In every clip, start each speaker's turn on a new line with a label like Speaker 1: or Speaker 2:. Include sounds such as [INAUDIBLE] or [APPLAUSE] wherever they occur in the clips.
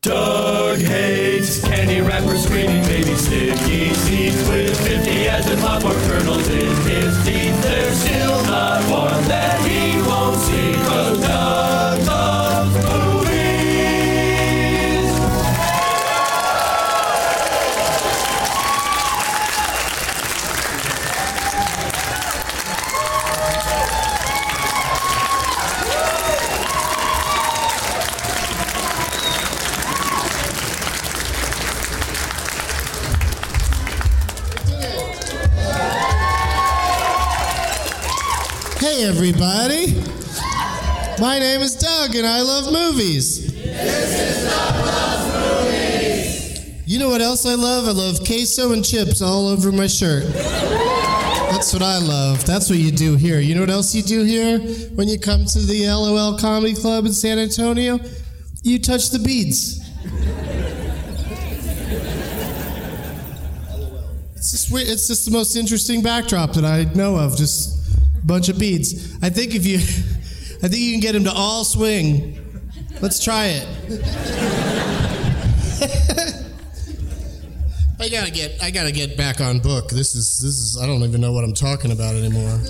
Speaker 1: Doug hates candy wrappers, screaming baby sticky seeds with 50 as in popcorn kernels in his teeth. They're still not warm that he won't see. Cause Doug loves movies.
Speaker 2: Hey, everybody. My name is Doug, and I love movies. This is Doug Loves Movies. You know what else I love? I love queso and chips all over my shirt. That's what I love. That's what you do here. You know what else you do here when you come to the LOL Comedy Club in San Antonio? You touch the beads. It's just, weird. it's just the most interesting backdrop that I know of. Just a bunch of beads. I think if you, [LAUGHS] I think you can get him to all swing. Let's try it. [LAUGHS] I gotta get, I gotta get back on book. This is, this is. I don't even know what I'm talking about anymore.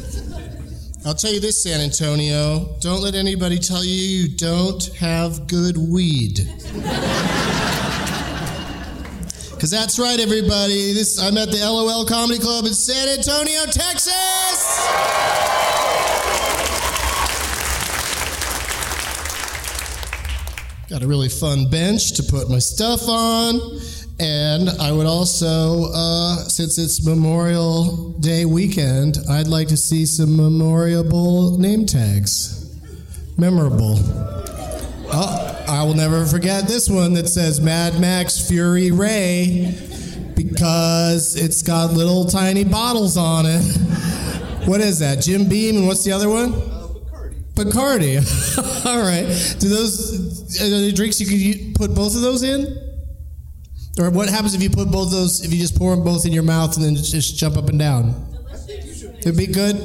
Speaker 2: I'll tell you this, San Antonio. Don't let anybody tell you you don't have good weed. Because that's right, everybody. This I'm at the LOL Comedy Club in San Antonio, Texas. Got a really fun bench to put my stuff on. And I would also, uh, since it's Memorial Day weekend, I'd like to see some memorable name tags. Memorable. Oh, I will never forget this one that says Mad Max Fury Ray because it's got little tiny bottles on it. What is that? Jim Beam and what's the other one? Bacardi. [LAUGHS] All right. Do those are there drinks you could u- put both of those in? Or what happens if you put both those? If you just pour them both in your mouth and then just- just jump up and down? It'd be good.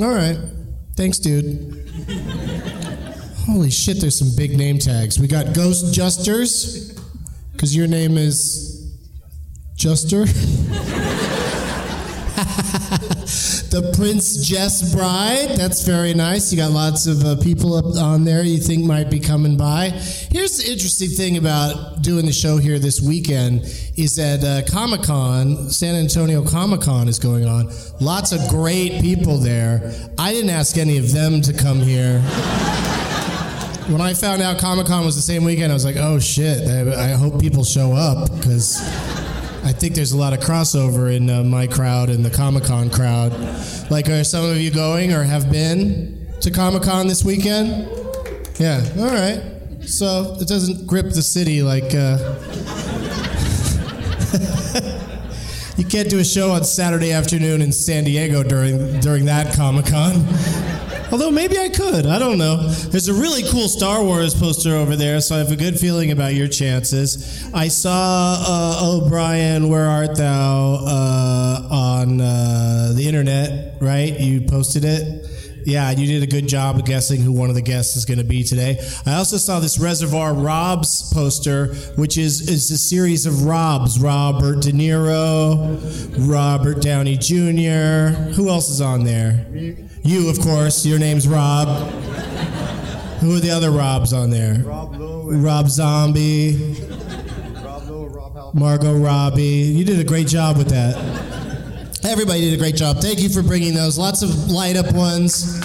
Speaker 2: All right. Thanks, dude. Holy shit! There's some big name tags. We got Ghost Justers, because your name is Juster. [LAUGHS] the Prince Jess Bride. That's very nice. You got lots of uh, people up on there you think might be coming by. Here's the interesting thing about doing the show here this weekend is that uh, Comic Con, San Antonio Comic Con, is going on. Lots of great people there. I didn't ask any of them to come here. When I found out Comic Con was the same weekend, I was like, oh shit, I, I hope people show up because I think there's a lot of crossover in uh, my crowd and the Comic Con crowd. Like, are some of you going or have been to Comic Con this weekend? Yeah, all right. So it doesn't grip the city like. Uh, you can't do a show on Saturday afternoon in San Diego during during that Comic Con. Although maybe I could. I don't know. There's a really cool Star Wars poster over there, so I have a good feeling about your chances. I saw uh, O'Brien, Where Art Thou uh, on uh, the internet, right? You posted it. Yeah, you did a good job of guessing who one of the guests is going to be today. I also saw this Reservoir Robs poster, which is is a series of Robs: Robert De Niro, Robert Downey Jr. Who else is on there? You, of course. Your name's Rob. Who are the other Robs on there? Rob Lowe. Rob Zombie. Margot Robbie. You did a great job with that. Everybody did a great job. Thank you for bringing those. Lots of light up ones,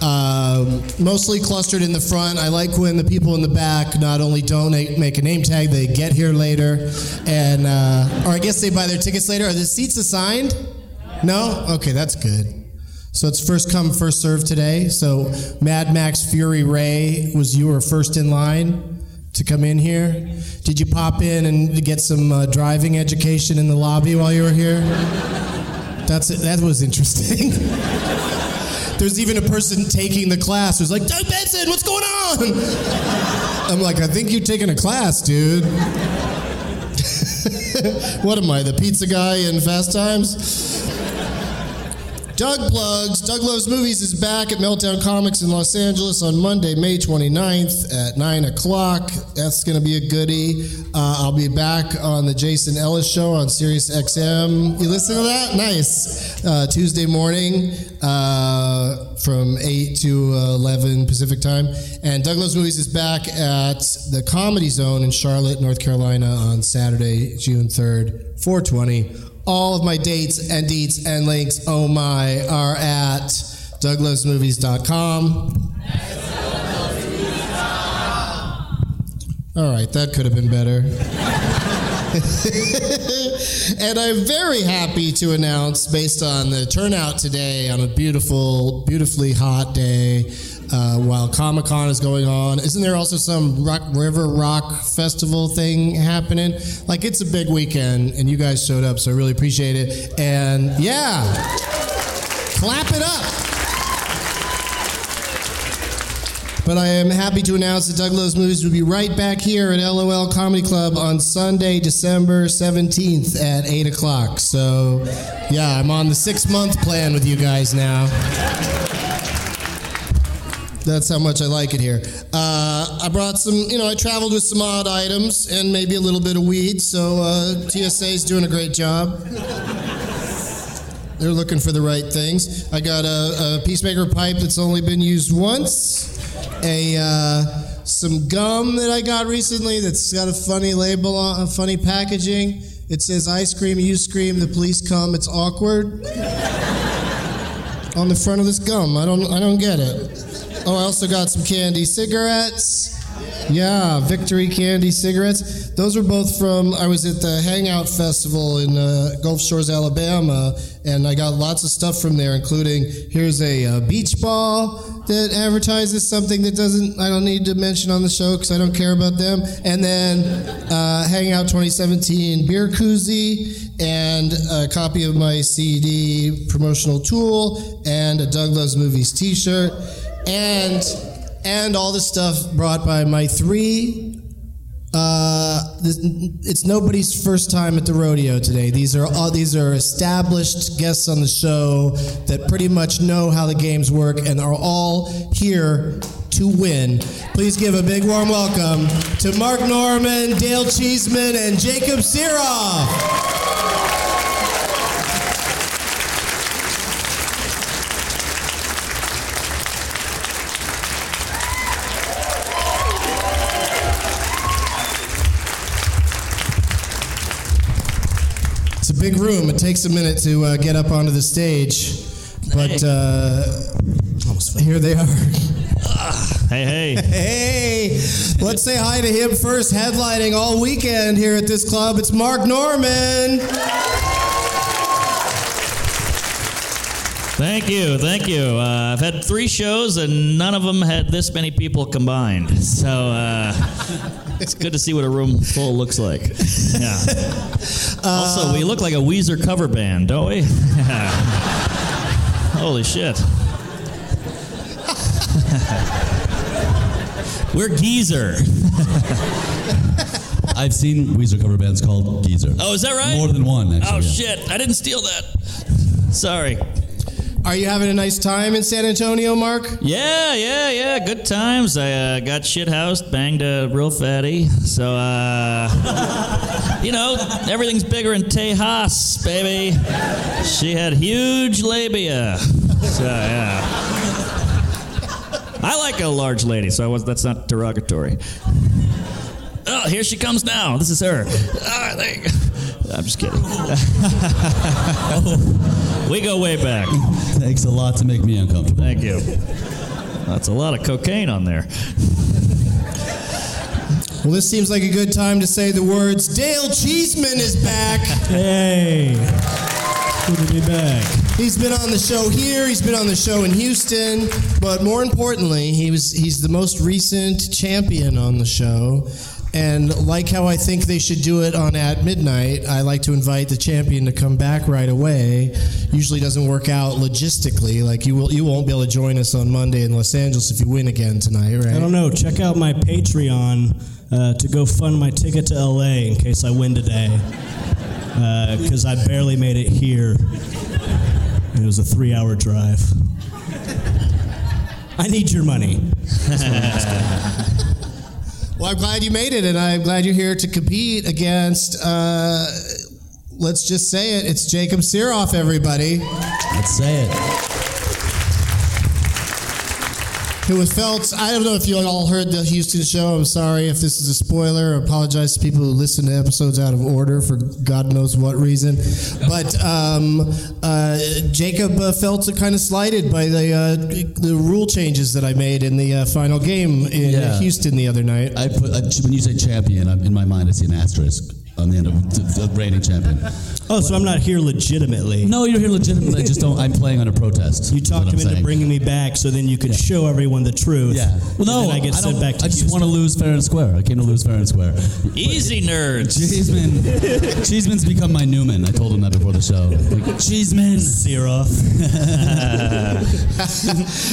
Speaker 2: um, mostly clustered in the front. I like when the people in the back not only donate, make a name tag, they get here later, and uh, or I guess they buy their tickets later. Are the seats assigned? No. Okay, that's good. So it's first come, first serve today. So Mad Max Fury Ray was you were first in line to come in here. Did you pop in and get some uh, driving education in the lobby while you were here? That's it. That was interesting. [LAUGHS] There's even a person taking the class who's like, Doug Benson, what's going on? I'm like, I think you're taking a class, dude. [LAUGHS] what am I, the pizza guy in Fast Times? Doug plugs. Doug Loves Movies is back at Meltdown Comics in Los Angeles on Monday, May 29th at 9 o'clock. That's going to be a goodie. Uh, I'll be back on the Jason Ellis Show on Sirius XM. You listen to that? Nice. Uh, Tuesday morning uh, from 8 to 11 Pacific time. And Doug Loves Movies is back at the Comedy Zone in Charlotte, North Carolina on Saturday, June 3rd, 420 all of my dates and deets and links, oh my, are at douglovesmovies.com. All right, that could have been better. and I'm very happy to announce, based on the turnout today on a beautiful, beautifully hot day, uh, while Comic Con is going on, isn't there also some rock, River Rock Festival thing happening? Like, it's a big weekend, and you guys showed up, so I really appreciate it. And yeah, clap it up. But I am happy to announce that Doug Loves Movies will be right back here at LOL Comedy Club on Sunday, December 17th at 8 o'clock. So, yeah, I'm on the six month plan with you guys now. That's how much I like it here. Uh, I brought some, you know, I traveled with some odd items and maybe a little bit of weed, so uh, TSA's doing a great job. They're looking for the right things. I got a, a peacemaker pipe that's only been used once. A uh, some gum that I got recently that's got a funny label on, funny packaging. It says "Ice cream, you scream, the police come." It's awkward on the front of this gum. I don't I don't get it. Oh, I also got some candy cigarettes. Yeah, Victory Candy cigarettes. Those were both from I was at the Hangout Festival in uh, Gulf Shores, Alabama, and I got lots of stuff from there, including here's a uh, beach ball that advertises something that doesn't I don't need to mention on the show because I don't care about them, and then uh, Hangout 2017 beer koozie and a copy of my CD promotional tool and a Doug Loves Movies T-shirt and and all the stuff brought by my three. Uh, this, it's nobody's first time at the rodeo today. These are all these are established guests on the show that pretty much know how the games work and are all here to win. Please give a big warm welcome to Mark Norman, Dale Cheeseman, and Jacob Siroff. It's a big room. It takes a minute to uh, get up onto the stage, but uh, here they are. [LAUGHS]
Speaker 3: Hey, hey.
Speaker 2: Hey, let's say hi to him first. Headlining all weekend here at this club, it's Mark Norman.
Speaker 3: thank you, thank you. Uh, I've had three shows, and none of them had this many people combined. So uh, it's good to see what a room full looks like. Yeah. also, we look like a Weezer cover band, don't we? [LAUGHS] Holy shit. [LAUGHS] We're geezer.
Speaker 4: I've seen Weezer cover bands called Geezer.
Speaker 3: Oh, is that right?
Speaker 4: More than one, actually.
Speaker 3: Oh
Speaker 4: yeah.
Speaker 3: shit! I didn't steal that. Sorry.
Speaker 2: Are you having a nice time in San Antonio, Mark?
Speaker 3: Yeah, yeah, yeah. Good times. I uh, got shit housed, banged a real fatty. So, uh, [LAUGHS] you know, everything's bigger in Tejas, baby. She had huge labia. So, yeah. I like a large lady, so I was, that's not derogatory. Oh, here she comes now. This is her. Ah, there you go. I'm just kidding. [LAUGHS] we go way back.
Speaker 4: Takes a lot to make me uncomfortable.
Speaker 3: Thank you. That's a lot of cocaine on there.
Speaker 2: Well, this seems like a good time to say the words. Dale Cheeseman is back.
Speaker 4: Hey. Good to be back.
Speaker 2: He's been on the show here. He's been on the show in Houston, but more importantly, he was he's the most recent champion on the show. And like how I think they should do it on at midnight, I like to invite the champion to come back right away. Usually doesn't work out logistically. Like you will you won't be able to join us on Monday in Los Angeles if you win again tonight, right?
Speaker 5: I don't know. Check out my Patreon uh, to go fund my ticket to LA in case I win today. Because I barely made it here. It was a three hour drive. I need your money.
Speaker 2: Well, I'm glad you made it, and I'm glad you're here to compete against. Uh, let's just say it. It's Jacob Siroff, everybody.
Speaker 4: Let's say it.
Speaker 2: who was felt. I don't know if you all heard the Houston show. I'm sorry if this is a spoiler. I apologize to people who listen to episodes out of order for God knows what reason. But um, uh, Jacob uh, felt kind of slighted by the uh, the rule changes that I made in the uh, final game in
Speaker 4: Yeah.
Speaker 2: Houston the other
Speaker 4: [LAUGHS]
Speaker 2: night.
Speaker 4: I put I, when you say champion, I'm, in my mind, I see an asterisk on the end of the, the reigning champion.
Speaker 5: Oh, so I'm not here legitimately.
Speaker 4: No, you're here legitimately. I just don't. I'm playing on a protest.
Speaker 5: You
Speaker 4: is what
Speaker 5: talked
Speaker 4: I'm
Speaker 5: him into
Speaker 4: saying.
Speaker 5: bringing me back so then you could show everyone the truth.
Speaker 4: Yeah.
Speaker 5: Well, no, and then I get sent
Speaker 4: don't-
Speaker 5: back to
Speaker 4: I just want to lose fair and square. I came to lose fair and
Speaker 5: [LAUGHS]
Speaker 4: square.
Speaker 3: Easy nerds.
Speaker 4: Cheeseman, Cheeseman's become my Newman. I told him that before the show. Like, Cheeseman,
Speaker 5: Zero.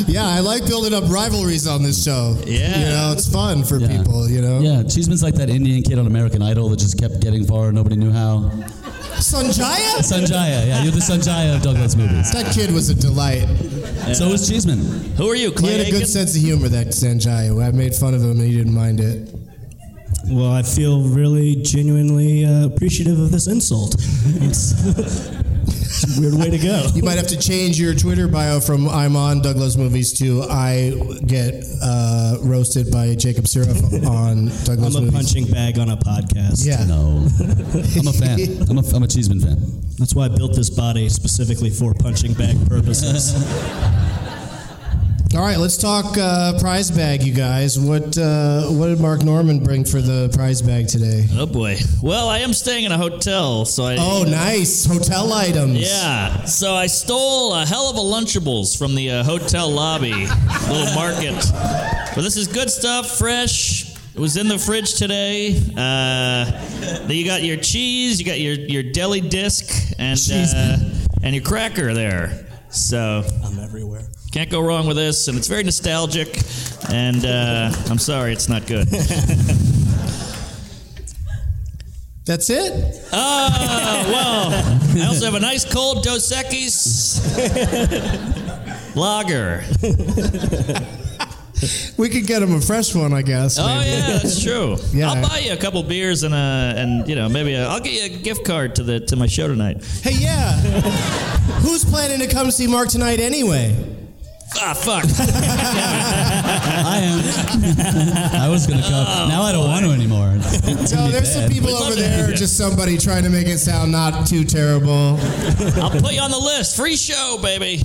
Speaker 2: yeah, I like building up rivalries on this show.
Speaker 3: Yeah.
Speaker 2: you know it's fun for
Speaker 4: Yeah.
Speaker 2: people. You know,
Speaker 4: Yeah, Cheeseman's like that Indian kid on American Idol that just kept getting far and nobody knew how.
Speaker 2: Sanjaya.
Speaker 4: Sanjaya, yeah, you're the Sanjaya of Douglas movies.
Speaker 2: That kid was a delight.
Speaker 4: So is Cheeseman.
Speaker 3: Who are you,
Speaker 2: He
Speaker 3: Clay
Speaker 2: had a good
Speaker 3: Aiken?
Speaker 2: sense of humor, that Sanjaya. I made fun of him and he didn't mind it.
Speaker 5: Well, I feel really genuinely uh, appreciative of
Speaker 4: [LAUGHS]
Speaker 5: this insult. It's, [LAUGHS] it's a weird way to go.
Speaker 2: You might have to change your Twitter bio from I'm on Douglas Movies to I get uh, roasted by Jacob Syrup on
Speaker 5: I'm
Speaker 2: Douglas
Speaker 5: a
Speaker 2: Movies.
Speaker 5: punching bag on a podcast.
Speaker 2: Yeah.
Speaker 4: No, I'm a fan. I'm a, I'm a Cheeseman
Speaker 5: [LAUGHS]
Speaker 4: fan.
Speaker 5: That's why I built this body specifically for punching
Speaker 4: [LAUGHS]
Speaker 5: bag purposes.
Speaker 2: All right, let's talk uh, prize bag, you guys. What uh, what did Mark Norman bring for the prize bag today?
Speaker 3: Oh boy. Well, I am staying in a hotel, so I.
Speaker 2: Oh, nice hotel items.
Speaker 3: Yeah. So I stole a hell of a Lunchables from the uh, hotel lobby, little market. But this is good stuff, fresh. It was in the fridge today. Uh, then you got your cheese, you got your, your deli disc, and
Speaker 2: Cheese.
Speaker 3: uh, and your cracker there. So
Speaker 5: I'm everywhere.
Speaker 3: Can't go wrong with this, and it's very nostalgic. And uh, I'm sorry, it's not good.
Speaker 2: That's it.
Speaker 3: Oh, whoa. I also have a nice cold Dos
Speaker 5: [LAUGHS]
Speaker 3: Equis lager.
Speaker 2: We could get him a fresh one, I guess.
Speaker 3: Oh,
Speaker 2: maybe. [LAUGHS]
Speaker 3: yeah, that's true.
Speaker 2: Yeah.
Speaker 3: I'll buy you a couple beers and a, and you know, maybe i I'll get you a gift card to the to my show tonight.
Speaker 2: Hey, yeah. Who's planning to come see Mark tonight anyway?
Speaker 3: Ah, fuck. [LAUGHS]
Speaker 4: I am. [LAUGHS] I was gonna come. now I don't want
Speaker 2: [LAUGHS]
Speaker 4: to anymore. It's
Speaker 2: So
Speaker 4: gonna be
Speaker 2: there's some
Speaker 4: bad.
Speaker 2: people
Speaker 3: We'd love
Speaker 2: over
Speaker 3: to
Speaker 2: there,
Speaker 3: have you.
Speaker 2: just somebody trying to make it sound not too terrible.
Speaker 3: I'll put you on the list. Free show, baby.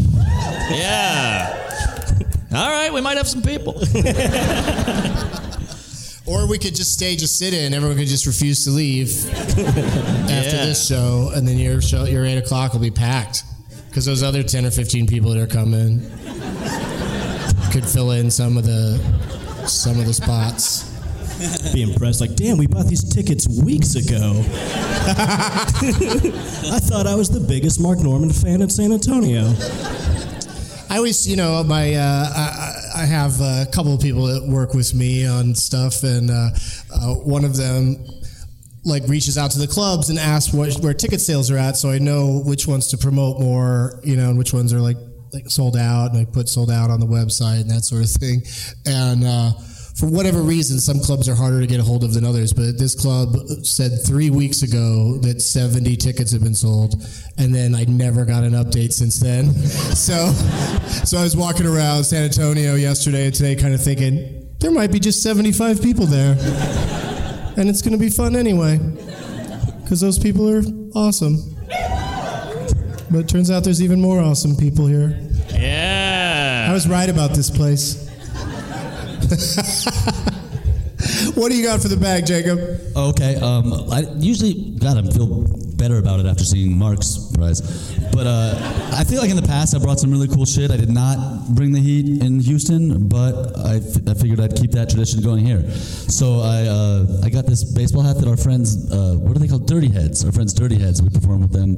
Speaker 3: Yeah. All right, we might have some
Speaker 2: [LAUGHS]
Speaker 3: people.
Speaker 2: Or we could just stage a sit-in. Everyone could just refuse to leave after
Speaker 3: Yeah.
Speaker 2: this show, and then your show, your eight o'clock will be packed because those other ten or fifteen people that are coming could fill in some of the some of the spots.
Speaker 5: Be impressed. Like, damn, we bought these tickets weeks ago. [LAUGHS] I thought I was the biggest Mark Norman fan in San Antonio.
Speaker 2: I always, you know, my uh, I, I I have a couple of people that work with me on stuff, and uh, uh, one of them like reaches out to the clubs and asks what, where ticket sales are at, so I know which ones to promote more, you know, and which ones are like like sold out, and I put sold out on the website and that sort of thing, and. Uh, for whatever reason, some clubs are harder to get a hold of than others. But this club said three weeks ago that 70 tickets have been sold, and then I never got an update since then. [LAUGHS] so, so I was walking around San Antonio yesterday and today, kind of thinking there might be just 75 people there, and it's going to be fun anyway, because those people are awesome. But it turns out there's even more awesome people here.
Speaker 3: Yeah.
Speaker 2: I was right about this place. [LAUGHS] what do you got for the bag, Jacob?
Speaker 4: Okay. Um, I usually, God, I feel better about it after seeing Mark's prize. But uh, I feel like in the past I brought some really cool shit. I did not bring the heat in Houston, but I, f- I figured I'd keep that tradition going here. So I uh, I got this baseball hat that our friends, uh, what are they called? Dirty Heads. Our friends Dirty Heads. We perform with them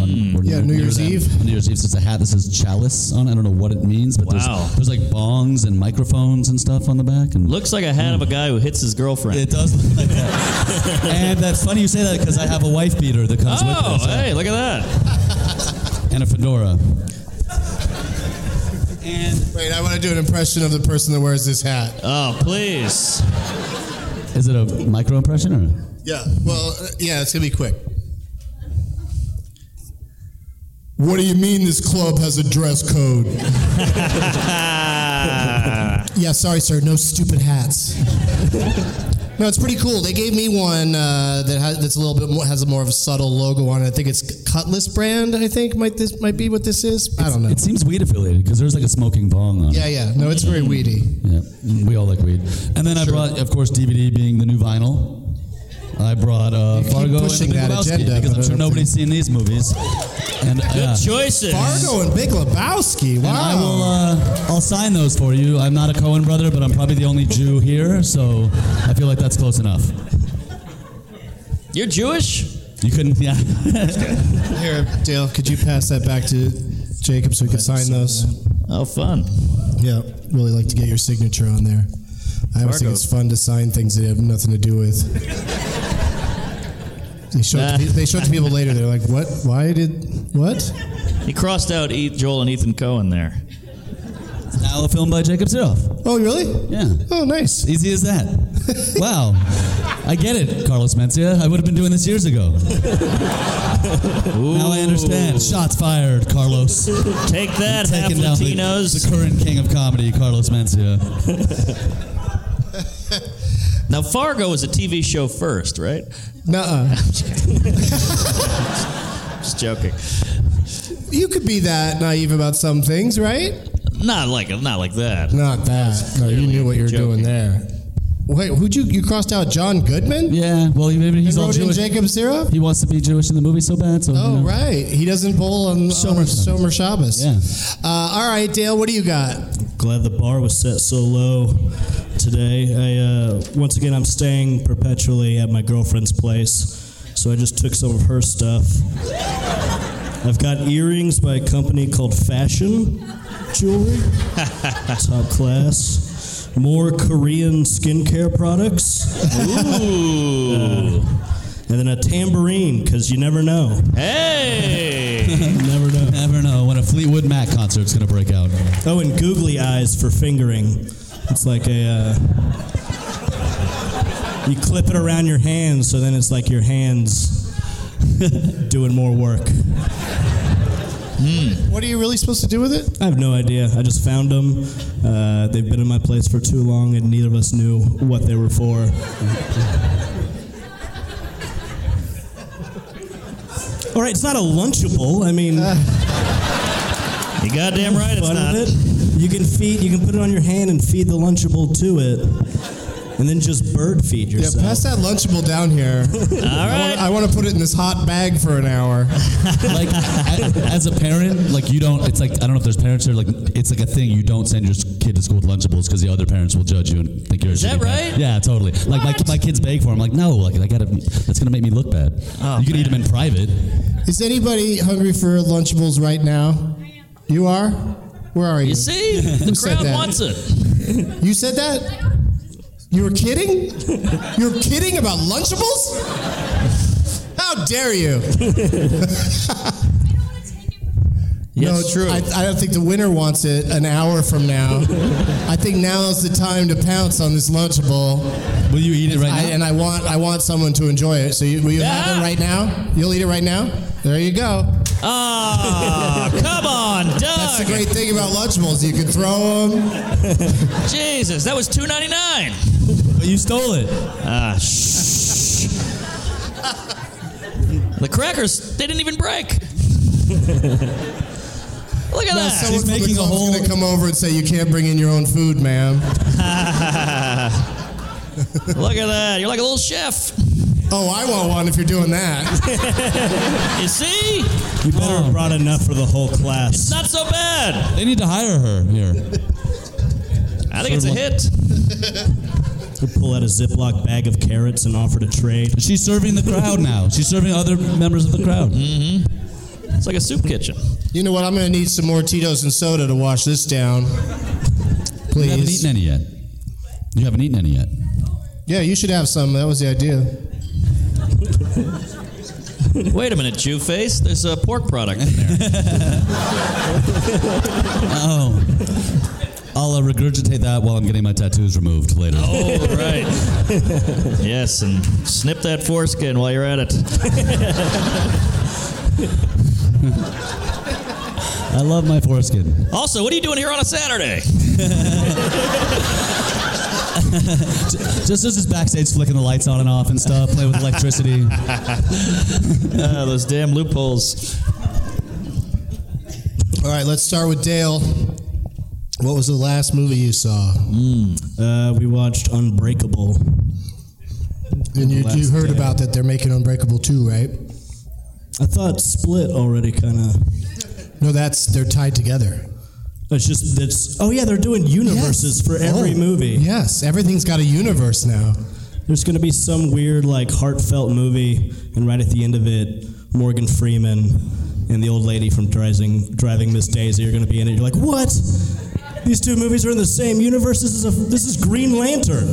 Speaker 4: on we're
Speaker 2: Hmm. Yeah, New Year's
Speaker 4: them.
Speaker 2: Eve.
Speaker 4: New Year's Eve. So it's a hat that says chalice on. it. I don't know what it means, but
Speaker 3: Wow.
Speaker 4: there's, there's like bongs and microphones and stuff on the back. And
Speaker 3: Looks like a hat of a guy who hits his girlfriend.
Speaker 4: it does look
Speaker 2: [LAUGHS]
Speaker 4: like that. and that's funny you say that because I have a wife beater that comes
Speaker 3: oh,
Speaker 4: with this.
Speaker 3: hey, look at that.
Speaker 4: And a fedora.
Speaker 2: Wait, I want to do an impression of the person that wears this hat.
Speaker 3: Oh,
Speaker 2: [LAUGHS]
Speaker 3: please.
Speaker 4: Is it a micro impression or?
Speaker 2: Yeah. Well, uh, yeah, it's gonna be quick. What do you mean this club has a dress code? yeah, sorry, sir. No stupid hats. no, it's pretty cool. They gave me one uh, that has, that's a little bit more, has a more of a subtle logo on it. I think it's Cutlass brand. I think might this might be what this is. I don't know.
Speaker 4: It seems weed affiliated because there's like a smoking bong on
Speaker 2: Yeah,
Speaker 4: it.
Speaker 2: yeah. No, it's very weedy.
Speaker 4: Yeah. Mm, We all like weed. And then I brought, of course, DVD being the new vinyl. I brought uh,
Speaker 2: keep
Speaker 4: Fargo and the
Speaker 2: pushing
Speaker 4: Big
Speaker 2: that
Speaker 4: Lebowski
Speaker 2: agenda,
Speaker 4: because
Speaker 2: but
Speaker 4: I'm
Speaker 2: I
Speaker 4: sure
Speaker 2: don't
Speaker 4: nobody's seen these movies. And uh, yeah.
Speaker 3: Choices.
Speaker 2: Fargo and Big Lebowski. Wow.
Speaker 4: And I will. Uh, I'll sign those for you. I'm not a Cohen brother, but I'm probably the only Jew here, so I feel like that's close enough.
Speaker 3: You're Jewish?
Speaker 4: You couldn't. [LAUGHS] Yeah.
Speaker 2: Here, Dale, could you pass that back to Jacob so we could sign those?
Speaker 3: Oh, fun.
Speaker 2: Yeah, really like to get your signature on there. I always think
Speaker 3: Fargo.
Speaker 2: it's fun to sign things that have nothing to do with. They show, it to, pe- they show it to people later. They're like, "What? Why did what?"
Speaker 3: He crossed out E- Joel and Ethan Cohen there.
Speaker 4: now a film by Jacob Siroff.
Speaker 2: Oh, really?
Speaker 4: Yeah.
Speaker 2: Oh, nice.
Speaker 4: Easy
Speaker 2: [LAUGHS]
Speaker 4: as that. Wow. I get it, Carlos Mencia. I would have been doing this years ago. Now I understand. Shots
Speaker 2: [LAUGHS]
Speaker 4: fired, Carlos.
Speaker 3: Take that, half
Speaker 4: Taking down the,
Speaker 3: Latinos.
Speaker 4: the current king of comedy, Carlos Mencia.
Speaker 3: now, Fargo was a TV show first, right?
Speaker 2: Nuh-uh.
Speaker 3: Just joking.
Speaker 2: You could be that naive about some things, right?
Speaker 3: Not like not like that.
Speaker 2: Not that. No, you knew what you were doing there. Wait, who'd you you crossed out? John Goodman?
Speaker 4: Yeah, well, he- maybe he's
Speaker 2: You
Speaker 4: all
Speaker 2: wrote in
Speaker 4: Jewish.
Speaker 2: Jacob Syrup?
Speaker 4: He wants to be Jewish in the movie so bad, so. you
Speaker 2: Oh
Speaker 4: know.
Speaker 2: right, he doesn't bowl on
Speaker 4: Shomer
Speaker 2: on
Speaker 4: Shabbos.
Speaker 2: Shomer Shabbos.
Speaker 4: Yeah.
Speaker 2: Uh, all right, Dale, what do you got?
Speaker 5: Glad the bar was set so low today. I uh, once again I'm staying perpetually at my girlfriend's place, so I just took some of her stuff. I've got earrings by a company called Fashion. jewelry, top class, more Korean skincare products,
Speaker 3: Ooh.
Speaker 5: and then a tambourine because you never know.
Speaker 3: [LAUGHS] Hey.
Speaker 5: never know.
Speaker 4: Never know when a Fleetwood Mac concert's gonna break out.
Speaker 5: Oh, and googly eyes for fingering. It's like a. Uh, you clip it around your hands, so then it's like your hands [LAUGHS] doing more work.
Speaker 2: What are you really supposed to do with it?
Speaker 5: I have no idea. I just found them. Uh, they've been in my place for too long, and neither of us knew what they were for. All right, it's not a Lunchable. I mean,
Speaker 3: You goddamn right it's
Speaker 5: fun
Speaker 3: not.
Speaker 5: with it. You can feed. You can put it on your hand and feed the Lunchable to it, and then just bird feed
Speaker 2: Yeah,
Speaker 5: yourself.
Speaker 2: pass that Lunchable down here.
Speaker 3: All right.
Speaker 2: I want to put it in this hot bag for an hour.
Speaker 4: Like a- as a parent, like you don't. It's like I don't know if there's parents who are like it's like a thing. You don't send your kid to school with Lunchables because the other parents will judge you and think you're. Is
Speaker 3: that right?
Speaker 4: Yeah, totally. Like my, my kids beg for. them. like no, like I gotta. That's gonna make me look bad.
Speaker 3: Oh,
Speaker 4: you can eat them in private.
Speaker 2: Is anybody hungry for Lunchables right now? You are? Where are you? [LAUGHS]
Speaker 3: You see, the
Speaker 2: said
Speaker 3: crowd
Speaker 2: that?
Speaker 3: wants it.
Speaker 2: You said that? You were kidding? You're kidding about Lunchables? How dare you?
Speaker 3: Yeah, it's true.
Speaker 2: I, I don't think the winner wants it an hour from now. I think now is the time to pounce on this Lunchable.
Speaker 4: Will you eat it right
Speaker 2: I,
Speaker 4: now?
Speaker 2: and I want I want someone to enjoy it. So you, will you have
Speaker 3: Yeah.
Speaker 2: it right now? You'll eat it right now? There you go. [LAUGHS]
Speaker 3: Ah, come on, Doug.
Speaker 2: That's the great thing about Lunchables. You can throw them.
Speaker 3: Jesus, that was two ninety nine.
Speaker 4: but you stole it.
Speaker 3: Ah, shh. the crackers, they didn't even break. [LAUGHS] Look at that.
Speaker 2: Someone from
Speaker 4: making
Speaker 2: the
Speaker 4: a
Speaker 2: club's
Speaker 4: whole-
Speaker 2: going to come over and say, you can't bring in your own food, ma'am.
Speaker 3: [LAUGHS] Look at that. You're like a little chef.
Speaker 2: Oh, I want one if you're doing
Speaker 4: [LAUGHS]
Speaker 2: that.
Speaker 3: You see?
Speaker 5: You better have brought enough for the whole class.
Speaker 3: Not so bad.
Speaker 4: Oh. They need to hire her here.
Speaker 3: I think it's a hit.
Speaker 5: We'll pull out a Ziploc bag of carrots and offer to trade.
Speaker 4: She's serving the crowd now. She's serving other members of the crowd.
Speaker 3: Mm. It's like a soup kitchen.
Speaker 2: you know what? I'm going to need some more Tito's and soda to wash this down.
Speaker 4: You haven't
Speaker 2: Please.
Speaker 4: eaten any yet. You haven't eaten any yet.
Speaker 2: Yeah, you should have some. That was the idea.
Speaker 3: Wait a minute, Jew face. There's a pork product in there.
Speaker 4: Oh. I'll uh, regurgitate that while I'm getting my tattoos removed later.
Speaker 3: oh, right. Yes, and snip that foreskin while you're at it.
Speaker 4: I love my foreskin.
Speaker 3: Also, what are you doing here on a Saturday?
Speaker 4: Just as this backstage flicking the lights on and off and stuff, playing with electricity.
Speaker 3: Ah, those damn loopholes.
Speaker 2: All right, let's start with Dale. What was the last movie you saw?
Speaker 4: Mm,
Speaker 5: Uh, we watched Unbreakable.
Speaker 2: And you, you
Speaker 5: Last
Speaker 2: heard
Speaker 5: Dale.
Speaker 2: about that they're making Unbreakable 2, right?
Speaker 5: I thought Split already kind of.
Speaker 2: No, that's they're tied together.
Speaker 5: It's just that's. Oh yeah, they're doing universes
Speaker 2: Yes.
Speaker 5: for every
Speaker 2: Oh,
Speaker 5: movie.
Speaker 2: Yes, everything's got a universe now.
Speaker 5: There's going to be some weird like heartfelt movie, and right at the end of it, Morgan Freeman and the old lady from Driving Driving Miss Daisy are going to be in it. You're like, what? These two movies are in the same universe. This is a this is Green Lantern.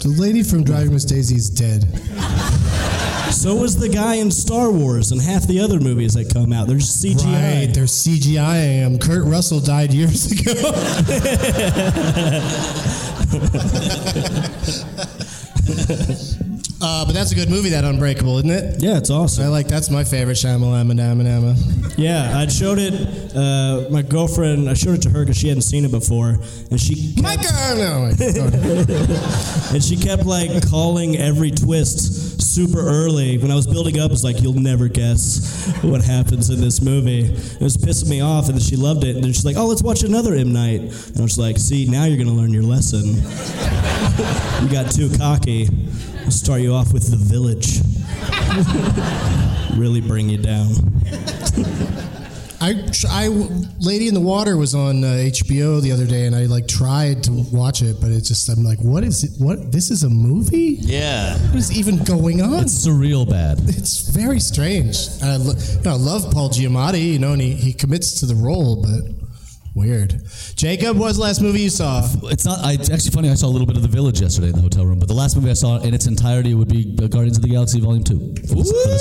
Speaker 2: The lady from Driving Miss Daisy is dead.
Speaker 5: So is the guy in Star Wars and half the other movies that come out. They're just CGI.
Speaker 2: Right, they're CGI. am. Um, Kurt Russell died years [LAUGHS] ago. uh, but that's a good movie, that Unbreakable, isn't it?
Speaker 5: yeah, it's awesome.
Speaker 2: I like that's my favorite Shyamalan, Madame, Madame.
Speaker 5: Yeah, I showed it. Uh, my girlfriend, I showed it to her because she hadn't seen it before, and she
Speaker 2: Micah! No, wait, no, no.
Speaker 5: and she kept like calling every twist super early. When I was building up, it's like you'll never guess what happens in this movie. It was pissing me off, and then she loved it. And then she's like, "Oh, let's watch another M Night." And I was like, "See, now you're gonna learn your lesson. [LAUGHS] you got too cocky. I'll start you off with The [LAUGHS] Village. really bring you down."
Speaker 2: I, tr- I w- Lady in the Water was on uh, HBO the other day, and I like tried to watch it, but it's just I'm like, what is it? What this is a movie?
Speaker 3: Yeah.
Speaker 2: What is even going on? It's,
Speaker 4: It's surreal bad.
Speaker 2: very strange. And I, lo- you know, I love Paul Giamatti, you know, and he, he commits to the role, but weird. Jacob, what was the last movie you saw?
Speaker 4: It's not. I, it's actually funny. I saw a little bit of The Village yesterday in the hotel room, but the last movie I saw in its entirety would be uh, Guardians of the Galaxy Volume Two for the, for the, for the,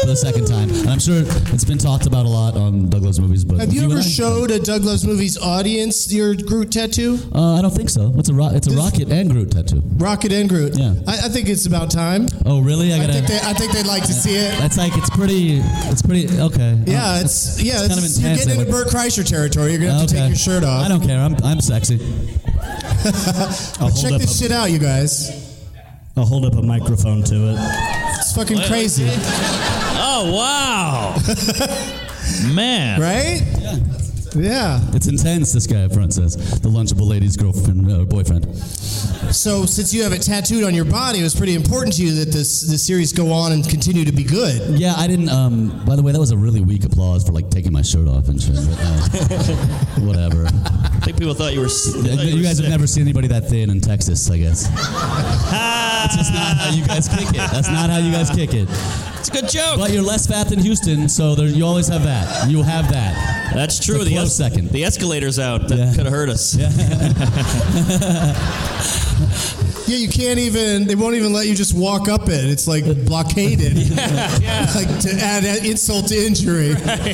Speaker 4: for the second time. And I'm sure it's been talked about a lot on Douglas movies. But
Speaker 2: Have you,
Speaker 4: and
Speaker 2: ever
Speaker 4: I-
Speaker 2: showed a Doug Loves Movies audience your Groot tattoo?
Speaker 4: Uh, I don't think so. It's a ro- it's a rocket and Groot tattoo.
Speaker 2: Rocket and Groot.
Speaker 4: Yeah.
Speaker 2: I, I think it's about time.
Speaker 4: Oh really? I
Speaker 2: I
Speaker 4: gotta.
Speaker 2: think they, I think they'd like to see it.
Speaker 4: that's like it's pretty. It's pretty okay.
Speaker 2: Yeah,
Speaker 4: Uh,
Speaker 2: it's yeah,
Speaker 4: it's kind of
Speaker 2: it's- you're
Speaker 4: intense.
Speaker 2: getting
Speaker 4: like-
Speaker 2: into Bert Kreischer territory. You're gonna have to
Speaker 4: Okay.
Speaker 2: take your shirt off.
Speaker 4: I don't care. I'm I'm sexy.
Speaker 2: But
Speaker 6: I'll hold,
Speaker 2: check
Speaker 6: up
Speaker 2: this
Speaker 6: a,
Speaker 2: shit out, you guys.
Speaker 6: I'll hold up a microphone to it.
Speaker 2: It's fucking crazy,
Speaker 3: Oh wow. Man.
Speaker 2: right? Yeah.
Speaker 4: It's intense. This guy up front says the lunchable lady's girlfriend uh, boyfriend.
Speaker 2: So since you have it tattooed on your body, it was pretty important to you that this this series go on and continue to be good.
Speaker 4: Yeah, I didn't. Um, by the way, that was a really weak applause for like taking my shirt off and shit. But, uh, whatever.
Speaker 3: I think people thought you were. s- thought
Speaker 4: you
Speaker 3: were
Speaker 4: guys
Speaker 3: sick.
Speaker 4: have never seen anybody that thin in Texas, I guess. That's just not how you guys kick it. That's not how you guys kick it.
Speaker 3: Ah, It's a good joke.
Speaker 4: But you're less fat than Houston, so there, you always have that. You have that.
Speaker 3: That's true.
Speaker 4: It's a
Speaker 3: the
Speaker 4: close second.
Speaker 3: The escalator's out. That
Speaker 4: Yeah.
Speaker 3: could have hurt us. [LAUGHS]
Speaker 2: Yeah, you can't even. They won't even let you just walk up it. It's like blockaded. [LAUGHS] like to add insult to injury.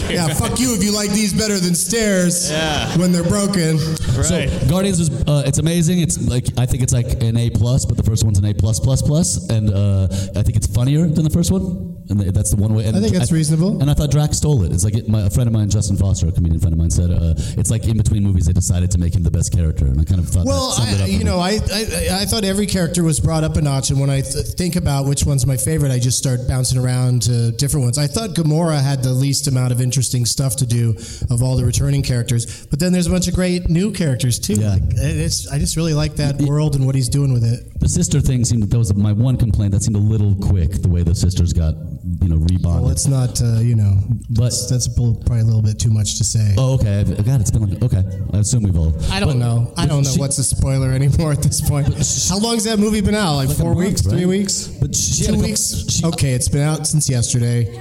Speaker 2: yeah, fuck you if you like these better than stairs.
Speaker 3: Yeah.
Speaker 2: When they're broken.
Speaker 3: Right.
Speaker 4: So Guardians was uh, it's amazing. It's like I think it's like an A plus, but the first one's an A plus plus plus, and uh, I think it's funnier than the first one. And th- that's the one way. And
Speaker 2: I think that's reasonable.
Speaker 4: And I thought Drax stole it. It's like it, my, a friend of mine, Justin Foster, a comedian friend of mine, said uh, it's like in between movies they decided to make him the best character, and I kind of thought.
Speaker 2: Well,
Speaker 4: that summed it
Speaker 2: I,
Speaker 4: up
Speaker 2: you know, I, I I thought every character was brought up a notch, and when I th- think about which one's my favorite, I just start bouncing around to different ones. I thought Gamora had the least amount of interesting stuff to do of all the returning characters, but then there's a bunch of great new characters too.
Speaker 4: Yeah.
Speaker 2: Like, it- it's I just really like that world and what he's doing with it.
Speaker 4: the sister thing seemed that was my one complaint. That seemed a little quick the way the sisters got you know rebonded.
Speaker 2: Well, it's not, uh, you know,
Speaker 4: But-
Speaker 2: that's, that's a little- probably a little bit too much to say.
Speaker 4: oh, okay. I've- God, it's been like okay. I assume we've all.
Speaker 2: I don't know. I don't know what's a spoiler [LAUGHS] anymore at this point. How long's that movie been out? Like,
Speaker 4: Like a
Speaker 2: four
Speaker 4: month,
Speaker 2: weeks, three
Speaker 4: right?
Speaker 2: weeks,
Speaker 4: But she had
Speaker 2: two
Speaker 4: a couple-
Speaker 2: weeks?
Speaker 4: she-
Speaker 2: okay, it's been out since yesterday.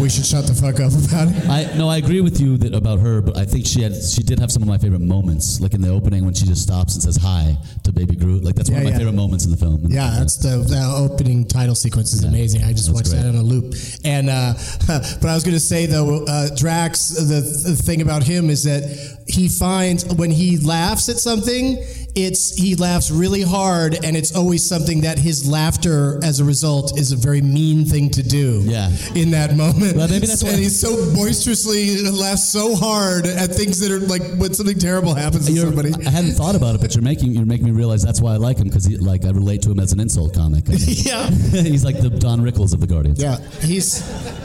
Speaker 2: we should shut the fuck up about it.
Speaker 4: I no, I agree with you that about her, but I think she had she did have some of my favorite moments, like in the opening when she just stops and says hi to Baby Groot. Like that's one
Speaker 2: Yeah,
Speaker 4: of my
Speaker 2: yeah.
Speaker 4: favorite moments in the film.
Speaker 2: Yeah, that's the that opening title sequence is amazing. I just
Speaker 4: that was
Speaker 2: watched
Speaker 4: great.
Speaker 2: that on a loop. And uh, [LAUGHS] but I was going to say though, uh, Drax. The, the thing about him is that he finds when he laughs at something, it's he laughs really hard, and it's always something that his laughter, as a result, is a very mean thing to do.
Speaker 4: Yeah.
Speaker 2: in that moment.
Speaker 4: Well, maybe that's
Speaker 2: and
Speaker 4: why-
Speaker 2: he's so boisterously laughs so hard at things that are like when something terrible happens to
Speaker 4: You're- [LAUGHS]
Speaker 2: somebody.
Speaker 4: I hadn't thought about it, but you're making you're making me realize that's why I like him because like I relate to him as an insult comic.
Speaker 3: [LAUGHS]
Speaker 2: yeah.
Speaker 4: [LAUGHS] He's like the Don Rickles of the Guardians.
Speaker 2: Yeah, he's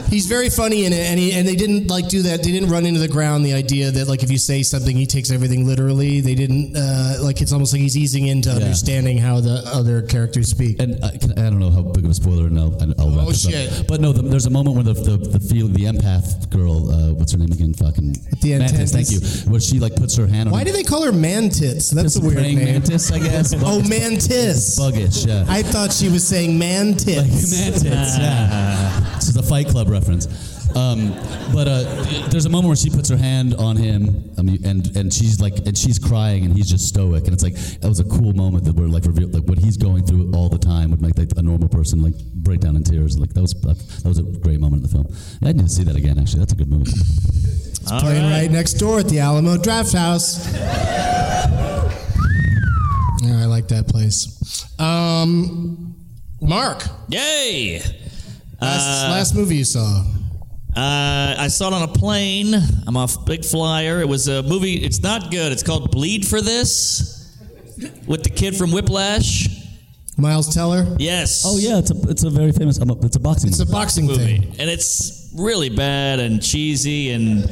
Speaker 2: he's very funny in it, and he, and they didn't like do that. They didn't run into the ground the idea that like if you say something, he takes everything literally. They didn't uh, like it's almost like he's easing into understanding how the other characters speak.
Speaker 4: And I, can, I don't know how big of a spoiler, and I'll, and I'll wrap
Speaker 2: Oh,
Speaker 4: this up.
Speaker 2: shit.
Speaker 4: But no, the, there's a moment where the the the, feel, the empath girl, uh, what's her name again? Fucking
Speaker 2: The
Speaker 4: Mantis. Thank you.
Speaker 2: Antennas.
Speaker 4: Where she like puts her hand on.
Speaker 2: Why
Speaker 4: her,
Speaker 2: do they call her Mantis? That's a weird
Speaker 4: praying
Speaker 2: name.
Speaker 4: mantis? I
Speaker 2: [LAUGHS]
Speaker 4: guess.
Speaker 2: Oh,
Speaker 4: Buggish.
Speaker 2: Mantis.
Speaker 4: Buggish. Yeah.
Speaker 2: I thought she was saying Mantis.
Speaker 4: Mantis, [LAUGHS] yeah. This is a Fight Club reference. Um, but uh, there's a moment where she puts her hand on him, I mean, and and she's like, and she's crying, and he's just stoic, and it's like that was a cool moment that we're like revealed, like what he's going through all the time would make like, a normal person like break down in tears. Like that was that, was a great moment in the film. I need to see that again. Actually, that's a good movie.
Speaker 2: It's playing right. next door at the Alamo Draft House. yeah, I like that place. Um, Mark,
Speaker 3: Yay!
Speaker 2: last, last movie you saw?
Speaker 3: Uh, I saw it on a plane. I'm off Big Flyer. It was a movie. It's not good. It's called Bleed for This with the kid from Whiplash.
Speaker 2: Miles Teller.
Speaker 3: Yes.
Speaker 4: Oh yeah, it's a it's a very famous. I'm a, it's a boxing.
Speaker 2: It's a
Speaker 4: movie.
Speaker 2: boxing
Speaker 3: movie,
Speaker 2: thing.
Speaker 3: and it's really bad and cheesy and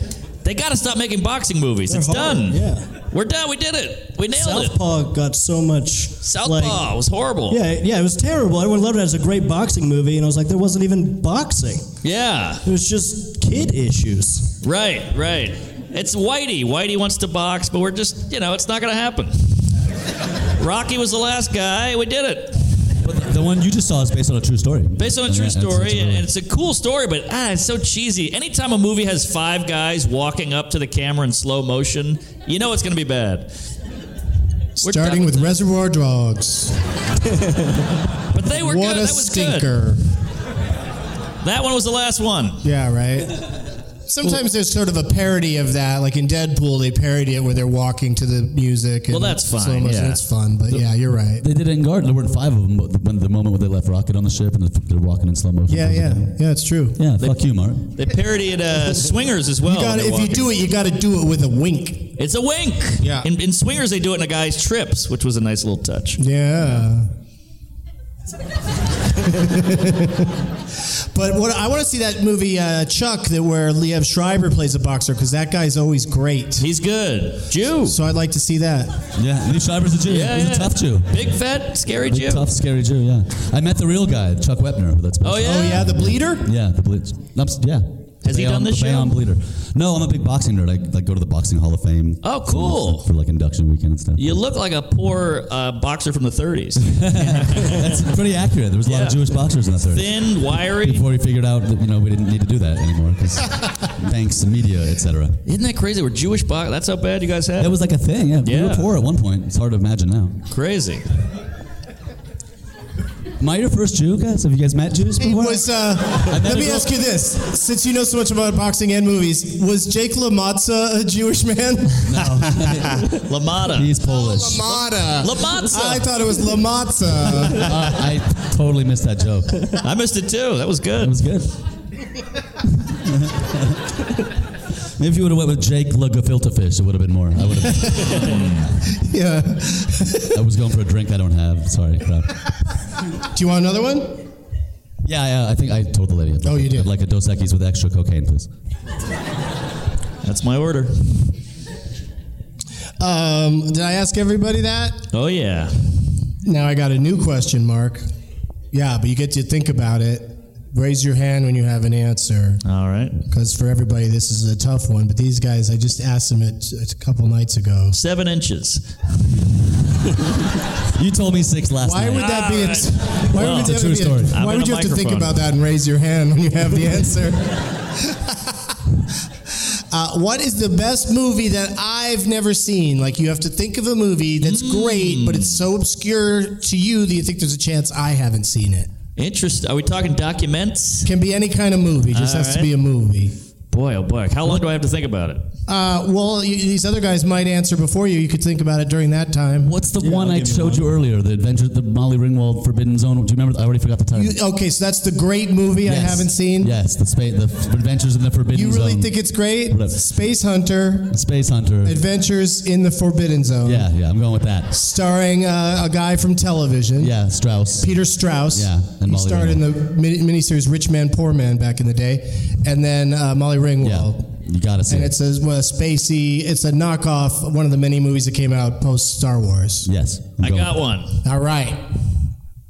Speaker 3: They got to stop making boxing movies.
Speaker 2: They're
Speaker 3: it's
Speaker 2: hard,
Speaker 3: done.
Speaker 2: yeah.
Speaker 3: We're done. We did it. We nailed it.
Speaker 2: Southpaw got so much.
Speaker 3: Southpaw
Speaker 2: like-
Speaker 3: was horrible.
Speaker 2: yeah, yeah, it was terrible. Everyone loved it. It was a great boxing movie, and I was like, there wasn't even boxing.
Speaker 3: Yeah.
Speaker 2: It was just kid issues.
Speaker 3: Right, right. It's Whitey. Whitey wants to box, but we're just, you know, it's not going to happen. Rocky was the last guy. We did it.
Speaker 4: But the, the one you just saw is based on a true story.
Speaker 3: Based on a
Speaker 4: And
Speaker 3: true
Speaker 4: that- that's-
Speaker 3: story,
Speaker 4: that's
Speaker 3: and
Speaker 4: really-
Speaker 3: and it's a cool story, but ah, it's so cheesy. Anytime a movie has five guys walking up to the camera in slow motion, you know it's going to be bad. We're done
Speaker 5: Starting with Reservoir Dogs.
Speaker 3: But they were
Speaker 5: what
Speaker 3: good.
Speaker 5: a
Speaker 3: that was good.
Speaker 5: stinker.
Speaker 3: That one was the last one.
Speaker 5: Yeah, right. Sometimes there's sort of a parody of that, like in Deadpool, they parody it where they're walking to the music. And
Speaker 3: Well, that's fine,
Speaker 5: slow motion.
Speaker 3: yeah.
Speaker 5: It's fun, but yeah, you're right.
Speaker 4: They did it in Garden. There weren't five of them, but the, when the moment when they left Rocket on the ship and they're walking in slow motion.
Speaker 5: Yeah, yeah, yeah. It's true.
Speaker 4: Yeah, fuck you, Mark.
Speaker 3: They parodied uh, Swingers as well.
Speaker 5: You gotta,
Speaker 3: They're
Speaker 5: if you
Speaker 3: walking.
Speaker 5: do it, you got to do it with a wink.
Speaker 3: it's a wink.
Speaker 5: Yeah.
Speaker 3: In, in Swingers, they do it in a guy's trips, which was a nice little touch.
Speaker 5: Yeah. [LAUGHS] but what I want to see that movie uh, Chuck that where Liev Schreiber plays a boxer because that guy's always great.
Speaker 3: He's good. Jew.
Speaker 5: So I'd like to see that.
Speaker 4: Yeah, Lee Schreiber's a Jew.
Speaker 3: Yeah,
Speaker 4: He's
Speaker 3: yeah.
Speaker 4: a tough Jew.
Speaker 3: Big fat scary
Speaker 4: Big,
Speaker 3: Jew.
Speaker 4: tough, scary Jew. Yeah, I met the real guy, Chuck Wepner. That's
Speaker 3: Oh yeah.
Speaker 5: Oh yeah, the bleeder.
Speaker 4: Yeah, the Bleach. I'm s- yeah.
Speaker 3: Has he
Speaker 4: Bayonne-
Speaker 3: done this
Speaker 4: the Bayonne
Speaker 3: show?
Speaker 4: Bleeder. No, I'm a big boxing nerd. I like go to the Boxing Hall of Fame.
Speaker 3: Oh, cool.
Speaker 4: For like induction weekend and stuff.
Speaker 3: You look like a poor uh, boxer from the 30s.
Speaker 4: That's pretty accurate. There was a lot of
Speaker 3: Yeah.
Speaker 4: Jewish boxers in that third.
Speaker 3: Thin, wiry.
Speaker 4: Before we figured out that you know we didn't need to do that
Speaker 3: [LAUGHS]
Speaker 4: anymore because thanks to media, etc.
Speaker 3: Isn't that crazy? We're Jewish box. That's how bad you guys had.
Speaker 4: That was like a thing. Yeah, we
Speaker 3: Yeah.
Speaker 4: were poor at one point. It's hard to imagine now.
Speaker 3: crazy.
Speaker 4: Am I your first Jew, guys? Have you guys met Jews
Speaker 5: It
Speaker 4: before?
Speaker 5: was. Uh, let me ask you this: since you know so much about boxing and movies, was Jake LaMotta a Jewish man? [LAUGHS]
Speaker 3: Lamada.
Speaker 4: He's Polish.
Speaker 5: LaMotta.
Speaker 3: Lamatza.
Speaker 5: I thought it was LaMotta.
Speaker 4: Uh, [LAUGHS] I totally missed that joke. It
Speaker 3: I missed it too. That was good.
Speaker 4: was good. Maybe if you would have went with Jake Lagafiltafish, it would have been more. I would have.
Speaker 5: yeah.
Speaker 4: I was going for a drink I don't have. Sorry, crap.
Speaker 5: Do you want another one?
Speaker 4: Yeah, yeah, I think I told the lady. I'd
Speaker 5: Oh,
Speaker 4: like-
Speaker 5: you did.
Speaker 4: I'd like a Dos Equis with extra cocaine, please.
Speaker 3: That's my order.
Speaker 5: Um, did I ask everybody that?
Speaker 3: Oh yeah.
Speaker 5: Now I got a new question, Mark. Yeah, but you get to think about it. Raise your hand when you have an answer,
Speaker 3: All right.
Speaker 5: because for everybody this is a tough one. But these guys, I just asked them it a couple nights ago.
Speaker 3: Seven inches.
Speaker 4: You told me six last
Speaker 5: Why
Speaker 4: night.
Speaker 5: would that be? A,
Speaker 3: Alright.
Speaker 5: [LAUGHS] why
Speaker 3: Well,
Speaker 5: would
Speaker 3: it's a
Speaker 5: that
Speaker 4: true
Speaker 5: be a-
Speaker 4: story.
Speaker 3: I'm
Speaker 5: why
Speaker 3: in
Speaker 5: would
Speaker 3: a
Speaker 5: you have to think
Speaker 3: microphone.
Speaker 5: about that and raise your hand when you have
Speaker 3: [LAUGHS]
Speaker 5: the answer? Uh, what is the best movie that I've never seen? Like you have to think of a movie that's
Speaker 3: Hmm.
Speaker 5: great, but it's so obscure to you that you think there's a chance I haven't seen it.
Speaker 3: Interest. Are we talking documents?
Speaker 5: Can be any kind of movie; just has to
Speaker 3: Alright.
Speaker 5: be a movie.
Speaker 3: Boy, oh boy. How long do I have to think about it?
Speaker 5: Uh, well, y these other guys might answer before you. You could think about it during that time.
Speaker 4: What's the one
Speaker 2: I'll
Speaker 4: I
Speaker 2: give you
Speaker 4: showed
Speaker 2: one.
Speaker 4: you earlier? The Adventure, the Molly Ringwald Forbidden Zone. Do you remember? I already forgot the title.
Speaker 5: You, okay, so that's the great movie I
Speaker 4: Yes.
Speaker 5: haven't seen.
Speaker 4: Yes, the space, the f- Adventures in the Forbidden
Speaker 5: You
Speaker 4: Zone.
Speaker 5: really think it's great?
Speaker 4: Whatever.
Speaker 5: Space Hunter.
Speaker 4: Space Hunter?
Speaker 5: Adventures in the Forbidden Zone.
Speaker 4: yeah, yeah, I'm going with that.
Speaker 5: Starring uh, a guy from television.
Speaker 4: Yeah, Strauss.
Speaker 5: Peter Strauss.
Speaker 4: Yeah, and
Speaker 5: He
Speaker 4: Molly
Speaker 5: starred in the mini- miniseries Rich Man, Poor Man back in the day. And then uh, Molly
Speaker 4: yeah,
Speaker 5: Ringwald.
Speaker 4: you gotta see
Speaker 5: And
Speaker 4: it.
Speaker 5: it's a, well, a spacey, it's a knockoff, of one of the many movies that came out post Star Wars.
Speaker 4: yes, I'm
Speaker 3: I
Speaker 4: going
Speaker 3: got
Speaker 4: with
Speaker 3: one.
Speaker 5: All right.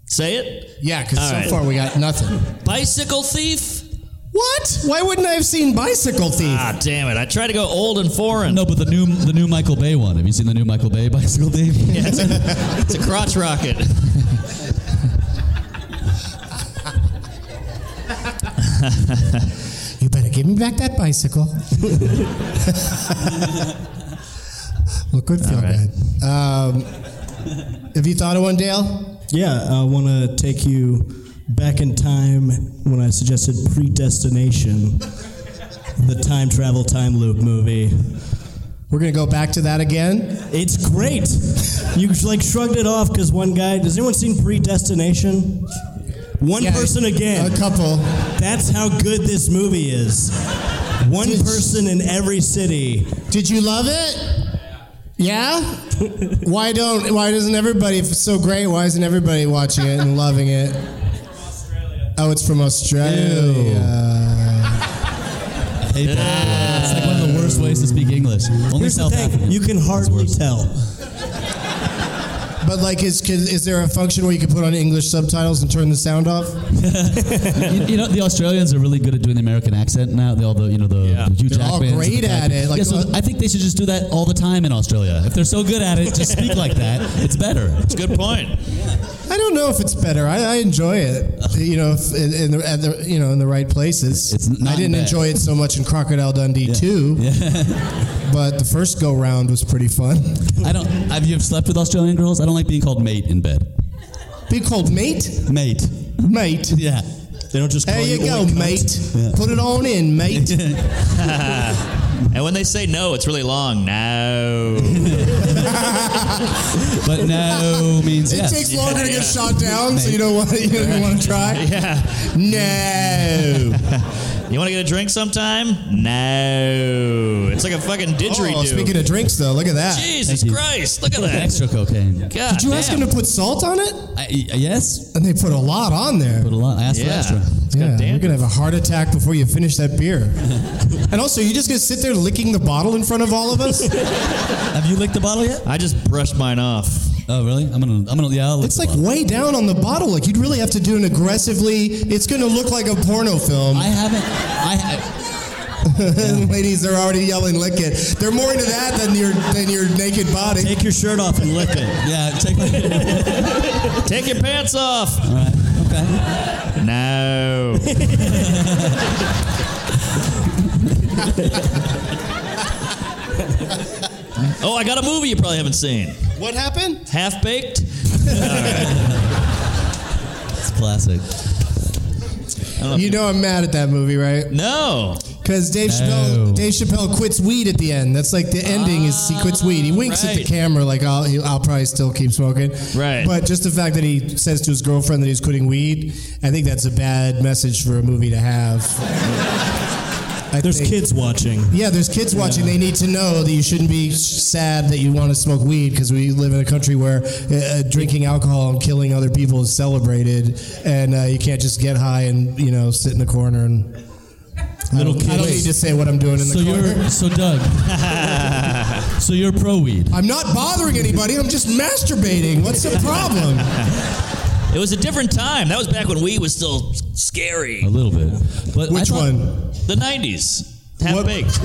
Speaker 3: Say it.
Speaker 5: Yeah, because
Speaker 3: All
Speaker 5: so
Speaker 3: right.
Speaker 5: far we got nothing.
Speaker 3: Bicycle thief.
Speaker 5: What? Why wouldn't I have seen Bicycle Thief?
Speaker 3: Ah, damn it! I tried to go old and
Speaker 4: that.
Speaker 3: foreign.
Speaker 4: No, but the new the new Michael Bay one. Have you seen the new Michael Bay
Speaker 2: [LAUGHS]
Speaker 4: bicycle thief?
Speaker 3: Yeah, it's, a, it's a crotch rocket.
Speaker 5: You better give me back that
Speaker 3: [LAUGHS]
Speaker 5: bicycle. Look good, feel good. Um, have you thought of one, Dale?
Speaker 2: Yeah, I want to take you back in time when I suggested Predestination, the time travel time loop movie.
Speaker 5: We're gonna go back to that again.
Speaker 2: It's great. You like shrugged it off because one guy. Does anyone seen Predestination? One
Speaker 5: Yeah,
Speaker 2: person again.
Speaker 5: A couple.
Speaker 2: That's how good this movie is. One
Speaker 5: Did-
Speaker 2: person in every city.
Speaker 5: Did you love it? Yeah. why don't? Why doesn't everybody? If it's so great, why isn't everybody watching it and loving it? Oh, it's from Australia.
Speaker 4: Hey, Pat. It's like one of the worst worst ways to speak English. Only
Speaker 5: Here's the
Speaker 4: South
Speaker 5: thing:
Speaker 4: African.
Speaker 5: you can
Speaker 4: It's
Speaker 5: hardly
Speaker 4: worse.
Speaker 5: tell.
Speaker 2: But like, is can, is there a function where you can put on English subtitles and turn the sound off?
Speaker 4: you, you know, the Australians are really good at doing the American accent now. They all the you know the,
Speaker 3: Yeah.
Speaker 4: the Hugh
Speaker 2: They're all
Speaker 4: Jackmans,
Speaker 2: great
Speaker 4: the Jack-
Speaker 2: at it, like- uh,
Speaker 4: yeah, so I think they should just do that all the time in Australia. If they're so good at it, just speak like that. It's better. [LAUGHS]
Speaker 3: It's a good point.
Speaker 2: I don't know if it's better. I, I enjoy it. You know, if, in, in the, at the you know in the right places.
Speaker 4: It's not
Speaker 2: I didn't
Speaker 4: bad.
Speaker 2: enjoy it so much in Crocodile Dundee two, but the first go round was pretty fun.
Speaker 4: [LAUGHS] I don't. Have you slept with Australian girls? I don't like being called mate in bed.
Speaker 2: Be called mate,
Speaker 4: Mate. [LAUGHS]
Speaker 2: mate.
Speaker 4: Yeah.
Speaker 5: They don't just. Call
Speaker 2: There you
Speaker 5: oi,
Speaker 2: go,
Speaker 5: cunt.
Speaker 2: mate. Put it on in, mate.
Speaker 3: And when they say no, it's really long.
Speaker 2: [LAUGHS]
Speaker 3: No.
Speaker 4: But no means
Speaker 2: It
Speaker 4: [LAUGHS] yes.
Speaker 2: takes longer to get shot down, so you don't want to, you don't want to try.
Speaker 3: [LAUGHS]
Speaker 2: Yeah. No.
Speaker 3: You want to get a drink sometime? No. It's like a fucking didgeridoo.
Speaker 2: Oh, speaking of drinks, though, look at that.
Speaker 3: Jesus
Speaker 4: Thank you.
Speaker 3: Christ, look at that.
Speaker 4: Extra cocaine.
Speaker 3: God
Speaker 2: Did you
Speaker 3: damn.
Speaker 2: ask him to put salt on it?
Speaker 4: I, yes.
Speaker 2: And they put a lot on there.
Speaker 4: Put a lot. I asked
Speaker 3: Yeah.
Speaker 4: for extra.
Speaker 3: It's got
Speaker 2: Yeah, you're
Speaker 3: dandruff.
Speaker 2: gonna have a heart attack before you finish that beer. [LAUGHS] and also, you're just gonna sit there licking the bottle in front of all of us.
Speaker 4: Have you licked the bottle yet?
Speaker 3: I just brushed mine off.
Speaker 4: Oh really? I'm gonna. I'm gonna. Yeah. I'll lick
Speaker 2: It's
Speaker 4: the
Speaker 2: like
Speaker 4: bottle.
Speaker 2: way down on the bottle. Like you'd really have to do an aggressively. It's gonna look like a porno film.
Speaker 4: I haven't. I. ha-
Speaker 2: [LAUGHS] Ladies, they're already yelling "lick it." They're more into that than your than your naked body.
Speaker 5: Take your shirt off and lick it.
Speaker 4: Yeah. Take my.
Speaker 3: Take your pants off.
Speaker 4: Okay.
Speaker 3: No. oh, I got a movie you probably haven't seen.
Speaker 2: What happened?
Speaker 3: Half
Speaker 4: [LAUGHS]
Speaker 3: baked.
Speaker 4: It's classic.
Speaker 2: You know I'm mad at that movie, right?
Speaker 3: No.
Speaker 2: Because Dave Chappelle, Dave Chappelle quits weed at the end. That's like the ending is he quits weed. He winks at the
Speaker 3: right.
Speaker 2: camera like I'll he- I'll probably still keep smoking.
Speaker 3: Right.
Speaker 2: But just the fact that he says to his girlfriend that he's quitting weed, I think that's a bad message for a movie to have. I
Speaker 5: There's
Speaker 2: think-
Speaker 5: kids watching.
Speaker 2: Yeah, there's kids watching. They need to know that you shouldn't be sad that you want to smoke weed because we live in a country where uh, uh, drinking alcohol and killing other people is celebrated, and uh, you can't just get high and you know sit in the corner and.
Speaker 4: Little
Speaker 2: I don't, I don't
Speaker 4: kids.
Speaker 2: need to say what I'm doing in the
Speaker 4: So
Speaker 2: corner.
Speaker 4: you're so Doug.
Speaker 2: [LAUGHS]
Speaker 4: so you're pro weed.
Speaker 2: I'm not bothering anybody. I'm just masturbating. What's the problem?
Speaker 3: It was a different time. That was back when weed was still scary.
Speaker 4: A little bit. But I
Speaker 2: Which
Speaker 4: thought-
Speaker 2: one?
Speaker 3: The 90s. Half baked.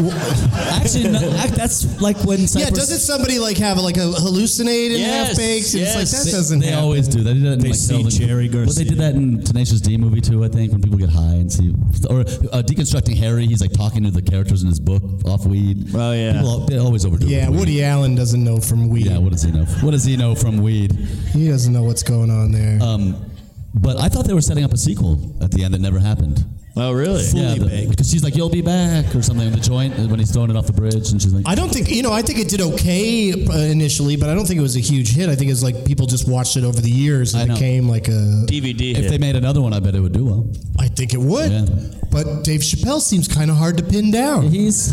Speaker 4: Actually, no, act- that's like when
Speaker 2: Yeah,
Speaker 4: Cypress.
Speaker 2: doesn't somebody like have like a hallucinate and
Speaker 3: Yes,
Speaker 2: half bakes? And It's
Speaker 3: yes.
Speaker 2: like that
Speaker 4: they,
Speaker 2: doesn't.
Speaker 4: they
Speaker 2: happen.
Speaker 4: always do. They did that in
Speaker 5: They
Speaker 4: like
Speaker 5: see
Speaker 4: Zelda-
Speaker 5: Jerry
Speaker 4: Well, they
Speaker 5: Garcia.
Speaker 4: did that in Tenacious D movie too. I think when people get high and see, or uh, deconstructing Harry, he's like talking to the characters in his book off weed.
Speaker 3: Oh, yeah.
Speaker 4: People al- they always overdo it.
Speaker 2: Yeah,
Speaker 4: with weed.
Speaker 2: Woody Allen doesn't know from weed.
Speaker 4: Yeah, what does he know? What does he know from weed?
Speaker 2: He doesn't know what's going on there.
Speaker 4: Um, but I thought they were setting up a sequel at the end that never happened.
Speaker 3: Oh, really?
Speaker 4: yeah, the- because she's like, "You'll be back" or something. The joint uh, when he's throwing it off the bridge, and she's like,
Speaker 2: I don't think you know. I think it did okay uh, initially, but I don't think it was a huge hit. I think it's like people just watched it over the years
Speaker 4: I
Speaker 2: and
Speaker 4: know.
Speaker 2: it became like a.
Speaker 3: DVD
Speaker 4: If
Speaker 3: hit.
Speaker 4: they made another one, I bet it would do well.
Speaker 2: I think it would,
Speaker 4: Yeah.
Speaker 2: but Dave Chappelle seems kind of hard to pin
Speaker 4: [LAUGHS]
Speaker 2: down.
Speaker 4: He's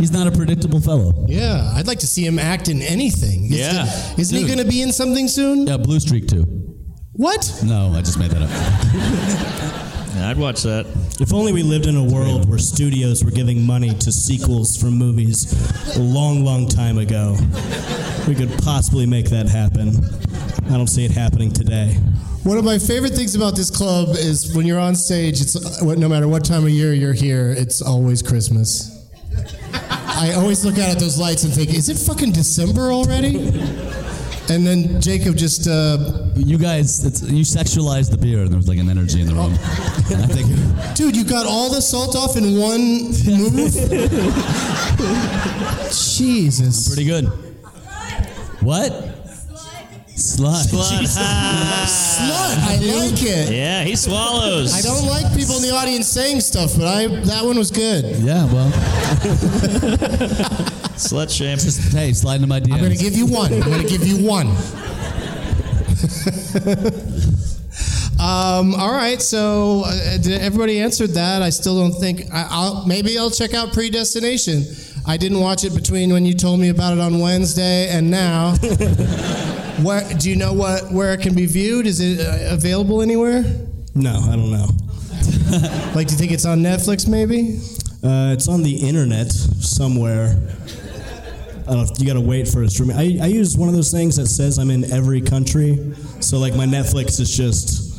Speaker 4: he's not a predictable fellow.
Speaker 2: Yeah, I'd like to see him act in anything. Is
Speaker 3: Yeah.
Speaker 2: the- isn't he
Speaker 4: Dude.
Speaker 2: going to be in something soon?
Speaker 4: Yeah, Blue Streak too.
Speaker 2: What?
Speaker 4: No, I just made that up.
Speaker 3: I'd watch
Speaker 4: [LAUGHS]
Speaker 3: that.
Speaker 5: If only we lived in a world where studios were giving money to sequels from movies a long, long time ago. We could possibly make that happen. I don't see it happening today.
Speaker 2: One of my favorite things about this club is when you're on stage. It's no matter what time of year you're here, it's always Christmas. I always look out at those lights and think, is it fucking December already? And then Jacob just uh,
Speaker 4: You guys, it's, you sexualized the beer, and there was like an energy in the room. And I think
Speaker 2: Dude, you got all the salt off in one move? Jesus.
Speaker 4: pretty good. What? Slut.
Speaker 3: Blood. Ah.
Speaker 2: Slut, I like it.
Speaker 3: yeah, he swallows.
Speaker 2: I don't like people in the audience saying stuff, but I that one was good.
Speaker 4: Yeah, well,
Speaker 3: Slut shame.
Speaker 4: just hey, slide into my DMs.
Speaker 2: I'm gonna give you one. I'm gonna give you one. [LAUGHS] um, all right, so uh, did everybody answered that. I still don't think. I, I'll maybe I'll check out Predestination. I didn't watch it between when you told me about it on Wednesday and now. [LAUGHS] where do you know what where it can be viewed? Is it uh, available anywhere?
Speaker 5: No, I don't know.
Speaker 2: [LAUGHS] Like, do you think it's on Netflix? Maybe. Uh, it's on the internet somewhere. I don't know, you gotta wait for it to stream. I, I use one of those things that says I'm in every country. So, like, my Netflix is just.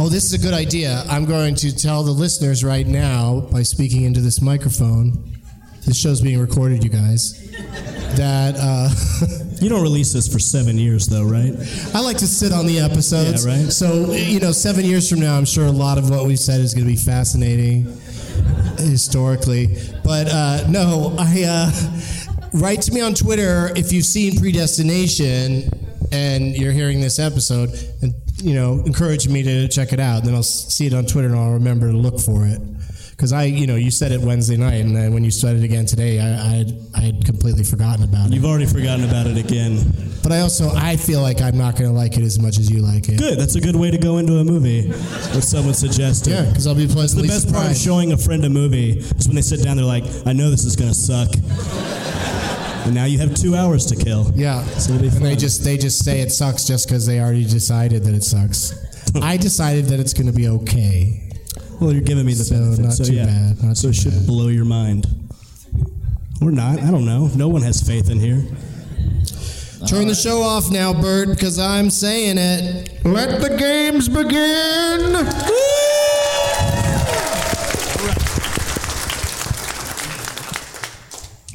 Speaker 5: Oh, this is a good idea. I'm going to tell the listeners right now by speaking into this microphone. This show's being recorded, you guys. That uh,
Speaker 2: You don't release this for seven years, though, right?
Speaker 5: I like to sit on the episodes.
Speaker 2: Yeah, right.
Speaker 5: So, you know, seven years from now, I'm sure a lot of what we've said is going to be fascinating historically. But uh, no, I uh, write to me on Twitter if you've seen Predestination and you're hearing this episode, and you know, encourage me to check it out. Then I'll s- see it on Twitter and I'll remember to look for it. Because I, you know, you said it Wednesday night, and then when you said it again today, I, I, I had completely forgotten about it.
Speaker 2: You've already forgotten about it again.
Speaker 5: But I also, I feel like I'm not going to like it as much as you like it.
Speaker 2: Good. That's a good way to go into a movie. What someone suggested.
Speaker 5: Yeah, because I'll be
Speaker 2: the
Speaker 5: pleasantly
Speaker 2: best part of
Speaker 5: surprised.
Speaker 2: showing a friend a movie is when they sit down. They're like, "I know this is gonna suck," and now you have two hours to kill.
Speaker 5: Yeah,
Speaker 2: it'll be
Speaker 5: and they
Speaker 2: fun.
Speaker 5: just they just say it sucks just because they already decided that it sucks. I decided that it's going to be okay.
Speaker 2: Well, you're giving me the
Speaker 5: So,
Speaker 2: benefit.
Speaker 5: not
Speaker 2: so
Speaker 5: too
Speaker 2: yeah.
Speaker 5: bad, not
Speaker 2: so
Speaker 5: too
Speaker 2: it should
Speaker 5: bad.
Speaker 2: blow your mind. Or not. I don't know. No one has faith in here.
Speaker 5: Turn the show off now, Bert, because I'm saying it. Let the games begin.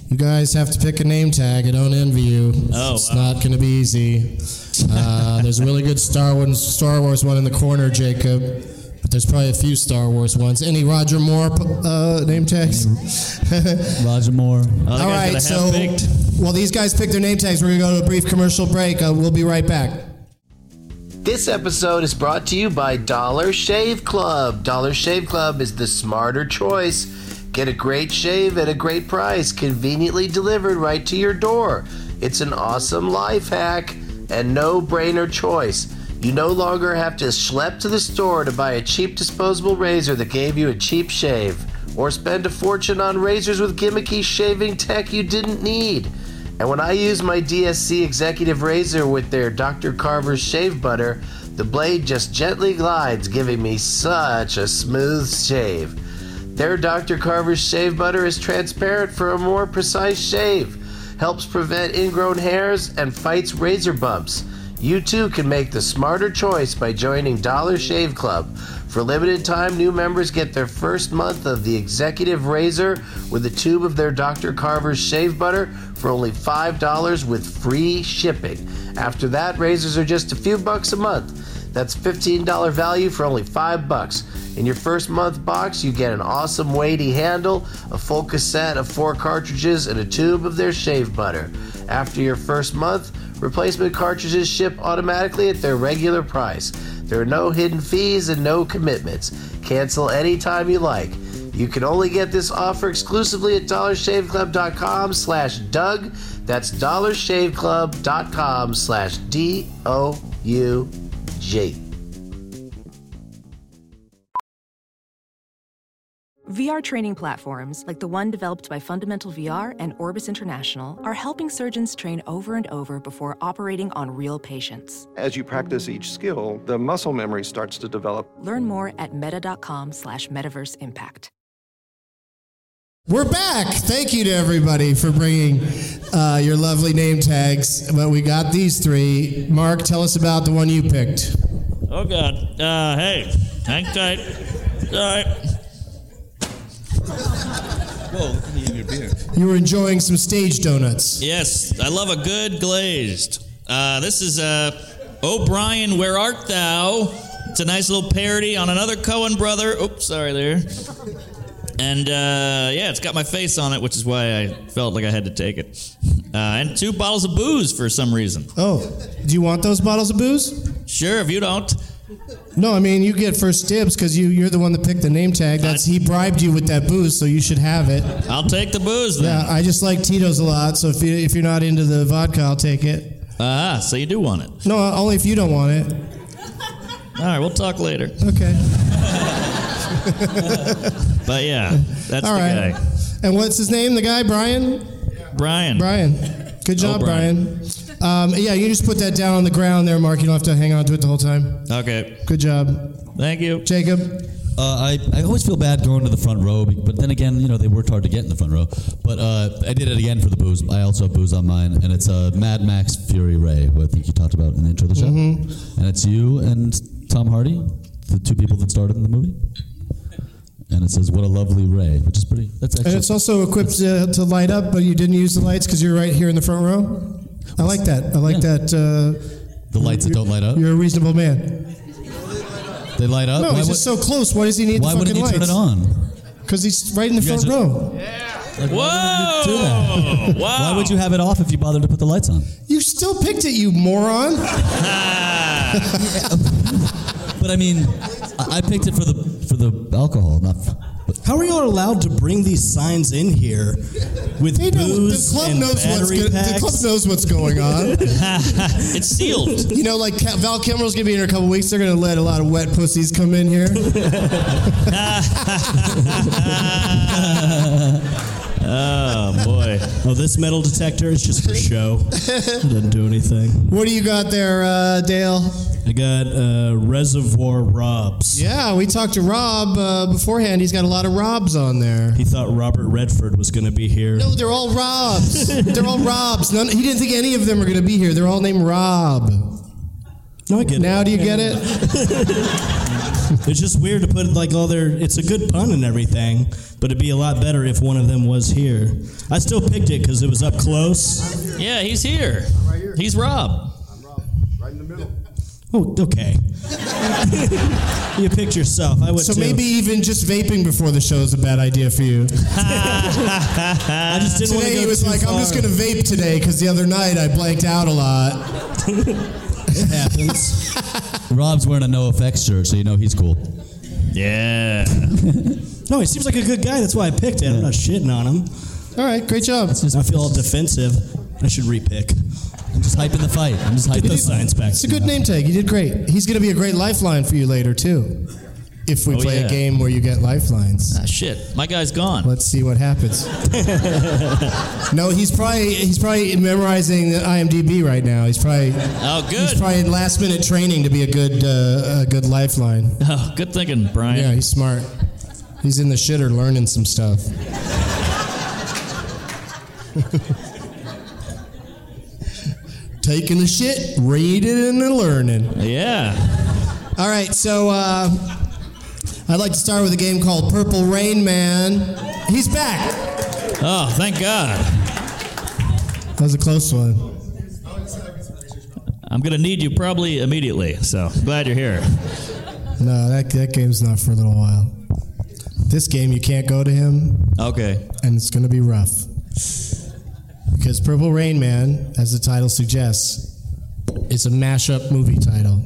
Speaker 5: You guys have to pick a name tag. I don't envy you.
Speaker 3: Oh,
Speaker 5: it's
Speaker 3: wow.
Speaker 5: not going to be easy. Uh, there's a really good Star Wars, Star Wars one in the corner, Jacob. But there's probably a few Star Wars ones. Any Roger Moore uh, name tags? [LAUGHS]
Speaker 4: Roger Moore.
Speaker 3: All
Speaker 5: All right, so while these guys pick their name tags, we're going to go to a brief commercial break. Uh, we'll be right back.
Speaker 7: This episode is brought to you by Dollar Shave Club. Dollar Shave Club is the smarter choice. Get a great shave at a great price, conveniently delivered right to your door. It's an awesome life hack and no brainer choice. You no longer have to schlep to the store to buy a cheap disposable razor that gave you a cheap shave, or spend a fortune on razors with gimmicky shaving tech you didn't need. And when I use my DSC Executive Razor with their Dr. Carver's shave butter, the blade just gently glides, giving me such a smooth shave. Their Dr. Carver's shave butter is transparent for a more precise shave, helps prevent ingrown hairs, and fights razor bumps. You too can make the smarter choice by joining Dollar Shave Club. For limited time, new members get their first month of the Executive Razor with a tube of their Dr. Carver's shave butter for only $5 with free shipping. After that, razors are just a few bucks a month. That's $15 value for only 5 bucks. In your first month box, you get an awesome weighty handle, a full cassette of 4 cartridges, and a tube of their shave butter. After your first month, replacement cartridges ship automatically at their regular price. There are no hidden fees and no commitments. Cancel anytime you like. You can only get this offer exclusively at dollarshaveclub.com slash Doug. That's dollarshaveclub.com slash D-O-U-G.
Speaker 8: VR training platforms, like the one developed by Fundamental VR and Orbis International, are helping surgeons train over and over before operating on real patients.
Speaker 9: As you practice each skill, the muscle memory starts to develop.
Speaker 8: Learn more at meta.com slash metaverse impact.
Speaker 5: We're back. Thank you to everybody for bringing uh, your lovely name tags. But we got these three. Mark, tell us about the one you picked.
Speaker 3: Oh God. Uh, hey, hang tight. All right.
Speaker 5: You were enjoying some stage donuts.
Speaker 3: Yes, I love a good glazed. Uh, this is uh, O'Brien, Where Art Thou? It's a nice little parody on another Cohen brother. Oops, sorry there. And uh, yeah, it's got my face on it, which is why I felt like I had to take it. Uh, and two bottles of booze for some reason.
Speaker 5: Oh, do you want those bottles of booze?
Speaker 3: Sure, if you don't.
Speaker 5: No, I mean you get first dibs because you you're the one that picked the name tag. That's he bribed you with that booze, so you should have it.
Speaker 3: I'll take the booze then.
Speaker 5: Yeah, I just like Tito's a lot, so if you if you're not into the vodka, I'll take it.
Speaker 3: Ah, so you do want it.
Speaker 5: No, only if you don't want it.
Speaker 3: All right, we'll talk later.
Speaker 5: Okay.
Speaker 3: But yeah, that's
Speaker 5: All
Speaker 3: the
Speaker 5: right.
Speaker 3: guy.
Speaker 5: And what's his name? The guy, Brian.
Speaker 3: Brian.
Speaker 5: Brian. Good job, Brian.
Speaker 3: Brian.
Speaker 5: Um, yeah, you just put that down on the ground there, Mark. You don't have to hang on to it the whole time.
Speaker 3: Okay,
Speaker 5: Good job,
Speaker 3: thank you.
Speaker 5: Jacob.
Speaker 4: Uh, I, I always feel bad going to the front row, be- but then again, you know, they worked hard to get in the front row. But uh, I did it again for the booze. I also have booze on mine, and it's uh, Mad Max Fury Ray, who I think you talked about in the intro of the show.
Speaker 5: Mm-hmm.
Speaker 4: And it's you and Tom Hardy, the two people that started in the movie. And it says, What a lovely Ray, which is pretty. That's actually.
Speaker 5: And it's also equipped to, to light up, but you didn't use the lights because you're right here in the front row. I like that. I like
Speaker 4: Yeah.
Speaker 5: that. Uh,
Speaker 4: the lights that don't light up.
Speaker 5: You're a reasonable man.
Speaker 4: They light up.
Speaker 5: No,
Speaker 4: why
Speaker 5: he's just so close. Why does he need
Speaker 4: why
Speaker 5: the
Speaker 4: wouldn't
Speaker 5: fucking
Speaker 4: you
Speaker 5: lights?
Speaker 4: turn it on?
Speaker 5: Because he's right in the
Speaker 4: You guys
Speaker 5: front
Speaker 4: are-
Speaker 5: row.
Speaker 4: Like, why would you do that?
Speaker 3: Whoa! Wow.
Speaker 4: Why would you have it off if you bothered to put the lights on?
Speaker 5: You still picked it,
Speaker 4: [LAUGHS]
Speaker 5: you moron.
Speaker 3: Ah,
Speaker 4: But I mean, I I picked it for the for the alcohol, not. For, but
Speaker 2: How are y'all allowed to bring these signs in here with
Speaker 5: They know, the
Speaker 2: booze
Speaker 5: club
Speaker 2: and
Speaker 5: knows what's
Speaker 2: battery
Speaker 5: good, the
Speaker 2: packs?
Speaker 4: [LAUGHS]
Speaker 5: club knows what's going on.
Speaker 3: it's sealed.
Speaker 5: you know, like Ca- Val Kilmer's gonna be here in a couple weeks. They're gonna let a lot of wet pussies come in here.
Speaker 3: Oh boy.
Speaker 2: oh, this metal detector is just for show. it doesn't do anything.
Speaker 5: what do you got there, uh, Dale?
Speaker 2: I got uh, Reservoir Robs.
Speaker 5: Yeah, we talked to Rob uh, beforehand. He's got a lot of Robs on there.
Speaker 2: He thought Robert Redford was going to be here.
Speaker 5: No, they're
Speaker 2: [LAUGHS]
Speaker 5: all Robs. they're all Robs. None, he didn't think any of them were gonna be here. They're all named Rob.
Speaker 2: No, I get
Speaker 5: Now
Speaker 2: it.
Speaker 5: do you get it?
Speaker 2: [LAUGHS] It's just weird to put like all their. It's a good pun and everything, but it'd be a lot better if one of them was here. I still picked it because it was up close.
Speaker 3: Yeah, he's here. He's
Speaker 4: [LAUGHS]
Speaker 3: Rob.
Speaker 2: Oh, okay. [LAUGHS] you picked yourself. I would
Speaker 5: So
Speaker 2: too.
Speaker 5: maybe even just vaping before the show is a bad idea for you.
Speaker 2: I just didn't want to go
Speaker 5: Today he was
Speaker 2: too
Speaker 5: like,
Speaker 2: far.
Speaker 5: I'm just gonna vape today because the other night I blanked out a lot.
Speaker 2: It happens.
Speaker 4: Rob's wearing a no effects shirt, so you know he's cool.
Speaker 3: Yeah.
Speaker 2: no, he seems like a good guy. That's why I picked it. I'm not shitting on him.
Speaker 5: All right, great job.
Speaker 2: I feel all defensive. I should repick.
Speaker 4: I'm just hyping the fight. I'm just hyping
Speaker 2: Get
Speaker 4: the
Speaker 2: those signs back.
Speaker 5: It's a good name tag. You did great. He's going to be a great lifeline for you later, too. If we
Speaker 3: Oh,
Speaker 5: play
Speaker 3: yeah.
Speaker 5: a game where you get lifelines,
Speaker 3: Ah, shit. My guy's gone.
Speaker 5: let's see what
Speaker 3: [LAUGHS]
Speaker 5: happens. no, he's probably he's probably memorizing the IMDb right now. He's probably
Speaker 3: Oh,
Speaker 5: he's
Speaker 3: good.
Speaker 5: probably in last minute training to be a good uh, a good lifeline.
Speaker 3: Oh, good thinking, Brian.
Speaker 5: Yeah, he's smart. He's in the shitter learning some stuff. [LAUGHS] Taking a shit, reading and learning.
Speaker 3: Yeah.
Speaker 5: All right, so uh, I'd like to start with a game called Purple Rain Man. He's back.
Speaker 3: Oh, thank God.
Speaker 5: That was a close one.
Speaker 3: I'm gonna need you probably immediately. So glad you're here.
Speaker 5: No, that, that game's not for a little while. This game, you can't go to him,
Speaker 3: Okay.
Speaker 5: and it's going to be rough. Because Purple Rain Man, as the title suggests, is a mashup movie title.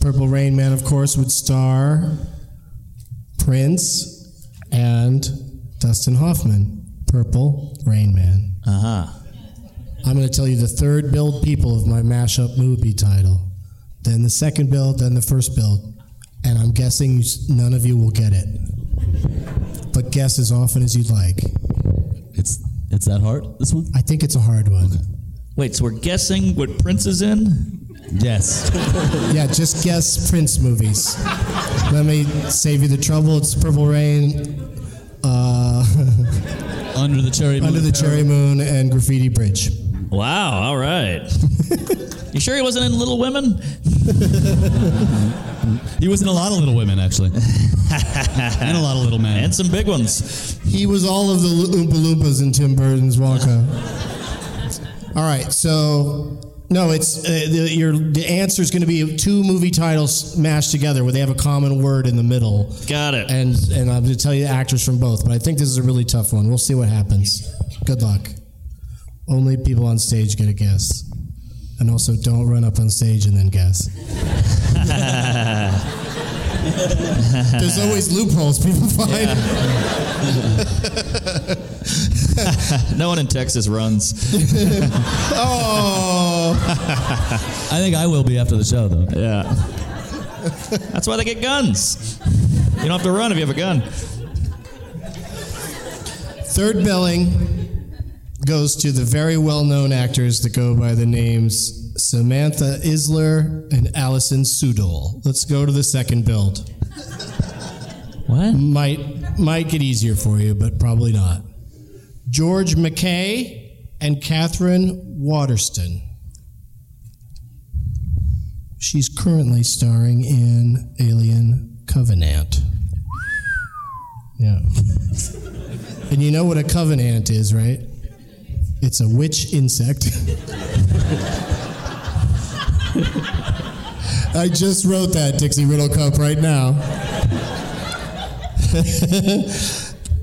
Speaker 5: Purple Rain Man, of course, would star Prince and Dustin Hoffman. Purple Rain Man.
Speaker 3: Uh huh.
Speaker 5: I'm going to tell you the third build people of my mashup movie title, then the second build, then the first build, and I'm guessing you, s- none of you will get it. But guess as often as you'd like.
Speaker 4: It's it's that hard. This one.
Speaker 5: I think it's a hard one.
Speaker 3: Wait. So we're guessing what Prince is in?
Speaker 4: Yes.
Speaker 5: Yeah, just guess Prince movies. Let me save you the trouble. It's Purple Rain, uh, [LAUGHS]
Speaker 4: Under the cherry.
Speaker 5: Under
Speaker 4: moon
Speaker 5: the
Speaker 4: apparel.
Speaker 5: Cherry Moon, and Graffiti Bridge.
Speaker 3: Wow. All
Speaker 4: [LAUGHS]
Speaker 3: right. you sure he wasn't in Little Women?
Speaker 4: He was in a lot of Little
Speaker 3: [LAUGHS]
Speaker 4: Women actually, and a lot of Little Men.
Speaker 3: And some big ones.
Speaker 5: He was all of the Oompa Loompas in Tim Burton's Wonka. all right, so no, it's uh, the, your the answer is going to be two movie titles mashed together where they have a common word in the middle,
Speaker 3: Got it.
Speaker 5: and and I'm going to tell you the actors from both. But I think this is a really tough one. We'll see what happens. Good luck. Only people on stage get a guess, and also don't run up on stage and then guess. There's always loopholes people find.
Speaker 3: [LAUGHS] no one in Texas runs.
Speaker 5: Oh,
Speaker 4: I think I will be after the show though.
Speaker 3: Yeah. That's why they get guns. You don't have to run if you have a gun.
Speaker 5: third billing goes to the very well-known actors that go by the names Samantha Isler and Allison Sudol. Let's go to the second build.
Speaker 3: What?
Speaker 5: Might might get easier for you, but probably not. George McKay and Catherine Waterston. She's currently starring in Alien Covenant. Yeah. and you know what a covenant is, right? It's a witch insect. I just wrote that Dixie Riddle Cup right now. [LAUGHS]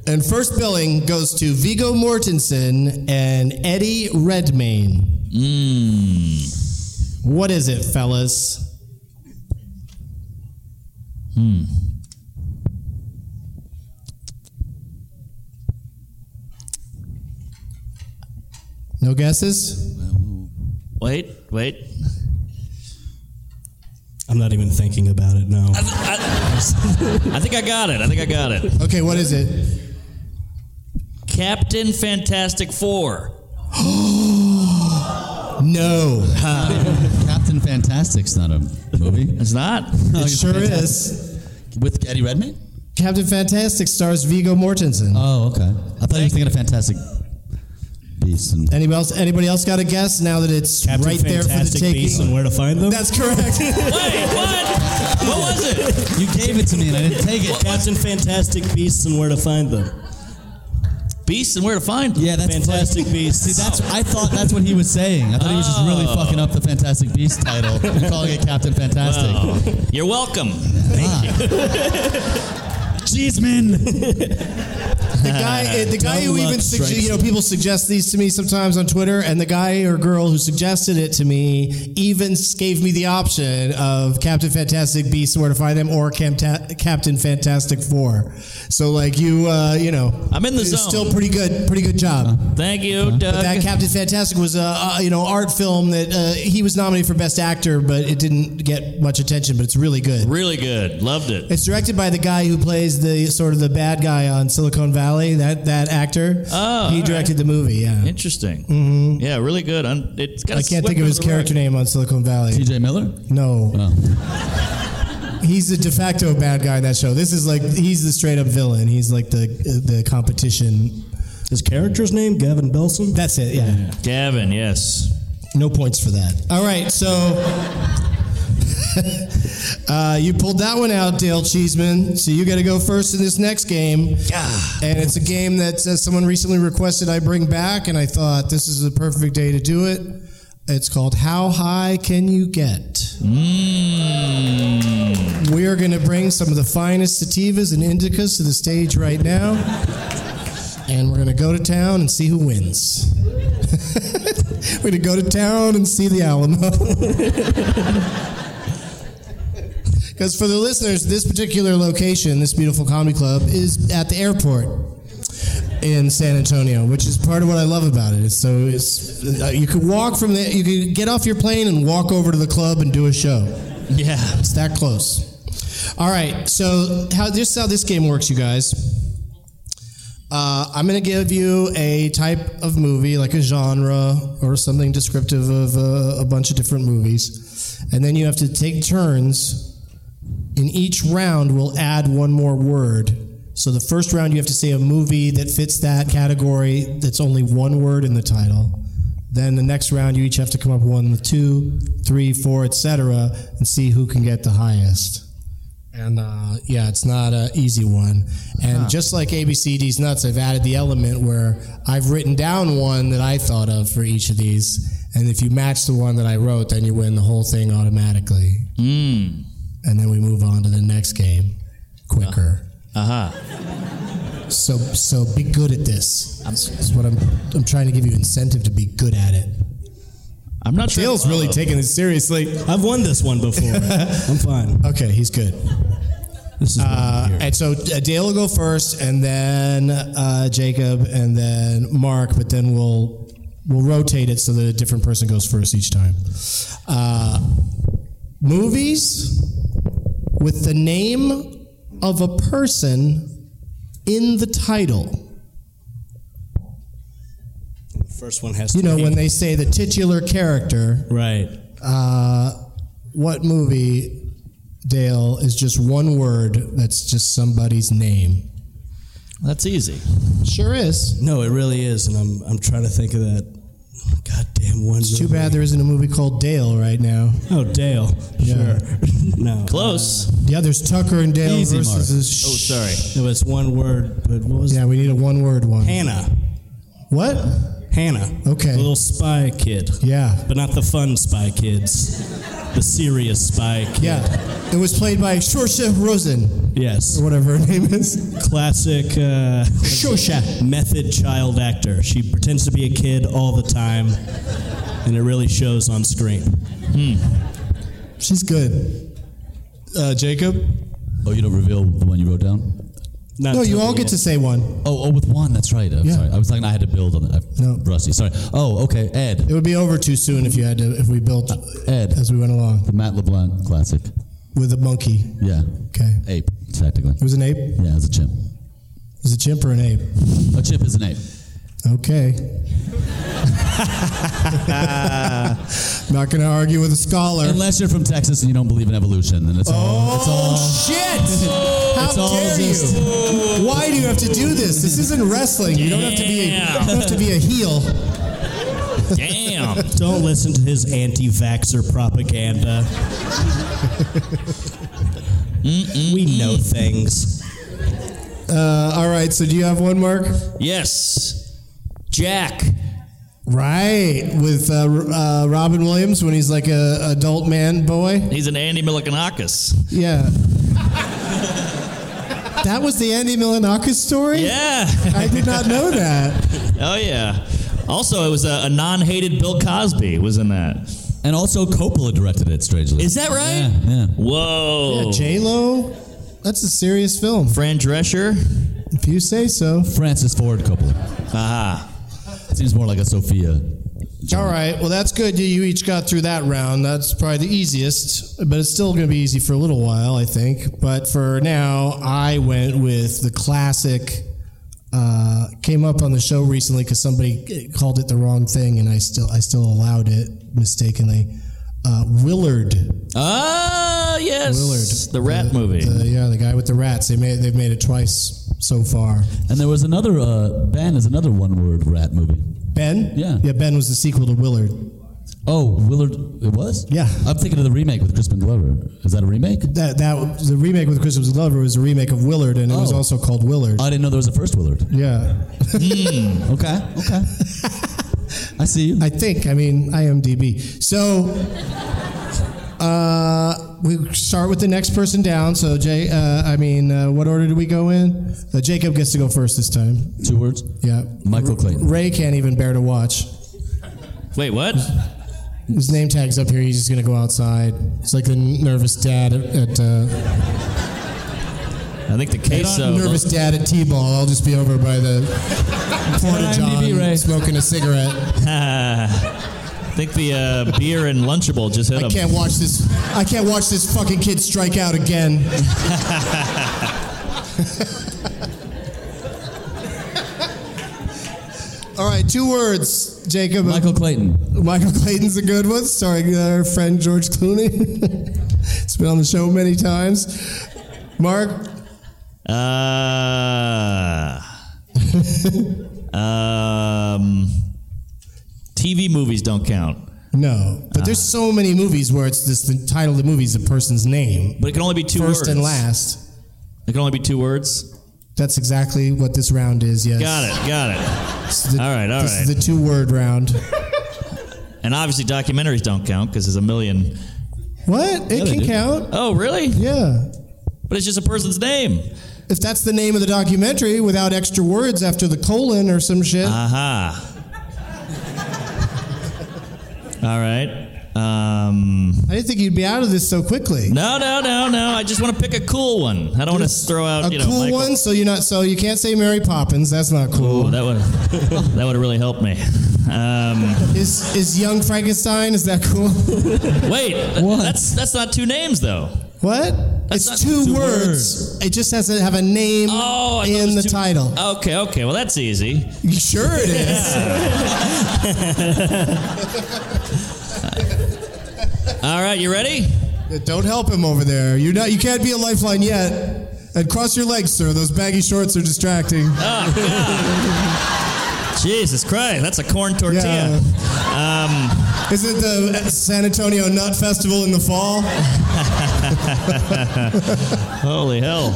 Speaker 5: And first billing goes to Vigo Mortensen and Eddie Redmayne.
Speaker 3: Hmm.
Speaker 5: What is it, fellas? Hmm. No guesses?
Speaker 3: Wait, wait.
Speaker 2: I'm not even thinking about it now.
Speaker 3: I think I got it. I think I got it.
Speaker 5: Okay, what is it?
Speaker 3: Captain Fantastic Four.
Speaker 2: [LAUGHS]
Speaker 5: No.
Speaker 4: Captain Fantastic's not a movie.
Speaker 3: It's
Speaker 4: [LAUGHS]
Speaker 3: not.
Speaker 5: It sure is.
Speaker 4: With Eddie Redmayne?
Speaker 5: Captain Fantastic stars Vigo Mortensen.
Speaker 2: Uh,
Speaker 4: Oh, okay. I thought he was thinking of Fantastic Beasts. And
Speaker 5: Anybody else? Anybody else got a guess? Now that it's
Speaker 2: Captain
Speaker 5: right there for the
Speaker 2: Fantastic Beasts and
Speaker 5: taking.
Speaker 2: where to find them?
Speaker 5: That's correct. [LAUGHS]
Speaker 3: Wait, what? What was it?
Speaker 4: you gave it to me and I didn't take it.
Speaker 2: Captain Fantastic Beasts and where to find them.
Speaker 3: Beasts and Where to Find Them.
Speaker 4: Yeah, that's
Speaker 2: Fantastic
Speaker 4: funny.
Speaker 2: Beasts. Oh.
Speaker 4: See, that's I thought that's what he was saying. I thought he was just really fucking up the Fantastic Beast title, and calling it Captain Fantastic.
Speaker 3: You're welcome.
Speaker 4: Jeez, man.
Speaker 3: [LAUGHS]
Speaker 5: the guy, eh, the guy who
Speaker 4: Dumb luck
Speaker 5: even suggested,
Speaker 4: strikes
Speaker 5: you know, people suggest these to me sometimes on Twitter, and the guy or girl who suggested it to me even gave me the option of Captain Fantastic Beasts and Where to Find Them or Camta- Captain Fantastic Four. So, like you, uh, you know,
Speaker 3: I'm in the
Speaker 5: it's
Speaker 3: zone.
Speaker 5: Still pretty good, pretty good
Speaker 3: [LAUGHS]
Speaker 5: job.
Speaker 3: Thank you, Doug.
Speaker 5: That Captain Fantastic was a uh, you know art film that uh, he was nominated for best actor, but it didn't get much attention. But it's really good.
Speaker 3: really good. Loved it.
Speaker 5: It's directed by the guy who plays the sort of the bad guy on Silicon Valley. That that actor.
Speaker 3: Oh,
Speaker 5: he
Speaker 3: all
Speaker 5: directed the movie. Yeah,
Speaker 3: Interesting. Mm-hmm. Yeah, really good. Un- it's got
Speaker 5: I can't think of his character name on Silicon Valley.
Speaker 4: TJ Miller.
Speaker 5: No, [LAUGHS] he's the de facto bad guy in that show. This is like he's the straight up villain. He's like the the competition.
Speaker 2: His character's name, Gavin Belson?
Speaker 5: That's it. Yeah.
Speaker 3: Gavin, yes.
Speaker 5: No points for that. All right, so [LAUGHS] uh, you pulled that one out, Dale Cheeseman. So you got to go first in this next game. And it's a game that uh, someone recently requested I bring back, and I thought this is the perfect day to do it. It's called How High Can You Get? We are going to bring some of the finest sativas and indicas to the stage right now. And we're going to go to town and see who wins. [LAUGHS] we're going to go to town and see the Alamo. Because for the listeners, this particular location, this beautiful comedy club, is at the airport in San Antonio, which is part of what I love about it. It's so it's uh, you could walk from the you could get off your plane and walk over to the club and do a show.
Speaker 3: Yeah.
Speaker 5: It's that close. All right. So how this is how this game works, you guys. Uh, I'm going to give you a type of movie, like a genre or something descriptive of uh, a bunch of different movies, and then you have to take turns. In each round, we'll add one more word. So the first round, you have to say a movie that fits that category. That's only one word in the title. Then the next round, you each have to come up with one, two, three, four, etc., and see who can get the highest. And uh, yeah, it's not an easy one. And just like ABCD's nuts, I've added the element where I've written down one that I thought of for each of these. And if you match the one that I wrote, then you win the whole thing automatically. Mm.
Speaker 3: Hmm.
Speaker 5: And then we move on to the next game quicker.
Speaker 3: Uh-huh.
Speaker 5: So so be good at this. That's what I'm I'm trying to give you incentive to be good at it.
Speaker 3: I'm not sure. Oh.
Speaker 5: Bill's really taking this seriously.
Speaker 2: I've won this one before. I'm fine.
Speaker 5: [LAUGHS] Okay, he's good.
Speaker 2: This is
Speaker 5: Uh, and so uh, Dale will go first, and then uh, Jacob, and then Mark. But then we'll we'll rotate it so that a different person goes first each time. Uh, movies with the name of a person in the title.
Speaker 2: the first one has
Speaker 5: You
Speaker 2: to
Speaker 5: know
Speaker 2: be-
Speaker 5: when they say the titular character.
Speaker 2: Right.
Speaker 5: Uh, what movie Dale is just one word that's just somebody's name.
Speaker 3: That's easy.
Speaker 5: Sure is.
Speaker 2: No, it really is, and I'm I'm trying to think of that goddamn one.
Speaker 5: It's too bad there isn't a movie called Dale right now.
Speaker 2: Oh, Dale.
Speaker 5: Yeah.
Speaker 2: Sure. [LAUGHS] no.
Speaker 3: Close.
Speaker 5: Yeah, there's Tucker and Dale
Speaker 3: Easy,
Speaker 5: versus
Speaker 3: Mark.
Speaker 5: this-
Speaker 3: Oh,
Speaker 2: [LAUGHS]
Speaker 3: sorry.
Speaker 2: It was one word, but what was
Speaker 5: Yeah, we need a one word one.
Speaker 2: Hannah.
Speaker 5: What?
Speaker 2: Hannah.
Speaker 5: Okay.
Speaker 2: The little spy kid.
Speaker 5: Yeah.
Speaker 2: But not the fun spy kids. The serious spy kid.
Speaker 5: Yeah. It was played by Shorsha Rosen,
Speaker 2: Yes.
Speaker 5: or whatever her name is.
Speaker 2: Classic uh,
Speaker 5: Shorsha.
Speaker 2: method child actor. She pretends to be a kid all the time, and it really shows on screen.
Speaker 5: Hmm. She's good.
Speaker 2: Uh, Jacob?
Speaker 4: Oh, you don't reveal the one you wrote down?
Speaker 2: Not
Speaker 5: No, you
Speaker 2: till
Speaker 5: all
Speaker 2: the
Speaker 5: get to
Speaker 2: end.
Speaker 5: say one.
Speaker 4: Oh, oh, with one. That's right. I'm
Speaker 5: Yeah.
Speaker 4: sorry. I was thinking I had to build on that.
Speaker 5: No.
Speaker 4: Rusty. Sorry. Oh, okay. Ed.
Speaker 5: It would be over too soon if you had to if we built
Speaker 4: Ed.
Speaker 5: as we went along
Speaker 4: The Matt LeBlanc classic.
Speaker 5: with a monkey.
Speaker 4: Yeah.
Speaker 5: Okay.
Speaker 4: Ape, technically.
Speaker 5: It was an ape. It
Speaker 4: Yeah, it's a chimp.
Speaker 5: was a chimp or an ape.
Speaker 4: A chimp is an ape.
Speaker 2: [LAUGHS]
Speaker 5: Okay. [LAUGHS] Not going to argue with a scholar.
Speaker 4: Unless you're from Texas and you don't believe in evolution, then it's all. It's all.
Speaker 5: shit! [LAUGHS] How
Speaker 4: It's all
Speaker 5: dare
Speaker 4: just-
Speaker 5: you? Why do you have to do this? This isn't wrestling. You don't have to be. A, you don't have to be a heel.
Speaker 3: Damn.
Speaker 2: Don't listen to his anti vaxxer propaganda. we know things.
Speaker 5: Uh, all right. So do you have one, Mark?
Speaker 3: yes. Jack.
Speaker 5: Right, with uh, R- uh, Robin Williams when he's like a adult man boy.
Speaker 3: He's an Andy Milikanakis.
Speaker 5: Yeah. that was the Andy Milanakis story.
Speaker 3: Yeah.
Speaker 5: I did not know [LAUGHS] that.
Speaker 3: [LAUGHS] Oh yeah. Also, it was a, a non-hated Bill Cosby was in that.
Speaker 4: And also, Coppola directed it, strangely.
Speaker 3: Is that right?
Speaker 4: Yeah. yeah.
Speaker 3: Whoa.
Speaker 5: Yeah, J Lo. That's a serious film.
Speaker 3: Fran Drescher.
Speaker 5: If you say so.
Speaker 4: Francis Ford Coppola.
Speaker 3: Aha.
Speaker 4: Seems more like a Sophia.
Speaker 5: All right. Well, that's good. You each got through that round. That's probably the easiest, but it's still going to be easy for a little while, I think. But for now, I went with the classic. Uh, came up on the show recently because somebody called it the wrong thing, and I still I still allowed it mistakenly. Uh, Willard,
Speaker 3: Ah yes.
Speaker 5: Willard,
Speaker 3: The rat movie.
Speaker 5: the- yeah, the guy with the rats. They made they've made it twice so far.
Speaker 4: And there was another. Uh, ben is another one-word rat movie.
Speaker 5: Ben,
Speaker 4: Yeah.
Speaker 5: yeah. Ben was the sequel to Willard.
Speaker 4: Oh, Willard. It was.
Speaker 5: Yeah.
Speaker 4: I'm thinking of the remake with Crispin Glover. Is that a remake?
Speaker 5: That that the remake with Christopher Glover was a remake of Willard, and it was
Speaker 4: Oh.
Speaker 5: also called Willard.
Speaker 4: I didn't know there was a first Willard.
Speaker 5: Yeah, Hmm.
Speaker 4: Okay. Okay. [LAUGHS] I see you.
Speaker 5: I think. I mean, IMDb. So uh, we start with the next person down. So Jay, uh, I mean, uh, what order do we go in? Uh, Jacob gets to go first this time.
Speaker 4: Two words.
Speaker 5: Yeah.
Speaker 4: Michael Clayton.
Speaker 5: Ray can't even bear to watch.
Speaker 3: Wait, what?
Speaker 5: His name tag's up here. He's just gonna go outside. It's like the nervous dad at, at uh,
Speaker 3: I think the queso.
Speaker 5: nervous dad at T-ball. I'll just be over by the porta
Speaker 4: IMDb, Ray.
Speaker 5: john smoking a cigarette.
Speaker 3: I think the uh, beer and Lunchable just hit
Speaker 5: I
Speaker 3: him.
Speaker 5: can't watch this. I can't watch this fucking kid strike out again. [LAUGHS] All right, two words, Jacob.
Speaker 4: Michael Clayton.
Speaker 5: Michael Clayton's a good one, starring uh, our friend George Clooney. [LAUGHS] it's been on the show many times. Mark, [LAUGHS]
Speaker 3: Uh, um, TV movies don't count,
Speaker 5: no, but
Speaker 3: Ah.
Speaker 5: there's so many movies where it's this. The title of the movie is a person's name,
Speaker 3: but it can only be two
Speaker 5: first
Speaker 3: words.
Speaker 5: and last.
Speaker 3: It can only be two words.
Speaker 5: That's exactly what this round is. Yes.
Speaker 3: Got it. Got it.
Speaker 5: This is the-
Speaker 3: All right, all
Speaker 5: this
Speaker 3: right.
Speaker 5: is the two-word round.
Speaker 3: And obviously, documentaries don't count because there's a million.
Speaker 5: What? It
Speaker 3: they
Speaker 5: can
Speaker 3: do.
Speaker 5: count.
Speaker 3: Oh, really?
Speaker 5: Yeah.
Speaker 3: But it's just a person's name.
Speaker 5: If that's the name of the documentary without extra words after the colon or some shit.
Speaker 3: Uh, Aha. All right. Um,
Speaker 5: I didn't think you'd be out of this so quickly.
Speaker 3: no, no, no, no. I just want to pick a cool one. I don't want to throw out,
Speaker 5: A
Speaker 3: you know,
Speaker 5: cool
Speaker 3: Michael.
Speaker 5: one, so you're not so you can't say Mary Poppins. That's not
Speaker 3: Ooh,
Speaker 5: cool.
Speaker 3: that would that would have really helped me. Um,
Speaker 5: Is is Young Frankenstein? Is that cool?
Speaker 3: [LAUGHS] wait,
Speaker 4: What?
Speaker 3: that's that's not two names though.
Speaker 5: what?
Speaker 3: That's
Speaker 5: it's
Speaker 3: not
Speaker 5: two,
Speaker 3: two
Speaker 5: words. It just has to have a name
Speaker 3: Oh, I thought it
Speaker 5: in
Speaker 3: was two-
Speaker 5: the title.
Speaker 3: Okay, okay. Well, that's easy.
Speaker 5: Sure it is.
Speaker 3: [LAUGHS] All right, you ready?
Speaker 5: Yeah, Don't help him over there. You not. You can't be a lifeline yet. And cross your legs, sir. Those baggy shorts
Speaker 3: [LAUGHS]
Speaker 5: are distracting.
Speaker 3: Oh, God. Jesus Christ, that's a corn tortilla. Um,
Speaker 5: Is it the San Antonio Nut Festival in the fall?
Speaker 3: holy hell.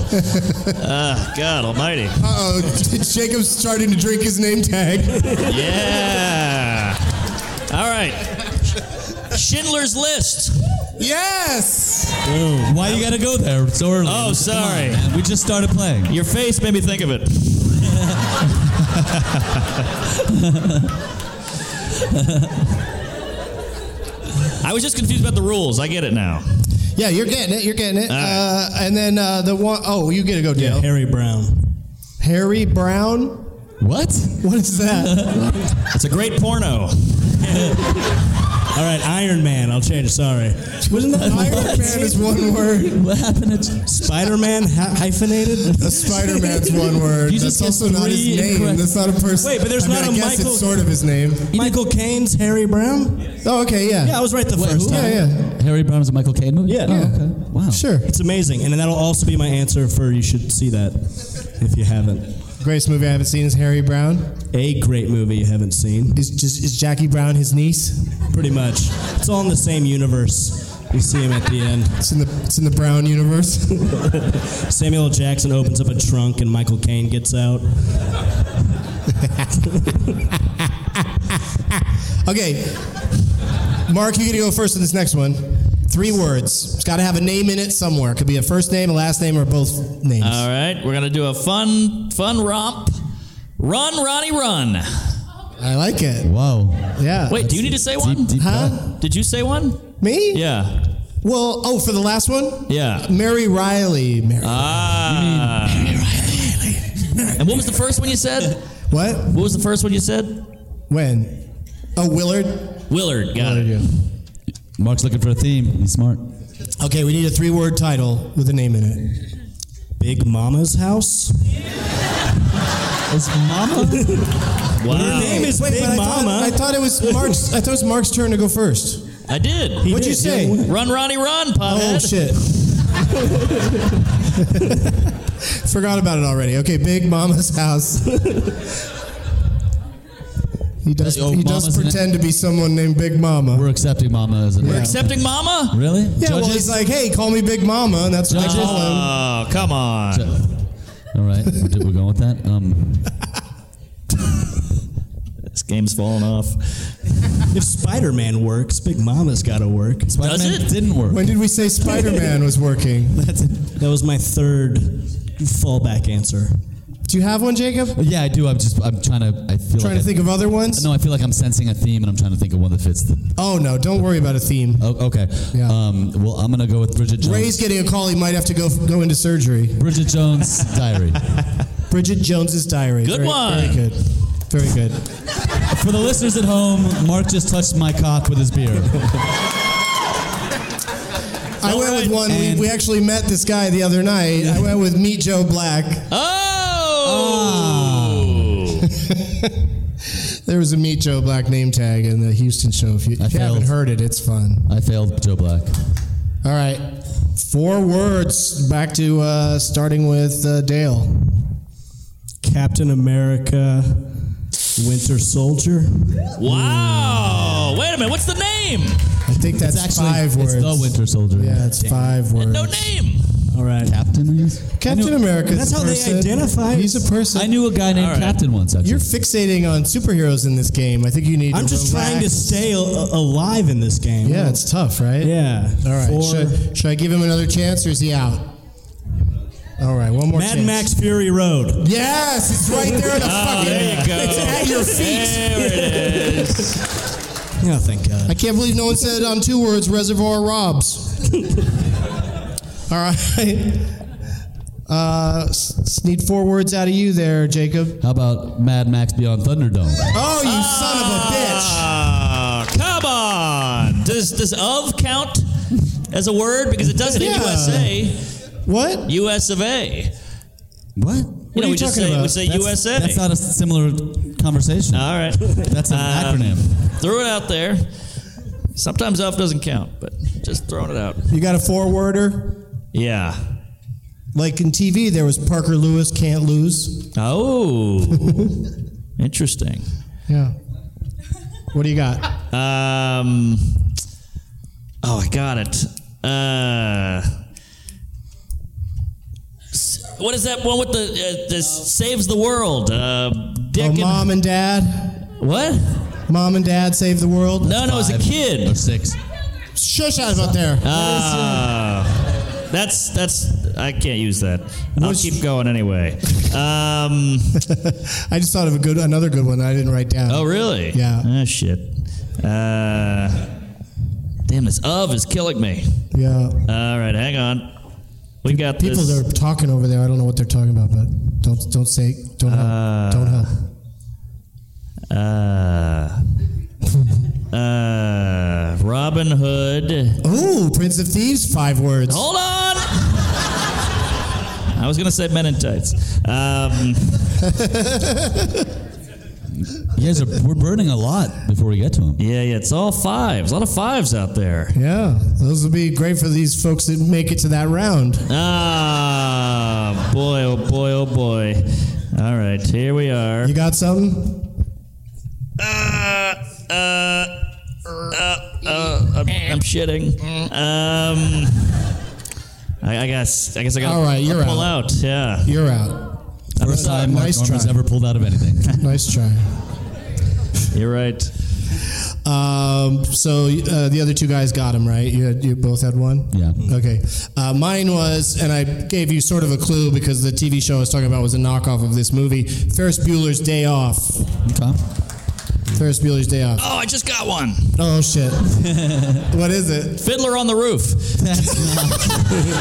Speaker 3: Ah, God almighty.
Speaker 5: Uh oh, [LAUGHS] Jacob's starting to drink his name tag. [LAUGHS]
Speaker 3: Yeah. All right. Schindler's List.
Speaker 5: Yes!
Speaker 4: Why you gotta go there so early?
Speaker 3: Oh,
Speaker 4: Come on,
Speaker 3: sorry.
Speaker 4: man. we just started playing.
Speaker 3: Your face made me think of it. [LAUGHS] I was just confused about the rules. I get it now.
Speaker 5: Yeah, you're getting it. You're getting it.
Speaker 3: All right.
Speaker 5: Uh, and then uh, the one oh, you get to go, Dale.
Speaker 2: Harry Brown.
Speaker 5: Harry Brown.
Speaker 4: What?
Speaker 5: What is that?
Speaker 3: It's a great porno.
Speaker 2: All right, Iron Man. I'll change. Sorry. Wasn't that
Speaker 5: Iron Man is one word.
Speaker 4: What happened? To,
Speaker 2: Spider Man hy- hyphenated?
Speaker 5: Spider [LAUGHS] Man's one word.
Speaker 4: You just
Speaker 5: That's
Speaker 4: get
Speaker 5: also not his
Speaker 4: three
Speaker 5: name.
Speaker 4: incorrect-
Speaker 5: That's not a person.
Speaker 2: Wait, but there's
Speaker 5: I mean,
Speaker 2: not
Speaker 5: I
Speaker 2: a
Speaker 5: guess
Speaker 2: Michael-
Speaker 5: It's sort of his name.
Speaker 2: Michael Caine's Harry Brown?
Speaker 5: Oh, okay, yeah.
Speaker 2: Yeah, I was right the first
Speaker 4: who?
Speaker 2: time.
Speaker 5: yeah, yeah.
Speaker 4: Harry Brown was a Michael Caine movie.
Speaker 2: Yeah.
Speaker 4: Oh,
Speaker 2: Yeah.
Speaker 4: okay. Wow.
Speaker 5: Sure.
Speaker 2: It's amazing. And that'll also be my answer for you should see that if you haven't.
Speaker 5: Greatest movie I haven't seen is Harry Brown.
Speaker 2: A great movie you haven't seen.
Speaker 5: Is just is Jackie Brown his niece?
Speaker 2: Pretty much. It's all in the same universe. You see him at the end.
Speaker 5: It's in the it's in the Brown universe.
Speaker 2: [LAUGHS] Samuel L. Jackson opens up a trunk and Michael Caine gets out.
Speaker 5: [LAUGHS] Okay. Mark, you get to go first in this next one. Three words. It's got to have a name in it somewhere. It could be a first name, a last name, or both names.
Speaker 3: All right, we're gonna do a fun, fun romp. Run, Ronnie, run.
Speaker 5: I like it.
Speaker 4: Whoa.
Speaker 5: Yeah.
Speaker 3: Wait, do you need to say one?
Speaker 4: Deep, deep cut.
Speaker 5: Huh?
Speaker 3: Did you say one?
Speaker 5: Me?
Speaker 3: Yeah.
Speaker 5: Well, oh, for the last one?
Speaker 3: Yeah.
Speaker 5: Mary Riley. Mary.
Speaker 3: Ah. And what was the first one you said?
Speaker 5: what?
Speaker 3: What was the first one you said?
Speaker 5: When? Oh, Willard?
Speaker 3: Willard. Got it.
Speaker 4: Mark's looking for a theme. He's smart.
Speaker 5: Okay, we need a three word title with a name in it.
Speaker 2: Big Mama's house?
Speaker 4: Is Mama?
Speaker 2: Her
Speaker 3: Wow.
Speaker 2: name is
Speaker 5: Wait,
Speaker 2: Big
Speaker 5: but I thought,
Speaker 2: Mama.
Speaker 5: I thought it [LAUGHS] was Mark's. I thought it was Mark's turn to go first.
Speaker 3: I did.
Speaker 5: What'd you say?
Speaker 3: Run, Ronnie, run,
Speaker 5: Oh
Speaker 3: pothead.
Speaker 5: [LAUGHS] shit. Forgot about it already. Okay, Big Mama's [LAUGHS] house. he does.
Speaker 4: Oh,
Speaker 5: he does
Speaker 4: Mama's in it.
Speaker 5: pretend to be someone named Big Mama.
Speaker 4: We're accepting Mama as a
Speaker 5: Yeah.
Speaker 3: Accepting Mama.
Speaker 4: Really?
Speaker 5: yeah, well, he's like, hey, call me Big Mama, and that's what I
Speaker 4: Judges?
Speaker 5: call him.
Speaker 3: Oh, come on.
Speaker 4: All right. We're, do- we're going with that. Um,
Speaker 3: This game's falling off.
Speaker 2: If Spider Man works, Big Mama's gotta work.
Speaker 4: Spider-Man
Speaker 3: it?
Speaker 4: didn't work.
Speaker 5: When did we say Spider Man was working?
Speaker 2: [LAUGHS] That was my third fallback answer.
Speaker 5: Do you have one, Jacob?
Speaker 4: yeah, I do. I'm just. I'm trying to. I feel
Speaker 5: Trying
Speaker 4: like
Speaker 5: to think
Speaker 4: I,
Speaker 5: of other ones?
Speaker 4: No, I feel like I'm sensing a theme, and I'm trying to think of one that fits the.
Speaker 5: Oh no, don't worry about a theme.
Speaker 4: Oh, okay.
Speaker 5: Yeah.
Speaker 4: Um, well, I'm gonna go with Bridget Jones.
Speaker 5: Ray's getting a call. He might have to go go into surgery.
Speaker 4: Bridget Jones' diary.
Speaker 5: Bridget Jones's diary.
Speaker 3: Good
Speaker 5: very,
Speaker 3: one.
Speaker 5: Very good. Very good.
Speaker 4: For the listeners at home, Mark just touched my cock with his
Speaker 5: [LAUGHS]
Speaker 4: beer.
Speaker 5: I went with one. We,
Speaker 4: And-
Speaker 5: we actually met this guy the other night. I went with Meet Joe Black. [LAUGHS]
Speaker 2: Ah.
Speaker 4: Ah.
Speaker 3: Oh.
Speaker 5: There was a Meet Joe Black name tag in the Houston show. If you,
Speaker 4: I
Speaker 5: if you haven't
Speaker 4: failed.
Speaker 5: heard it, it's fun.
Speaker 4: I failed Joe Black.
Speaker 5: All right. Four words. Back to uh, starting with uh, Dale.
Speaker 2: Captain America, Winter Soldier.
Speaker 3: Wow. Wait a minute. What's the name?
Speaker 5: I think that's
Speaker 4: actually-
Speaker 5: five
Speaker 4: it's
Speaker 5: words.
Speaker 4: the Winter Soldier.
Speaker 5: Yeah, it's five words.
Speaker 3: No name.
Speaker 2: All right.
Speaker 4: Captain, I guess?
Speaker 5: Captain
Speaker 4: I knew,
Speaker 5: America.
Speaker 2: That's how they identify.
Speaker 5: He's a person.
Speaker 4: I knew a guy named
Speaker 3: All right.
Speaker 4: Captain once, actually.
Speaker 5: You're fixating on superheroes in this game. I think you need.
Speaker 2: I'm
Speaker 5: to
Speaker 2: just
Speaker 5: relax.
Speaker 2: trying to stay a- a- alive in this game.
Speaker 5: Yeah, it's tough, right?
Speaker 2: Yeah.
Speaker 5: All right.
Speaker 2: Four-
Speaker 5: Should, should I give him another chance, or is he out? All right, one more.
Speaker 2: Mad
Speaker 5: chance.
Speaker 2: Max Fury Road.
Speaker 5: Yes, it's right there in the
Speaker 3: Ah,
Speaker 5: fucking.
Speaker 3: there you go.
Speaker 5: It's at your feet.
Speaker 3: There it is.
Speaker 2: [LAUGHS] Oh, thank God.
Speaker 5: I can't believe no one said on two words Reservoir Robs. All right. [LAUGHS] Uh, s- s- need four words out of you there, Jacob.
Speaker 4: How about Mad Max Beyond Thunderdome?
Speaker 5: Oh, you son
Speaker 3: Ah,
Speaker 5: of a bitch.
Speaker 3: come on. Does does of count as a word because it does it in
Speaker 5: Yeah.
Speaker 3: USA?
Speaker 5: What?
Speaker 3: US of A.
Speaker 4: What?
Speaker 3: You know,
Speaker 5: you
Speaker 3: we just
Speaker 5: talking
Speaker 3: say we
Speaker 5: about?
Speaker 3: say
Speaker 4: That's-
Speaker 3: USA.
Speaker 4: That's not a similar conversation.
Speaker 3: All
Speaker 5: [LAUGHS]
Speaker 3: right.
Speaker 4: That's an
Speaker 3: Um,
Speaker 4: acronym.
Speaker 3: Throw it out there. Sometimes off doesn't count, but just Just throwing it out.
Speaker 5: You got a forwarder?
Speaker 3: Yeah.
Speaker 5: Like in TV, there was Parker Lewis can't lose. [LAUGHS]
Speaker 3: Oh, interesting.
Speaker 5: Yeah. What do you got?
Speaker 3: Um. Oh, I got it. Uh. s- What is that one with the uh, this saves the world? Uh, Dick
Speaker 5: Oh,
Speaker 3: and-
Speaker 5: mom and dad.
Speaker 3: what?
Speaker 5: Mom and dad save the world.
Speaker 3: No, no, it's a Um,
Speaker 4: Five
Speaker 3: kid.
Speaker 4: or six.
Speaker 5: Shush out about there.
Speaker 3: Ah, that's that's I can't use that. I'll
Speaker 5: What's-
Speaker 3: keep going anyway.
Speaker 5: [LAUGHS]
Speaker 3: Um.
Speaker 5: [LAUGHS] I just thought of a good, another good one that I didn't write down.
Speaker 3: Oh, really?
Speaker 5: Yeah.
Speaker 3: Oh shit. Uh. Damn, this of is killing me.
Speaker 5: Yeah.
Speaker 3: All right, hang on. We got
Speaker 5: People
Speaker 3: this.
Speaker 5: that are talking over there, I don't know what they're talking about, but don't don't say don't help. don't help.
Speaker 3: Uh, uh, Robin Hood.
Speaker 5: Ooh, Prince of Thieves, five words.
Speaker 3: Hold on. I was gonna say Men in Tights. Um,
Speaker 4: You guys are we're burning a lot before we get to him.
Speaker 3: yeah, yeah, it's all fives. A lot of fives out there.
Speaker 5: Yeah, those would be great for these folks that make it to that round.
Speaker 3: Ah, boy, oh boy, oh boy. All right, here we are.
Speaker 5: You got something?
Speaker 3: Uh, uh, uh, uh, I'm, I'm shitting. Um, I, I guess. I guess I got.
Speaker 5: All right, you're
Speaker 3: pull
Speaker 5: out.
Speaker 3: out. Yeah.
Speaker 5: You're out.
Speaker 4: First time Mark
Speaker 5: nice
Speaker 4: Norman's
Speaker 5: try.
Speaker 4: ever pulled out of anything.
Speaker 3: [LAUGHS]
Speaker 5: Nice try.
Speaker 3: You're right.
Speaker 5: Um, so uh, the other two guys got him right. You, had, you both had one.
Speaker 4: Yeah.
Speaker 5: Okay. Uh, mine was, and I gave you sort of a clue because the TV show I was talking about was a knockoff of this movie, Ferris Bueller's Day Off.
Speaker 4: Okay.
Speaker 5: Ferris Bueller's Day Off.
Speaker 3: Oh, I just got one.
Speaker 5: Oh shit! [LAUGHS] what is it?
Speaker 3: Fiddler on the Roof.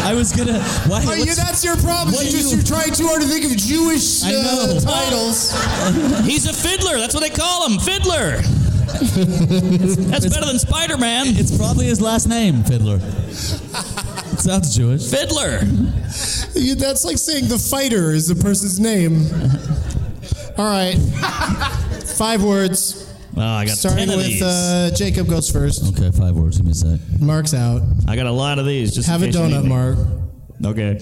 Speaker 4: I was gonna. Why?
Speaker 5: Are you?
Speaker 4: what's-
Speaker 5: That's your problem.
Speaker 4: what
Speaker 5: You
Speaker 4: do
Speaker 5: just
Speaker 4: you-
Speaker 5: you're trying too hard to think of Jewish
Speaker 4: I know.
Speaker 5: uh, titles.
Speaker 3: He's a fiddler. That's what they call him, Fiddler. [LAUGHS] That's better than Spider Man.
Speaker 4: It's probably his last name, Fiddler. [LAUGHS] sounds Jewish.
Speaker 3: Fiddler.
Speaker 5: [LAUGHS] You- That's like saying the fighter is the person's name. All right. Five words.
Speaker 3: Oh, I got
Speaker 5: Starting
Speaker 3: ten of
Speaker 5: with
Speaker 3: these.
Speaker 5: uh, Jacob goes first.
Speaker 4: Okay, five words. Give me a sec.
Speaker 5: Mark's out.
Speaker 3: I got a lot of these. Just in
Speaker 5: Have a
Speaker 3: case you need
Speaker 5: donut,
Speaker 3: me.
Speaker 5: Mark.
Speaker 3: Okay.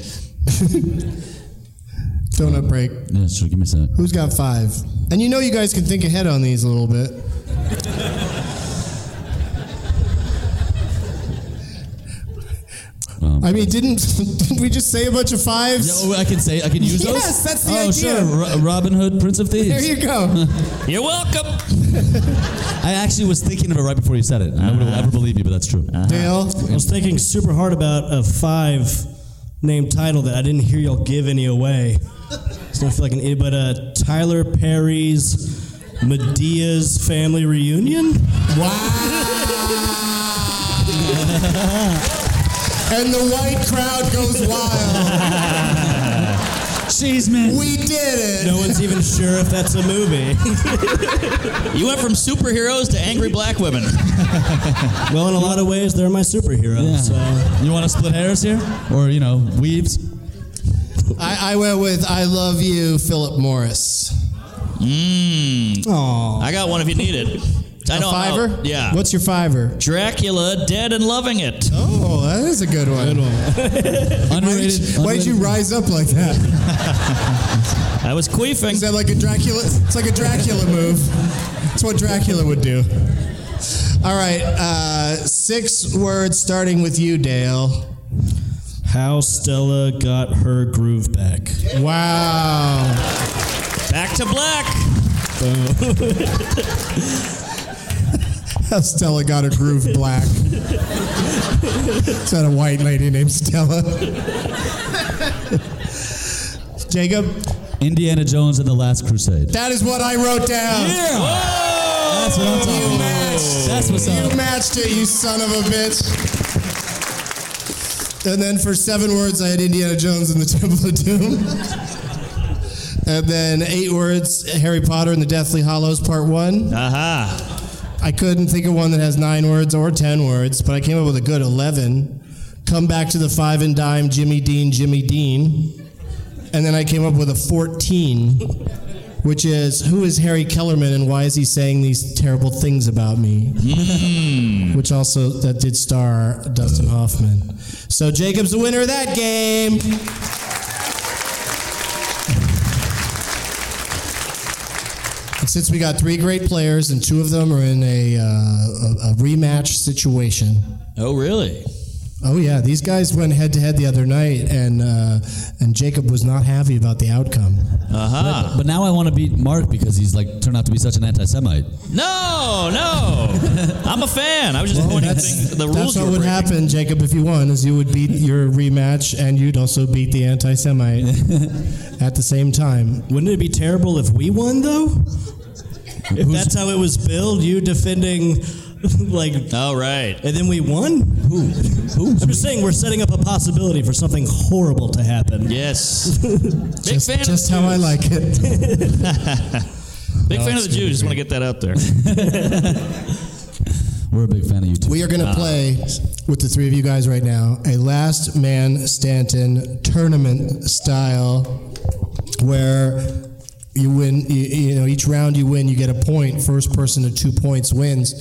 Speaker 5: Donut break.
Speaker 4: Yeah, sure. Give me a sec.
Speaker 5: Who's got five? And you know you guys can think ahead on these a little bit.
Speaker 4: Um,
Speaker 5: I mean, didn't [LAUGHS] didn't we just say a bunch of
Speaker 4: Yeah,
Speaker 5: fives?
Speaker 4: oh, I can say I can use those.
Speaker 5: Yes, that's the
Speaker 4: oh,
Speaker 5: idea.
Speaker 4: sure. Ro- Robin Hood, Prince of Thieves.
Speaker 5: There you go.
Speaker 3: You're welcome.
Speaker 4: I actually was thinking of it right before you said it. Nobody will ever believe you, but that's true.
Speaker 5: Dale.
Speaker 2: I was thinking super hard about a five name title that I didn't hear y'all give any away. So I feel like an idiot, but uh, Tyler Perry's Medea's family reunion?
Speaker 5: [LAUGHS] And the white crowd goes wild.
Speaker 4: Jeez, man.
Speaker 5: We did it.
Speaker 2: No one's even sure if that's a movie.
Speaker 3: [LAUGHS] You went from superheroes to angry black women.
Speaker 2: well, in a lot of ways, they're my superheroes.
Speaker 4: Yeah.
Speaker 2: So.
Speaker 4: You want to split hairs here, or you know, weaves?
Speaker 5: I, I went with I love you, Philip Morris.
Speaker 3: I got one if you need it. I know.
Speaker 5: a
Speaker 3: I'm out.
Speaker 5: fiver?
Speaker 3: Yeah.
Speaker 5: What's your fiver?
Speaker 3: Dracula, dead and loving it.
Speaker 5: Oh, that is a good one. Why'd
Speaker 4: Underrated.
Speaker 5: you, why'd you rise up like that?
Speaker 3: I was queefing.
Speaker 5: Is that like a Dracula? It's like a Dracula move. It's what Dracula would do. All right, uh, six words starting with you, Dale.
Speaker 2: How Stella got her groove back.
Speaker 5: Wow.
Speaker 3: Back to black.
Speaker 5: Stella got a groove black. Is that a white lady named Stella? Jacob,
Speaker 4: Indiana Jones and the Last Crusade.
Speaker 5: that is what I wrote down.
Speaker 4: That's what I'm talking
Speaker 5: You
Speaker 4: about.
Speaker 5: matched.
Speaker 4: That's what's
Speaker 5: You
Speaker 4: up.
Speaker 5: matched it, you son of a bitch. And then for seven words, I had Indiana Jones and the [LAUGHS] Temple of Doom. And then eight words, Harry Potter and the Deathly Hollows, Part One.
Speaker 3: Aha.
Speaker 5: I couldn't think of one that has nine words or ten words, but I came up with a good eleven. Come back to the five and dime, Jimmy Dean, Jimmy Dean. And then I came up with a fourteen. which is who is Harry Kellerman and why is he saying these terrible things about me? which also that did star Dustin Hoffman. So Jacob's the winner of that game. And since we got three great players and two of them are in a, uh, a, a rematch situation.
Speaker 3: Oh, really?
Speaker 5: Oh yeah, these guys went head to head the other night, and uh, and Jacob was not happy about the outcome.
Speaker 3: Uh huh.
Speaker 4: But now I want to beat Mark because he's like turned out to be such an anti-Semite.
Speaker 3: No,
Speaker 4: [LAUGHS]
Speaker 3: no. I'm a fan. I was just pointing things, the rules
Speaker 5: That's
Speaker 3: you
Speaker 5: what
Speaker 3: were
Speaker 5: would
Speaker 3: breaking.
Speaker 5: happen, Jacob, if you won, is you would beat your rematch, and you'd also beat the
Speaker 3: [LAUGHS]
Speaker 5: anti-Semite at the same time.
Speaker 2: Wouldn't it be terrible if we won though? If that's how it was billed, you defending [LAUGHS] like
Speaker 3: All right.
Speaker 2: and then we won? Who? Who? I'm just saying we're setting up a possibility for something horrible to happen. [LAUGHS]
Speaker 3: Yes. Big
Speaker 5: Just,
Speaker 3: fan
Speaker 5: just
Speaker 3: of the
Speaker 5: how I
Speaker 3: Jews.
Speaker 5: like it.
Speaker 3: Big fan of the
Speaker 5: gonna
Speaker 3: Jews. Just want to get that out
Speaker 5: [LAUGHS]
Speaker 3: there.
Speaker 4: We're a big fan of you too.
Speaker 5: We are going to play with the three of you guys right now a last man Stanton tournament style where you win, you, you know, each round you win, you get a point. First person to two points wins.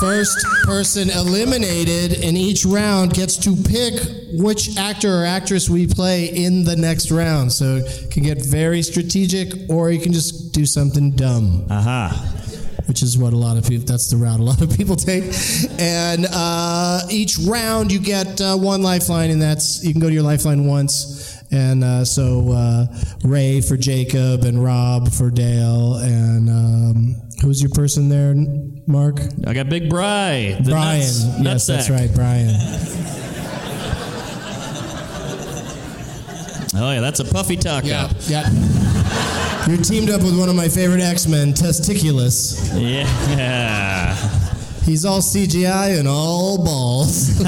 Speaker 5: First person eliminated in each round gets to pick which actor or actress we play in the next round. So it can get very strategic or you can just do something dumb which is what a lot of people that's the route a lot of people take and uh, each round you get uh, one lifeline and that's you can go to your lifeline once and uh, so uh, ray for jacob and rob for dale and um, who's your person there mark
Speaker 3: I got Big Bry. the
Speaker 5: brian
Speaker 3: nuts-
Speaker 5: yes
Speaker 3: nutsack.
Speaker 5: that's right brian
Speaker 3: Oh yeah, that's a puffy taco.
Speaker 5: yeah yeah [LAUGHS] you're teamed up with one of my favorite x-men testiculus
Speaker 3: Yeah.
Speaker 5: he's all cgi and all balls
Speaker 3: [LAUGHS]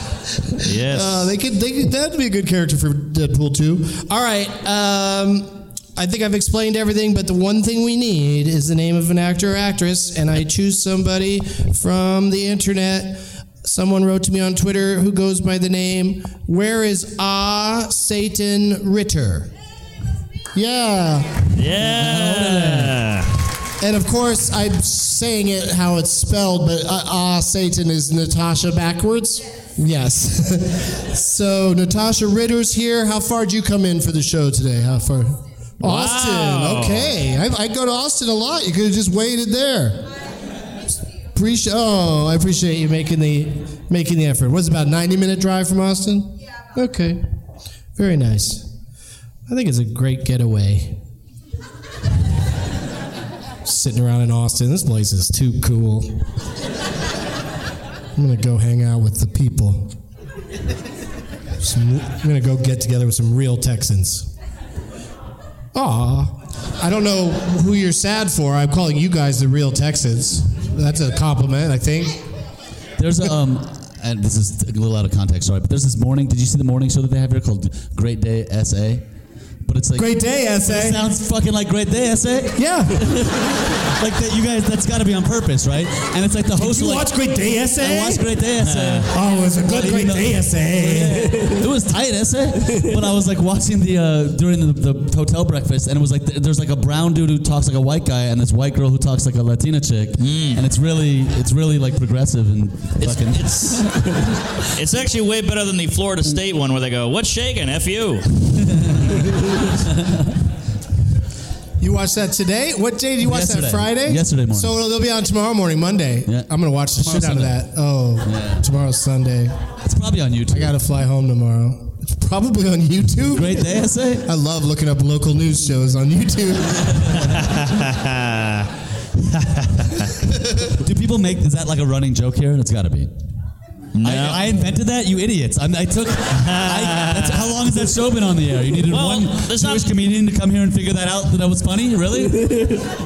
Speaker 5: [LAUGHS]
Speaker 3: Yes.
Speaker 5: Uh, they could, they could. That'd be a good character for Deadpool too. All right. Um, I think I've explained everything, but the one thing we need is the name of an actor or actress, and I choose somebody from the internet. Someone wrote to me on Twitter who goes by the name Where is Ah Satan Ritter? Yeah. [LAUGHS]
Speaker 3: yeah.
Speaker 5: And of course, I'm saying it how it's spelled, but uh, ah, Satan is Natasha backwards. Yes. [LAUGHS] so Natasha Ritter's here. How far did you come in for the show today? How far? Austin.
Speaker 3: Wow.
Speaker 5: Okay, I, I go to Austin a lot. You could have just waited there. Appreciate. Oh, I appreciate you making the making the effort. What's it, about 90 minute drive from Austin? Yeah. Okay. Very nice. I think it's a great getaway sitting around in Austin. This place is too cool. I'm gonna go hang out with the people. Some, I'm gonna go get together with some real Texans. Aw, I don't know who you're sad for. I'm calling you guys the real Texans. That's a compliment, I think.
Speaker 4: There's a, um, and this is a little out of context, sorry, but there's this morning. Did you see the morning show that they have here called Great Day SA? But it's like
Speaker 5: Great day,
Speaker 4: It
Speaker 5: essay.
Speaker 4: sounds fucking like Great Day SA.
Speaker 5: Yeah.
Speaker 4: Like that, you guys. That's got to be on purpose, right? And it's like the host.
Speaker 5: You
Speaker 4: like,
Speaker 5: watch Great Day
Speaker 4: I
Speaker 5: essay?
Speaker 4: watched Great Day SA.
Speaker 5: Oh, it's a good Great Day essay.
Speaker 4: [LAUGHS] it was tight, essay. But I was like watching the uh, during the, the hotel breakfast, and it was like th- there's like a brown dude who talks like a white guy, and this white girl who talks like a Latina chick, and it's really it's really like progressive and
Speaker 3: It's,
Speaker 4: fucking.
Speaker 3: it's, it's actually way better than the Florida State one where they go, "What's shaking? F you."
Speaker 5: You watched that today? What day did you watch that?
Speaker 4: Yesterday.
Speaker 5: Friday?
Speaker 4: Yesterday morning.
Speaker 5: So it'll- they'll be on tomorrow morning, Monday.
Speaker 4: Yeah.
Speaker 5: I'm gonna watch the shit out of that. Oh, tomorrow's Sunday.
Speaker 4: it's probably on YouTube.
Speaker 5: I gotta fly home tomorrow. It's probably on YouTube.
Speaker 4: Great Day SA.
Speaker 5: I love looking up local news shows on YouTube.
Speaker 4: [LAUGHS] Do people make? Is that like a running joke here? It's got to be. I, I invented that, you idiots! I'm, I took. I, that's, how long has that show been on the air? You needed
Speaker 3: Well,
Speaker 4: one
Speaker 3: there's
Speaker 4: Jewish
Speaker 3: not-
Speaker 4: comedian to come here and figure that out that I was funny. Really?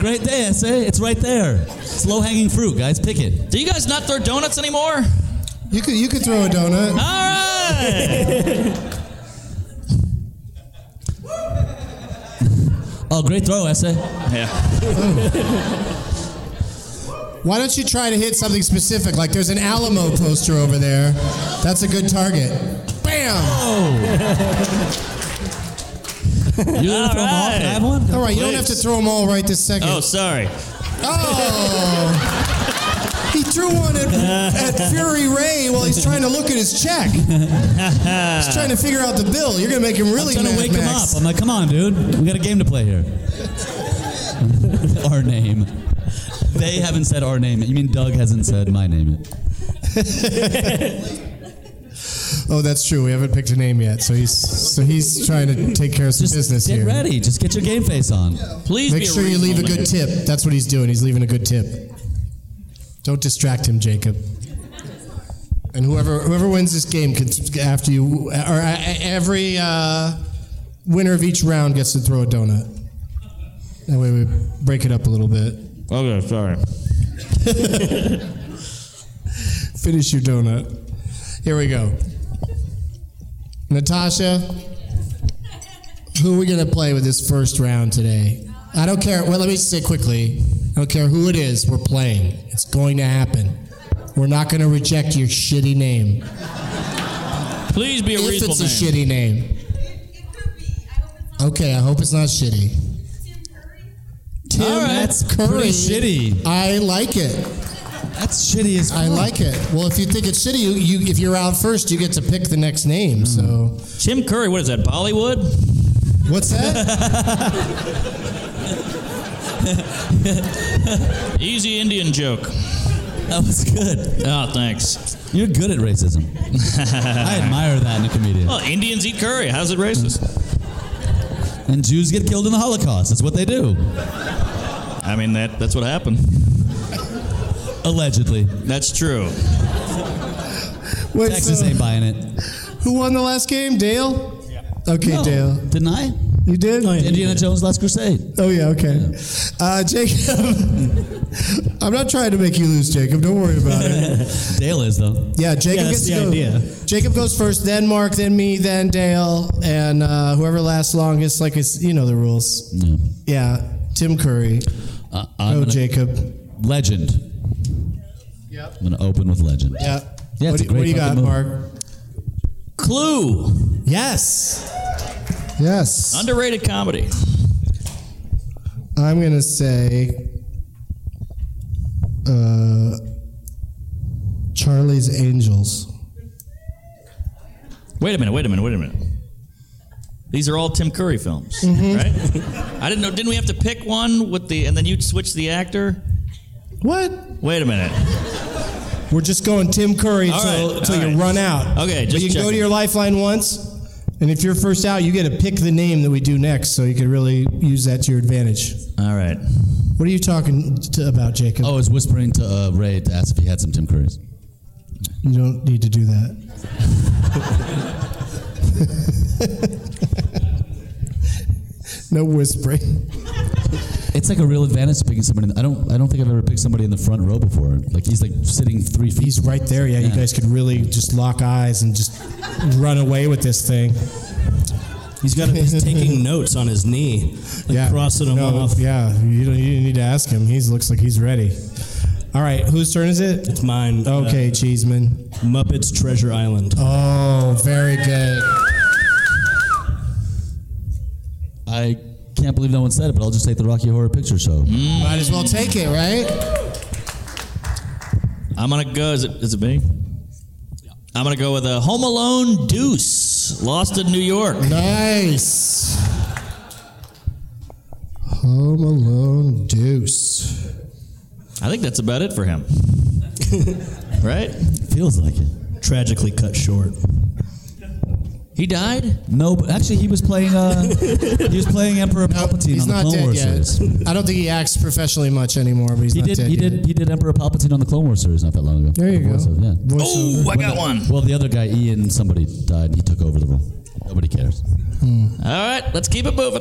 Speaker 4: Great day, I say. It's right there. It's low hanging fruit, guys. Pick it.
Speaker 3: Do you guys not throw donuts anymore? All
Speaker 5: You could you could throw a donut.
Speaker 3: right.
Speaker 4: [LAUGHS] Oh, great throw, essay.
Speaker 3: yeah.
Speaker 5: Why don't you try to hit something specific? Like there's an Alamo poster over there. That's a good target. Bam!
Speaker 4: Oh. You gonna throw them all? Can I have one?
Speaker 5: All right, you don't have to throw them all right this second.
Speaker 3: Oh, sorry.
Speaker 5: Oh! he threw one at, at Fury Ray while he's trying to look at his check. he's trying to figure out the bill. You're going to make him really
Speaker 4: I'm trying
Speaker 5: mad,
Speaker 4: to wake him up.
Speaker 5: Max.
Speaker 4: I'm like, come on, dude. We got a game to play here. our name. They haven't said our name. You mean Doug hasn't said my name yet?
Speaker 5: Oh, that's true. We haven't picked a name yet, so he's so he's trying to take care of some
Speaker 4: Just
Speaker 5: business
Speaker 4: get
Speaker 5: here.
Speaker 4: ready. Just get your game face on.
Speaker 3: Please
Speaker 5: Make
Speaker 3: be
Speaker 5: sure you leave a
Speaker 3: reasonable
Speaker 5: good
Speaker 3: man.
Speaker 5: tip. That's what he's doing. He's leaving a good tip. Don't distract him, Jacob. And whoever whoever wins this game can after you or uh, every uh, winner of each round gets to throw a donut. That way we break it up a little bit.
Speaker 3: Okay, sorry.
Speaker 5: Finish your donut. Here we go. Natasha, who are we going to play with this first round today? I don't care. Well, let me say quickly I don't care who it is, we're playing. It's going to happen. We're not going to reject your shitty name.
Speaker 3: Please be a
Speaker 5: If
Speaker 3: reasonable
Speaker 5: it's a
Speaker 3: man.
Speaker 5: shitty name. Okay, I hope it's not shitty. Tim,
Speaker 4: All right.
Speaker 5: that's
Speaker 4: Pretty
Speaker 5: Curry.
Speaker 4: shitty.
Speaker 5: I like it.
Speaker 4: That's shitty as
Speaker 5: I
Speaker 4: fuck.
Speaker 5: like it. Well, if you think it's shitty, you, you if you're out first, you get to pick the next name. So
Speaker 3: Tim Curry, what is that? Bollywood?
Speaker 5: what's that?
Speaker 3: Easy Indian joke.
Speaker 4: That was good.
Speaker 3: Oh,
Speaker 4: [LAUGHS]
Speaker 3: thanks.
Speaker 4: You're good at racism. I admire that in a comedian.
Speaker 3: Well, Indians eat curry. How's it racist?
Speaker 4: And Jews get killed in the Holocaust. That's what they do.
Speaker 3: I mean, that that's what happened.
Speaker 4: Allegedly.
Speaker 3: That's true.
Speaker 5: Wait,
Speaker 4: Texas
Speaker 5: so
Speaker 4: ain't buying it.
Speaker 5: who won the last game? Dale. Okay,
Speaker 4: No.
Speaker 5: Dale.
Speaker 4: Didn't I?
Speaker 5: You did.
Speaker 2: Oh, yeah.
Speaker 4: Indiana Jones Last Crusade.
Speaker 5: Oh yeah. Okay. Uh, Jacob. [LAUGHS] I'm not trying to make you lose, Jacob. Don't worry about
Speaker 3: [LAUGHS]
Speaker 5: it.
Speaker 4: Dale is, though.
Speaker 5: Yeah, Jacob
Speaker 2: Yeah, that's
Speaker 5: gets to
Speaker 2: the
Speaker 5: go.
Speaker 2: idea.
Speaker 5: Jacob goes first, then Mark, then me, then Dale, and uh, whoever lasts longest. Like it's you know the rules.
Speaker 4: Yeah.
Speaker 5: Yeah. Tim Curry.
Speaker 4: Uh,
Speaker 5: Oh,
Speaker 4: I'm gonna-
Speaker 5: Jacob.
Speaker 4: Legend.
Speaker 5: Yep.
Speaker 4: I'm going to open with Legend.
Speaker 5: Yeah.
Speaker 4: Yeah,
Speaker 5: what,
Speaker 4: it's
Speaker 5: do-
Speaker 4: a great
Speaker 5: what do you got,
Speaker 4: fucking movie.
Speaker 5: Mark?
Speaker 3: Clue.
Speaker 5: Yes. Yes.
Speaker 3: Underrated comedy.
Speaker 5: I'm going to say uh, Charlie's Angels.
Speaker 3: Wait a minute. Wait a minute. Wait a minute. These are all Tim Curry films,
Speaker 5: Mm-hmm.
Speaker 3: right? I didn't know. Didn't we have to pick one with the and then you switch the actor?
Speaker 5: What?
Speaker 3: Wait a minute.
Speaker 5: We're just going Tim Curry
Speaker 3: All
Speaker 5: until
Speaker 3: right, all
Speaker 5: you
Speaker 3: right.
Speaker 5: run out.
Speaker 3: Okay,
Speaker 5: but
Speaker 3: just
Speaker 5: you can go
Speaker 3: checking.
Speaker 5: to your lifeline once, and if you're first out, you get to pick the name that we do next, so you could really use that to your advantage.
Speaker 3: All right.
Speaker 5: What are you talking to, about, Jacob?
Speaker 4: Oh, I was whispering to uh, Ray to ask if he had some Tim Currys.
Speaker 5: You don't need to
Speaker 3: [LAUGHS]
Speaker 5: do that. no whispering.
Speaker 4: It's like a real advantage to picking somebody. In the, I don't. I don't think I've ever picked somebody in the front row before. Like he's like sitting three feet.
Speaker 5: He's right there. Yeah, you
Speaker 4: Yeah.
Speaker 5: guys could really just lock eyes and just run away with this thing.
Speaker 2: He's got he's
Speaker 5: [LAUGHS]
Speaker 2: taking notes on his knee, like
Speaker 5: yeah,
Speaker 2: crossing them
Speaker 5: No,
Speaker 2: off.
Speaker 5: Yeah, you don't, you need to ask him. He looks like he's ready. All right, whose turn is it?
Speaker 2: It's mine. uh,
Speaker 5: Okay, Cheeseman.
Speaker 2: Muppets Treasure Island.
Speaker 5: Oh, very good.
Speaker 4: I can't believe no one said it, but I'll just take the Rocky Horror Picture Show.
Speaker 5: Might as well take it, right?
Speaker 3: I'm gonna go. Is it, is it me? I'm gonna go with a Home Alone Deuce, Lost in New York.
Speaker 5: Nice. Home Alone Deuce.
Speaker 3: I think that's about it for
Speaker 4: [LAUGHS]
Speaker 3: him. right?
Speaker 4: Feels like it.
Speaker 2: Tragically cut short.
Speaker 3: He died.
Speaker 4: No, but actually he was playing.
Speaker 3: [LAUGHS]
Speaker 4: Uh, he was playing Emperor Palpatine
Speaker 5: he's
Speaker 4: on the
Speaker 5: not
Speaker 4: Clone
Speaker 5: dead
Speaker 4: Wars
Speaker 5: yet.
Speaker 4: series.
Speaker 5: I don't think he acts professionally much anymore, but he's
Speaker 4: He
Speaker 5: not
Speaker 4: did.
Speaker 5: dead
Speaker 4: He
Speaker 5: yet.
Speaker 4: did. He did Emperor Palpatine on the Clone Wars series not that long ago.
Speaker 5: There you
Speaker 4: The
Speaker 5: go.
Speaker 4: voice of- yeah.
Speaker 5: Voiceover.
Speaker 3: Oh, I got one.
Speaker 4: Well, the other guy, Ian, somebody died. and He took over the role. Nobody cares.
Speaker 3: All right, let's keep it moving.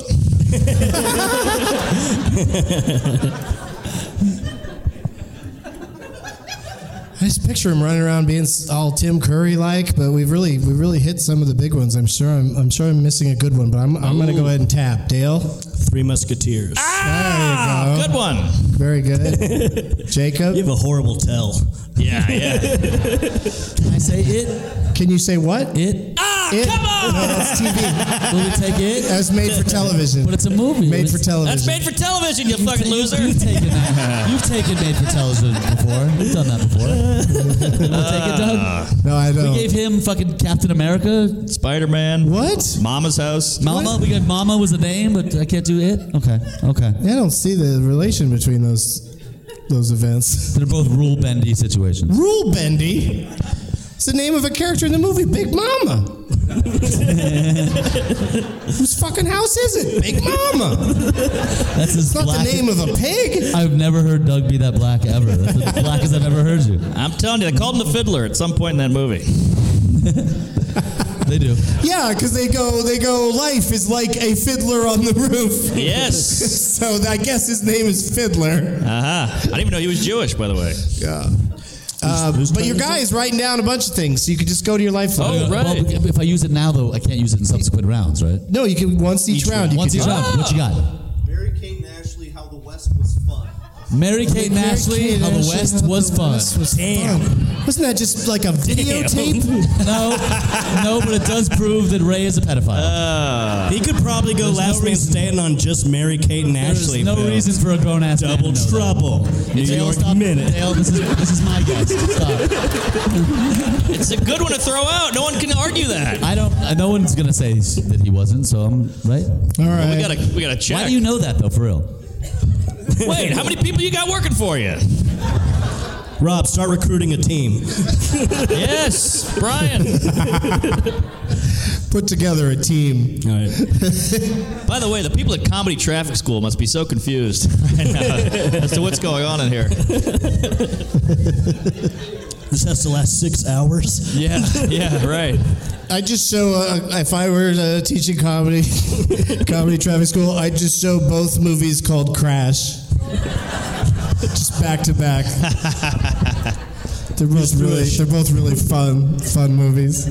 Speaker 5: I just picture him running around being all Tim Curry like, but we've really we really hit some of the big ones. I'm sure I'm, I'm sure I'm missing a good one, but I'm, I'm gonna go ahead and tap Dale.
Speaker 2: Three Musketeers.
Speaker 3: Ah, good one.
Speaker 5: Very good, Jacob.
Speaker 2: You have a horrible tell.
Speaker 4: [LAUGHS]
Speaker 3: Yeah, yeah.
Speaker 4: I say it.
Speaker 5: Can you say what?
Speaker 4: It. Ah!
Speaker 3: on, come on!
Speaker 5: No, that's TV.
Speaker 4: Will we take [LAUGHS] it?
Speaker 5: That's made for television.
Speaker 4: But it's a movie.
Speaker 5: Made for television.
Speaker 3: That's made for television, you fucking
Speaker 4: ta-
Speaker 3: loser.
Speaker 4: You've taken that.
Speaker 5: [LAUGHS]
Speaker 4: You've taken made for television before. We've done that before. We'll take it,
Speaker 3: Uh,
Speaker 4: Doug.
Speaker 5: no, I
Speaker 4: We
Speaker 5: don't.
Speaker 4: gave him fucking Captain America.
Speaker 3: Spider Man.
Speaker 5: what?
Speaker 3: Mama's house.
Speaker 4: Mama. We got Mama was the name, but I can't do it. Okay. Okay.
Speaker 5: I don't see the relation between those those events.
Speaker 4: They're both rule bendy situations.
Speaker 5: Rule Bendy. It's the name of a character in the movie Big Mama. Whose fucking house is it? Big Mama.
Speaker 4: That's as
Speaker 5: It's not the
Speaker 4: black.
Speaker 5: name of a pig.
Speaker 4: I've never heard Doug be that black ever. That's as black as I've ever heard you.
Speaker 3: I'm telling you, they called him the fiddler at some point in that movie.
Speaker 4: They do.
Speaker 5: Yeah, because they go they go. Life is like a fiddler on the roof.
Speaker 3: [LAUGHS]
Speaker 5: [LAUGHS]
Speaker 3: Yes.
Speaker 5: so I guess his name is Fiddler.
Speaker 3: Uh huh. I didn't even know he was Jewish, by the way.
Speaker 5: Yeah. Uh, but your guy is writing down a bunch of things, so you could just go to your lifeline.
Speaker 3: Oh, right.
Speaker 4: Well, if I use it now, though, I can't use it in subsequent rounds, right?
Speaker 5: No, you can once each, round. You
Speaker 4: Once
Speaker 5: can
Speaker 4: each
Speaker 5: do-
Speaker 4: round. What you got?
Speaker 10: Mary Kate Ashley, How the West Was Fun.
Speaker 4: Mary Kate Ashley,
Speaker 5: Kate
Speaker 4: How the
Speaker 5: Ashley,
Speaker 4: West
Speaker 5: How
Speaker 4: was
Speaker 5: the
Speaker 4: fun. [LAUGHS]
Speaker 5: West was fun. Wasn't that just like a videotape?
Speaker 4: No, no, but it does prove that Ray is a
Speaker 2: Uh,
Speaker 4: pedophile.
Speaker 3: Uh,
Speaker 2: He could probably go last man standing on just Mary Kate and
Speaker 4: There's
Speaker 2: Ashley.
Speaker 4: no
Speaker 2: Bill.
Speaker 4: reason for a grown ass man.
Speaker 2: Double
Speaker 4: to know that.
Speaker 2: trouble. New
Speaker 4: Dale,
Speaker 2: York
Speaker 4: stop.
Speaker 2: minute.
Speaker 4: Dale, this is this is my guess. Stop.
Speaker 3: It's a good one to throw out. No one can argue that.
Speaker 4: I don't. I, no one's gonna say s- that he wasn't. So I'm right.
Speaker 5: All right.
Speaker 3: We gotta, we gotta check.
Speaker 4: Why do you know that though? For real?
Speaker 3: Wait, how many people you got working for you?
Speaker 2: Rob, start recruiting a team.
Speaker 3: [LAUGHS] Yes, Brian.
Speaker 5: put together a team.
Speaker 2: All right.
Speaker 3: By the way, the people at Comedy Traffic School must be so confused [LAUGHS] right now as to what's going on in here.
Speaker 2: This has to last six hours.
Speaker 3: Yeah, yeah, right.
Speaker 5: I just show uh, if I were uh, teaching comedy, [LAUGHS] comedy traffic school, I'd just show both movies called Crash, just back
Speaker 4: [LAUGHS]
Speaker 5: to back. They're both really, they're both really fun, fun movies.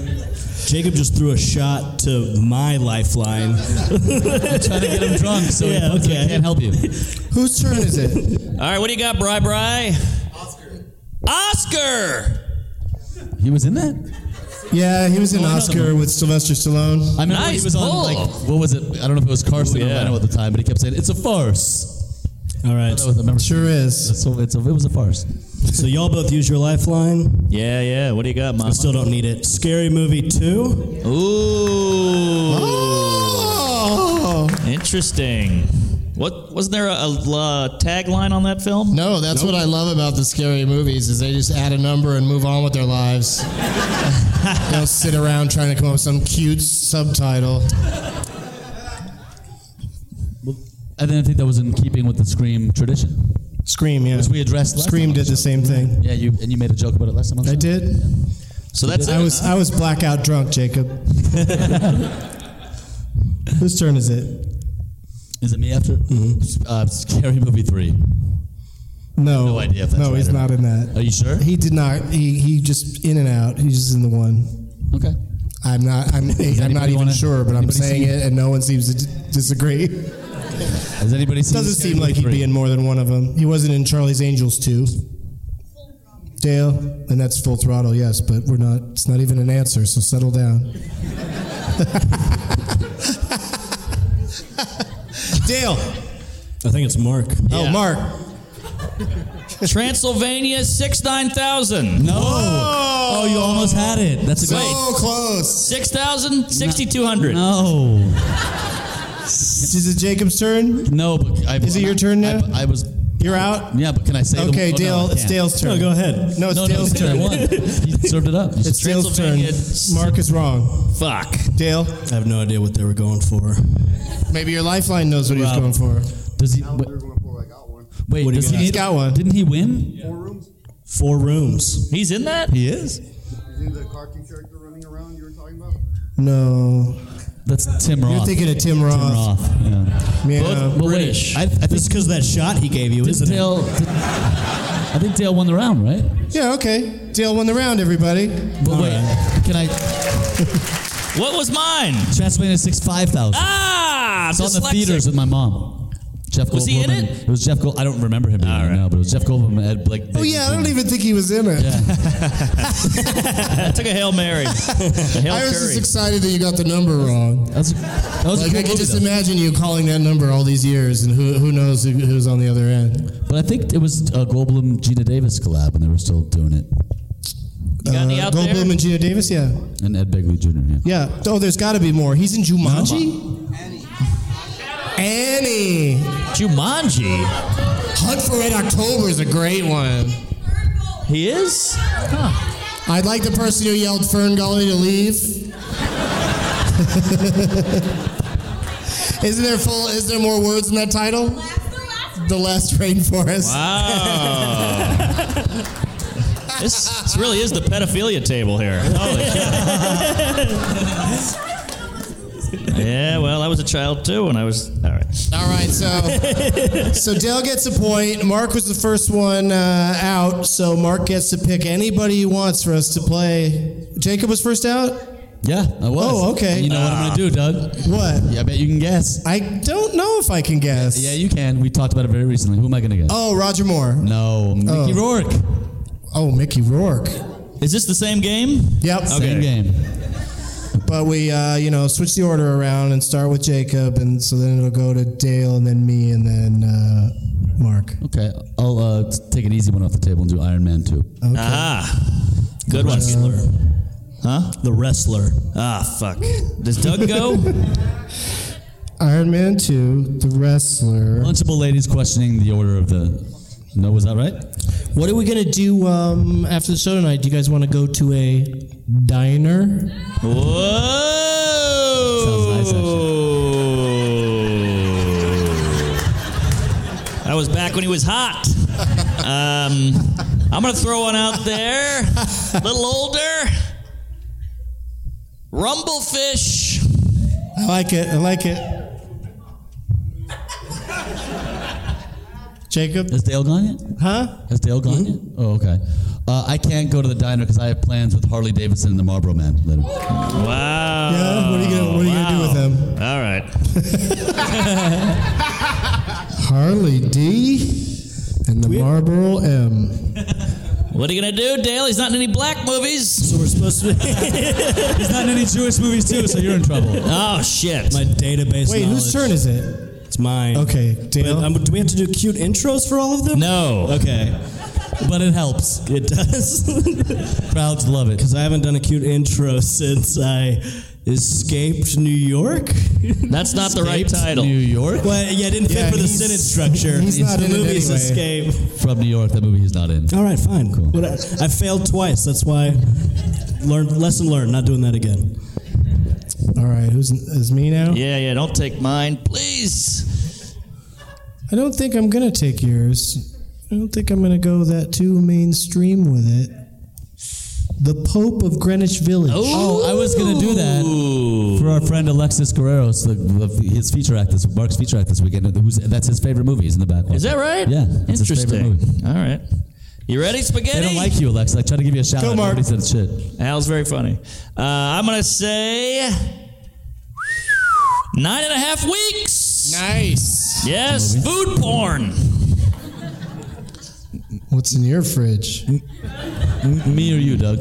Speaker 2: Jacob just threw a shot to my lifeline.
Speaker 4: I'm trying to get him drunk, so he
Speaker 2: Yeah,
Speaker 4: fucks it. I
Speaker 2: okay.
Speaker 4: can't help you.
Speaker 5: Whose turn
Speaker 4: [LAUGHS]
Speaker 5: is it?
Speaker 3: All right, what do you got, Bri Bri? Oscar.
Speaker 4: He was in that.
Speaker 5: Yeah, he was in
Speaker 4: Oh, I know the
Speaker 5: Oscar
Speaker 4: movie.
Speaker 5: with Sylvester Stallone.
Speaker 4: I remember when
Speaker 3: Nice
Speaker 4: he was
Speaker 3: pull.
Speaker 4: on like what was it? I don't know if it was Carson.
Speaker 3: Ooh,
Speaker 4: or
Speaker 3: yeah.
Speaker 4: I don't know at the time, but he kept saying it's a farce.
Speaker 2: All right.
Speaker 4: That was the member.
Speaker 5: Sure is.
Speaker 4: So it's a, it was a farce.
Speaker 2: So y'all both use your lifeline.
Speaker 3: Yeah, yeah. What do you got,
Speaker 2: I
Speaker 3: Mom?
Speaker 2: still don't need it. Scary Movie 2.
Speaker 3: Ooh,
Speaker 5: Oh
Speaker 3: interesting. What wasn't there a, a, uh, tagline on that film?
Speaker 5: no, that's what I love about the scary movies is they just add a number and move on with their [LAUGHS] lives. They'll sit around trying to come up with some cute subtitle.
Speaker 4: I didn't think that was in keeping with the Scream tradition.
Speaker 5: Scream, yeah.
Speaker 4: we addressed last
Speaker 5: Scream
Speaker 4: time.
Speaker 5: did the same thing.
Speaker 4: Yeah, you and you made a joke about it last time. on the
Speaker 5: I
Speaker 4: show.
Speaker 5: did.
Speaker 3: So that's
Speaker 5: I
Speaker 3: it.
Speaker 5: was I was blackout
Speaker 4: [LAUGHS]
Speaker 5: drunk, Jacob. Whose turn is it?
Speaker 4: Is it me after?
Speaker 5: Mm-hmm.
Speaker 4: Uh, scary movie three.
Speaker 5: No.
Speaker 4: No idea if that's
Speaker 5: No,
Speaker 4: right
Speaker 5: he's
Speaker 4: or
Speaker 5: not in that.
Speaker 4: Are you sure?
Speaker 5: He did not. He he just in and out. He's just in the one.
Speaker 4: Okay.
Speaker 5: I'm not.
Speaker 4: [LAUGHS]
Speaker 5: I'm. I'm not
Speaker 4: anybody
Speaker 5: even
Speaker 4: wanna-
Speaker 5: sure, but I'm
Speaker 4: anybody
Speaker 5: saying
Speaker 4: seen-
Speaker 5: it, and no one seems to d- disagree.
Speaker 4: Has anybody seen?
Speaker 5: Doesn't
Speaker 4: Scary
Speaker 5: seem like
Speaker 4: Movie
Speaker 5: he'd be
Speaker 4: three?
Speaker 5: in more than one of them. He wasn't in Charlie's Angels too. Dale, and that's full throttle, yes, but we're not. It's not even an answer, so settle down. Dale.
Speaker 2: I think it's Mark.
Speaker 5: Oh, Mark. [LAUGHS]
Speaker 3: Transylvania six nine thousand.
Speaker 4: No. Oh, you almost had it. That's a
Speaker 5: So
Speaker 4: great.
Speaker 5: close.
Speaker 3: Six thousand, sixty two hundred.
Speaker 4: No.
Speaker 5: Is it Jacob's turn?
Speaker 4: No, but I,
Speaker 5: Is it your turn now?
Speaker 4: I, I was.
Speaker 5: You're out.
Speaker 4: Yeah, but can I say?
Speaker 5: Okay,
Speaker 4: the, oh,
Speaker 5: Dale.
Speaker 4: No, I
Speaker 5: it's
Speaker 4: can't.
Speaker 5: Dale's turn.
Speaker 2: No, go ahead.
Speaker 5: No, it's
Speaker 4: No, no,
Speaker 5: Dale's
Speaker 4: it's
Speaker 5: turn.
Speaker 4: turn. I won. He served it up.
Speaker 5: [LAUGHS] It's Dale's turn.
Speaker 3: Transylvania s-
Speaker 5: Mark is wrong.
Speaker 3: Fuck.
Speaker 5: Dale.
Speaker 2: I have no idea what they were going for.
Speaker 5: Maybe your lifeline knows what he was going for.
Speaker 4: Does he? Wait,
Speaker 10: Before I got one.
Speaker 4: wait
Speaker 2: What do you
Speaker 4: does he?
Speaker 2: got?
Speaker 5: He's got one.
Speaker 4: Didn't he win?
Speaker 10: Four rooms.
Speaker 2: Four rooms.
Speaker 3: He's in that.
Speaker 4: He is.
Speaker 10: Is he the cartoon character running around you were talking about?
Speaker 5: No.
Speaker 4: That's Tim Roth.
Speaker 5: You're thinking of Tim
Speaker 4: Tim
Speaker 5: Roth.
Speaker 4: Roth. Yeah.
Speaker 5: Yeah.
Speaker 4: But
Speaker 3: British.
Speaker 4: wait, I, I think
Speaker 2: That's because that shot he gave you,
Speaker 4: didn't
Speaker 2: isn't it?
Speaker 4: Dale. did- I think Dale won the round, right?
Speaker 5: Yeah, okay. Dale won the round, everybody. Oh,
Speaker 4: But wait, can I?
Speaker 3: What was mine?
Speaker 4: Transylvania six five thousand.
Speaker 3: Ah,
Speaker 4: I saw it in the
Speaker 3: dyslexic.
Speaker 4: theaters with my mom. Jeff Goldblum.
Speaker 3: Was he in
Speaker 4: and-
Speaker 3: it?
Speaker 4: was Jeff Gold. I don't remember him being in it now, but it was Jeff Goldblum and Ed Blake.
Speaker 5: Oh yeah, I don't even think he was in it.
Speaker 3: [LAUGHS] I took a hail mary. A hail
Speaker 5: [LAUGHS] I
Speaker 3: Curry.
Speaker 5: was just excited that you got the number wrong.
Speaker 4: That's that was
Speaker 5: like
Speaker 4: a cool
Speaker 5: I can
Speaker 4: movie,
Speaker 5: just
Speaker 4: though.
Speaker 5: imagine you calling that number all these years, and who who knows who, who's on the other end.
Speaker 4: But I think it was a Goldblum Gina Davis collab when they were still doing it,
Speaker 3: You got any out
Speaker 5: Uh, Goldblum
Speaker 3: there?
Speaker 5: and Gina Davis, yeah,
Speaker 4: and Ed Begley Jr. Yeah.
Speaker 5: yeah. Oh, there's got to be more. He's in Jumanji. Annie.
Speaker 3: Jumanji.
Speaker 5: Hunt for Red October is a great one.
Speaker 3: He is. Huh.
Speaker 5: I'd like the person who yelled Fern Gully to leave. [LAUGHS] Isn't there full? Is there more words in that title? The last rainforest.
Speaker 3: Wow. this, this really is the pedophilia table here. Holy shit. yeah, well, I was a child too when I was. All right.
Speaker 5: [LAUGHS] All right, so so Dale gets a point. Mark was the first one uh, out, so Mark gets to pick anybody he wants for us to play. Jacob was first out.
Speaker 4: Yeah, I was.
Speaker 5: Oh, okay.
Speaker 4: And you know what I'm gonna do, Doug?
Speaker 5: What?
Speaker 4: Yeah, I bet you can guess.
Speaker 5: I don't know if I can guess.
Speaker 4: Yeah, you can. We talked about it very recently. Who am I gonna guess?
Speaker 5: Oh, Roger Moore.
Speaker 4: No, Mickey Rourke.
Speaker 5: Oh, Mickey Rourke.
Speaker 3: Is this the same game?
Speaker 5: Yep.
Speaker 4: Same game.
Speaker 5: But we, uh, you know, switch the order around and start with Jacob, and so then it'll go to Dale, and then me, and then uh, Mark.
Speaker 4: Okay, I'll uh, t- take an easy one off the table and do Iron Man 2.
Speaker 3: Ah. Good one. Huh?
Speaker 2: The wrestler.
Speaker 3: Ah, fuck. Does Doug go?
Speaker 4: [LAUGHS]
Speaker 5: Iron Man Two, The Wrestler.
Speaker 4: Lunchable ladies questioning the order of the. No, was that right?
Speaker 5: What are we gonna do um, after the show tonight? Do you guys want to go to a diner?
Speaker 3: Whoa.
Speaker 4: Sounds nice,
Speaker 3: That was back when he was hot. Um, I'm going to throw one out there. A little older. Rumblefish.
Speaker 5: I like it. I like it. Jacob,
Speaker 4: Has Dale gone yet?
Speaker 5: huh?
Speaker 4: Has Dale gone yet?
Speaker 3: Mm-hmm.
Speaker 4: Oh, okay. Uh, I can't go to the diner because I have plans with Harley Davidson and the Marlboro Man later.
Speaker 3: Wow.
Speaker 5: Yeah, what are you gonna- what are you gonna do with him?
Speaker 3: All right.
Speaker 5: Harley D and the Marlboro M.
Speaker 3: What are you going to do, Dale? He's not in any black movies.
Speaker 2: So we're supposed to. He's not in any Jewish movies too, so you're in
Speaker 3: [LAUGHS]
Speaker 2: trouble.
Speaker 3: Oh, shit.
Speaker 2: My database.
Speaker 5: Wait, whose turn
Speaker 2: knowledge.
Speaker 5: is it?
Speaker 2: It's mine.
Speaker 5: Okay,
Speaker 2: But,
Speaker 5: Dale.
Speaker 2: um, do we have to do cute intros for all of them?
Speaker 3: No.
Speaker 2: Okay. But it helps. It does. [LAUGHS] Crowds love it. Because I haven't done a cute intro since I escaped New
Speaker 5: [LAUGHS]
Speaker 2: York.
Speaker 3: That's not the right title.
Speaker 4: New York?
Speaker 2: Well, yeah, it didn't
Speaker 5: Yeah,
Speaker 2: fit for the
Speaker 5: he's-
Speaker 2: sentence structure.
Speaker 5: he's not
Speaker 2: the
Speaker 5: in it
Speaker 2: movie's
Speaker 5: anyway.
Speaker 2: escape.
Speaker 4: From New York, that movie he's not in.
Speaker 2: All right, fine. Cool. I, I failed twice. That's why. Learn lesson learned. Not doing that again.
Speaker 5: All right, who's is me now?
Speaker 3: Yeah, yeah, don't take mine, please.
Speaker 5: I don't think I'm gonna take yours. I don't think I'm gonna go that too mainstream with it. The Pope of Greenwich Village.
Speaker 4: Oh, I was gonna do that for our friend Alexis Guerrero's the, the- his feature act this Mark's feature act this weekend. Who's, that's his favorite movie. He's in the back.
Speaker 3: Is that right?
Speaker 4: Yeah, it's his favorite
Speaker 3: Interesting.
Speaker 4: movie.
Speaker 3: All right. You ready,
Speaker 4: They
Speaker 3: spaghetti?
Speaker 4: don't like you, Alexis. I tried to give you a shout
Speaker 5: Go,
Speaker 4: out.
Speaker 5: Mark.
Speaker 4: Nobody said shit.
Speaker 3: Al's very funny. Uh, I'm going to say nine and a half weeks.
Speaker 5: nice.
Speaker 3: Yes, food porn.
Speaker 5: What's in your fridge?
Speaker 4: Me or you, Doug?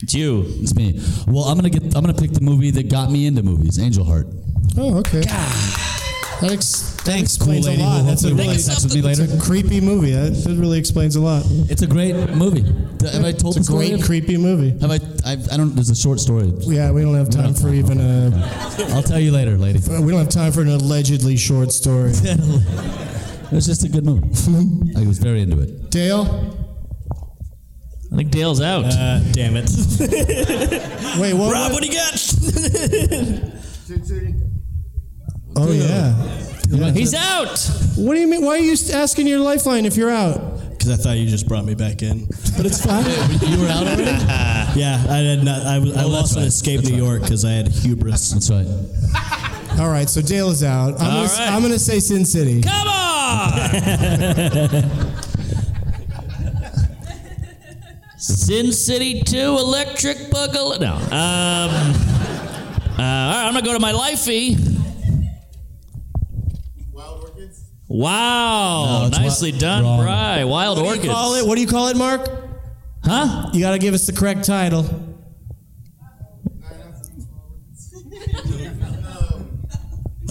Speaker 3: It's you.
Speaker 4: It's me. Well, I'm gonna get. I'm gonna pick the movie that got me into movies, Angel Heart.
Speaker 5: Oh, okay. That, ex- that
Speaker 4: Thanks,
Speaker 5: explains
Speaker 4: cool lady
Speaker 5: a
Speaker 4: who
Speaker 5: lot. That's a
Speaker 4: hopefully
Speaker 5: really
Speaker 4: will have sex with me
Speaker 5: it's
Speaker 4: later.
Speaker 5: a creepy movie. That, that really explains a lot.
Speaker 4: It's a great movie. Have I told
Speaker 5: It's a
Speaker 4: the story?
Speaker 5: great creepy movie.
Speaker 4: Have I, I? I don't. There's a short story.
Speaker 5: Yeah, we don't have time for even a.
Speaker 4: I'll tell you later, lady.
Speaker 5: We don't have time for an allegedly short story.
Speaker 4: it was just a good movie. I was very into it.
Speaker 5: Dale,
Speaker 3: I think Dale's out.
Speaker 2: Uh, damn it.
Speaker 3: [LAUGHS]
Speaker 5: wait, what?
Speaker 2: Rob, what
Speaker 5: what-
Speaker 2: do you got?
Speaker 5: Oh yeah.
Speaker 3: He's out.
Speaker 5: What do you mean? Why are you asking your lifeline if you're out?
Speaker 2: Because I thought you just brought me back in.
Speaker 5: But it's fine.
Speaker 4: You were out already.
Speaker 2: Yeah, I did not. I, was- I
Speaker 4: Oh, that's
Speaker 2: lost an
Speaker 4: right.
Speaker 2: escape
Speaker 4: That's
Speaker 2: New
Speaker 4: right.
Speaker 2: York because I had hubris.
Speaker 4: That's right.
Speaker 5: All right, so Dale is out. I'm,
Speaker 3: All
Speaker 5: gonna,
Speaker 3: right.
Speaker 5: I'm gonna say Sin City.
Speaker 3: Come
Speaker 5: [LAUGHS]
Speaker 3: on. Sin City 2 Electric Boogaloo. No. Um, uh, all right, I'm going to go to my lifey.
Speaker 10: Wild Orchid?
Speaker 3: Wow,
Speaker 5: No, that's
Speaker 3: nicely
Speaker 5: wi-
Speaker 3: done,
Speaker 5: wrong.
Speaker 3: Bry. Wild
Speaker 5: what
Speaker 3: orchids.
Speaker 5: Do you call it? What do you call it, Mark?
Speaker 3: Huh?
Speaker 5: You got to give us the correct title.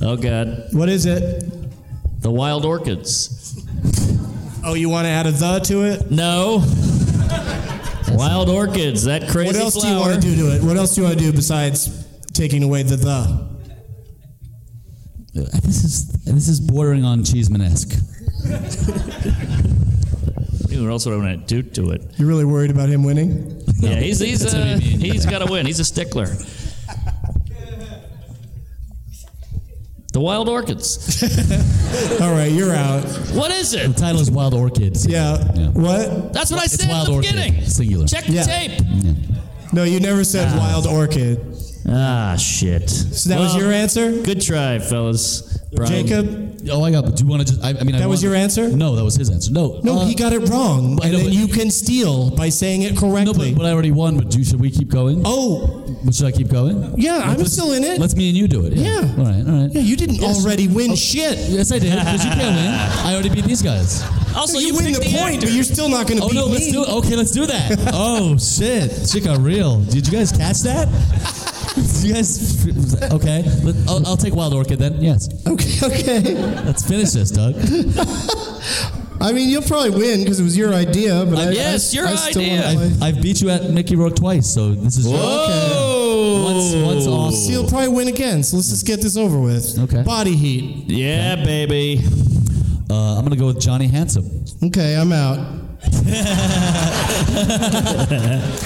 Speaker 3: Oh God.
Speaker 5: What is it?
Speaker 3: The wild orchids.
Speaker 5: Oh, you want to add a the to it? [LAUGHS]
Speaker 3: No. wild orchids. That crazy
Speaker 5: What else
Speaker 3: flower.
Speaker 5: do you want to do to it? What else do you want to do besides taking away the the?
Speaker 4: This is this is bordering on Cheeseman esque.
Speaker 3: Dude, else would I want to do to it?
Speaker 5: You're really worried about him winning?
Speaker 3: Yeah, he's he's
Speaker 5: That's what I
Speaker 3: uh,
Speaker 5: mean.
Speaker 3: he's got to win. He's a stickler. The wild orchids.
Speaker 5: All right, you're out.
Speaker 3: What is it?
Speaker 4: The title is Wild Orchids.
Speaker 5: Yeah. What?
Speaker 3: That's what I
Speaker 4: It's
Speaker 3: said at
Speaker 4: Wild
Speaker 3: the
Speaker 4: Orchid,
Speaker 3: beginning.
Speaker 4: singular.
Speaker 3: Check the
Speaker 5: Yeah.
Speaker 3: tape.
Speaker 5: No, you never said
Speaker 3: Ah.
Speaker 5: wild orchid.
Speaker 3: Ah, shit. So
Speaker 5: that was your answer?
Speaker 3: Good try, fellas. Brian.
Speaker 5: Jacob?
Speaker 4: Oh, I got. But do you want to just? I, I mean, I
Speaker 5: That was
Speaker 4: wanted-
Speaker 5: your answer?
Speaker 4: No, that was his answer. No.
Speaker 5: No,
Speaker 4: uh,
Speaker 5: he got it wrong.
Speaker 4: I
Speaker 5: And
Speaker 4: know,
Speaker 5: then
Speaker 4: but-
Speaker 5: you can steal by saying it
Speaker 4: No,
Speaker 5: correctly.
Speaker 4: but, but I already won. But do, should we keep going?
Speaker 5: oh,
Speaker 4: But should I keep going?
Speaker 5: yeah, I'm
Speaker 4: let's-
Speaker 5: still in it.
Speaker 4: Let's me and you do it.
Speaker 5: Yeah.
Speaker 4: All right. All right.
Speaker 5: Yeah, you didn't
Speaker 4: Yes.
Speaker 5: already win
Speaker 4: Oh,
Speaker 5: shit.
Speaker 4: Yes, I [LAUGHS] did. Because you can't win. I already beat these guys.
Speaker 3: Also,
Speaker 5: you,
Speaker 3: you,
Speaker 5: win the,
Speaker 3: picked the,
Speaker 5: point,
Speaker 3: actor.
Speaker 5: but you're still not going to
Speaker 4: Oh
Speaker 5: beat
Speaker 4: no,
Speaker 5: me.
Speaker 4: let's do it. Okay, let's do that. oh shit, shit got real. Did you guys catch that? [LAUGHS] Did you guys, okay. Let, I'll, I'll take Wild Orchid then. Yes,
Speaker 5: Okay, okay.
Speaker 4: let's finish this, [LAUGHS] Doug.
Speaker 11: I mean, you'll probably win because it was your idea, but I,
Speaker 3: yes,
Speaker 11: I,
Speaker 3: your
Speaker 11: I still
Speaker 3: idea.
Speaker 11: wanna play.
Speaker 4: I've, I've beat you at Mickey Rourke twice, so this is your-
Speaker 3: Whoa.
Speaker 4: Once, once
Speaker 5: So you'll
Speaker 4: off.
Speaker 5: probably win again. So let's just get this over with.
Speaker 4: Okay.
Speaker 5: Body heat.
Speaker 3: Yeah, baby.
Speaker 4: Uh, I'm gonna go with Johnny Handsome.
Speaker 11: Okay, I'm
Speaker 12: [LAUGHS]
Speaker 11: out.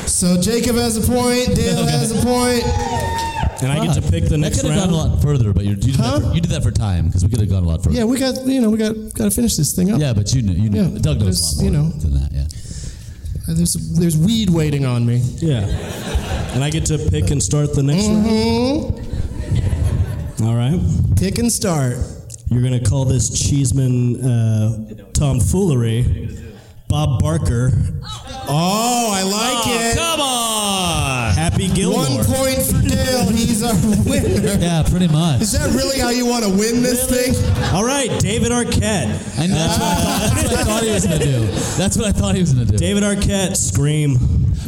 Speaker 11: so Jacob has a point. Dale has a point.
Speaker 12: And I get to pick the next
Speaker 4: that could have
Speaker 12: round.
Speaker 4: gone a lot further, but you're, you, did that
Speaker 5: Huh?
Speaker 4: for, you did that for time because we could have gone a lot further.
Speaker 5: Yeah, we got you know we got got to finish this thing up.
Speaker 4: yeah, but you knew, you knew
Speaker 5: Yeah,
Speaker 4: Doug knows
Speaker 5: there's-
Speaker 4: a lot
Speaker 5: you
Speaker 4: more
Speaker 5: know.
Speaker 4: than that. Yeah.
Speaker 5: [LAUGHS] Uh, There's there's weed waiting on me.
Speaker 12: Yeah. And I get to pick and start the next
Speaker 5: Mm-hmm.
Speaker 12: round. All right.
Speaker 5: Pick and start.
Speaker 12: You're going to call this Cheeseman uh, tomfoolery. Bob Barker,
Speaker 5: Oh, I like it.
Speaker 3: Come on.
Speaker 12: Happy Gilmore.
Speaker 5: One point for Dale. He's our winner.
Speaker 4: Yeah, pretty much.
Speaker 5: Is that really how you want to win this thing?
Speaker 12: All right, David Arquette.
Speaker 4: I know that's what I, thought, that's what I thought he was gonna do. That's what I thought he was gonna do.
Speaker 12: David Arquette, Scream.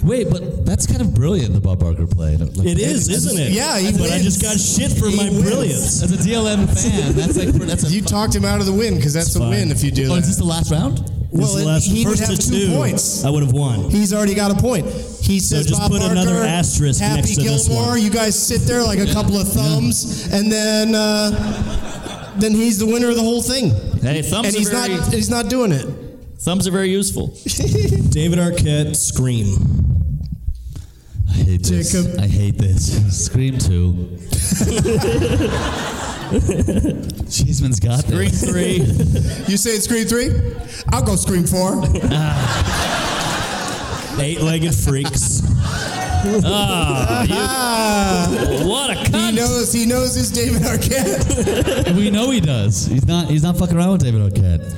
Speaker 4: Wait, but that's kind of brilliant. The Bob Barker play. Like,
Speaker 12: It is, isn't it?
Speaker 5: Yeah, he
Speaker 12: But I
Speaker 5: wins.
Speaker 12: just got shit for
Speaker 5: He
Speaker 12: my
Speaker 5: wins.
Speaker 12: brilliance.
Speaker 4: As a DLM fan, that's like that's a.
Speaker 5: You talked him out of the win because that's a
Speaker 12: fine.
Speaker 5: win if you do
Speaker 4: Oh, is this
Speaker 5: that.
Speaker 4: the last round?
Speaker 12: This
Speaker 5: Well,
Speaker 12: is
Speaker 5: it-
Speaker 12: the last
Speaker 5: he would
Speaker 12: first
Speaker 5: have
Speaker 12: to
Speaker 5: two
Speaker 12: two
Speaker 5: points.
Speaker 12: I would have won.
Speaker 5: He's already got a point. He says
Speaker 12: just
Speaker 5: Bob
Speaker 12: put
Speaker 5: Barker,
Speaker 12: another asterisk
Speaker 5: Happy
Speaker 12: next to this
Speaker 5: Gilmore.
Speaker 12: one.
Speaker 5: You guys sit there like a couple of thumbs, and then uh, then he's the winner of the whole thing.
Speaker 3: Hey, thumbs
Speaker 5: and
Speaker 3: are
Speaker 5: he's
Speaker 3: very
Speaker 5: not he's not doing it.
Speaker 3: thumbs are very useful.
Speaker 5: [LAUGHS]
Speaker 12: David Arquette, Scream.
Speaker 4: I hate this.
Speaker 5: Jacob.
Speaker 4: I hate this. Scream
Speaker 5: [LAUGHS]
Speaker 4: two. Cheeseman's got
Speaker 3: Three
Speaker 4: this.
Speaker 5: [LAUGHS]
Speaker 3: three.
Speaker 5: You say it's Scream three? I'll go Scream four.
Speaker 12: Eight-legged freaks.
Speaker 5: ah,
Speaker 3: what a
Speaker 5: he
Speaker 2: [LAUGHS]
Speaker 3: cunt.
Speaker 5: knows he knows his David Arquette.
Speaker 4: We know he does. He's not. He's not fucking around with David Arquette.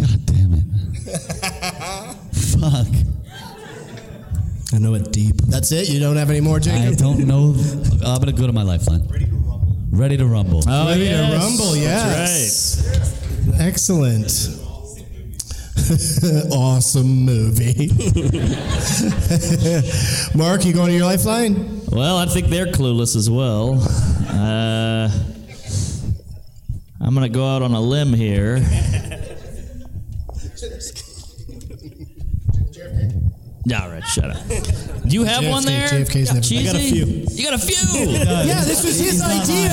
Speaker 4: God damn it. Fuck.
Speaker 12: I know it deep.
Speaker 5: That's it. You don't have any more, Jacob.
Speaker 4: I don't know. I'm gonna go to my lifeline. Ready to rumble. Ready to rumble.
Speaker 3: Oh,
Speaker 5: Ready
Speaker 3: yes.
Speaker 5: to rumble, yes.
Speaker 3: That's
Speaker 5: Excellent. [LAUGHS] awesome movie. [LAUGHS] Mark, you going to your lifeline?
Speaker 3: right. Well, I think they're clueless as well. [LAUGHS] Uh, I'm gonna go out on a limb here. All right, shut up. Do you have one
Speaker 5: JFK
Speaker 3: there?
Speaker 5: JFK's never been-
Speaker 3: Cheesy?
Speaker 5: I
Speaker 12: got a few.
Speaker 3: You got a
Speaker 4: [LAUGHS]
Speaker 3: few.
Speaker 5: Yeah, this was his idea.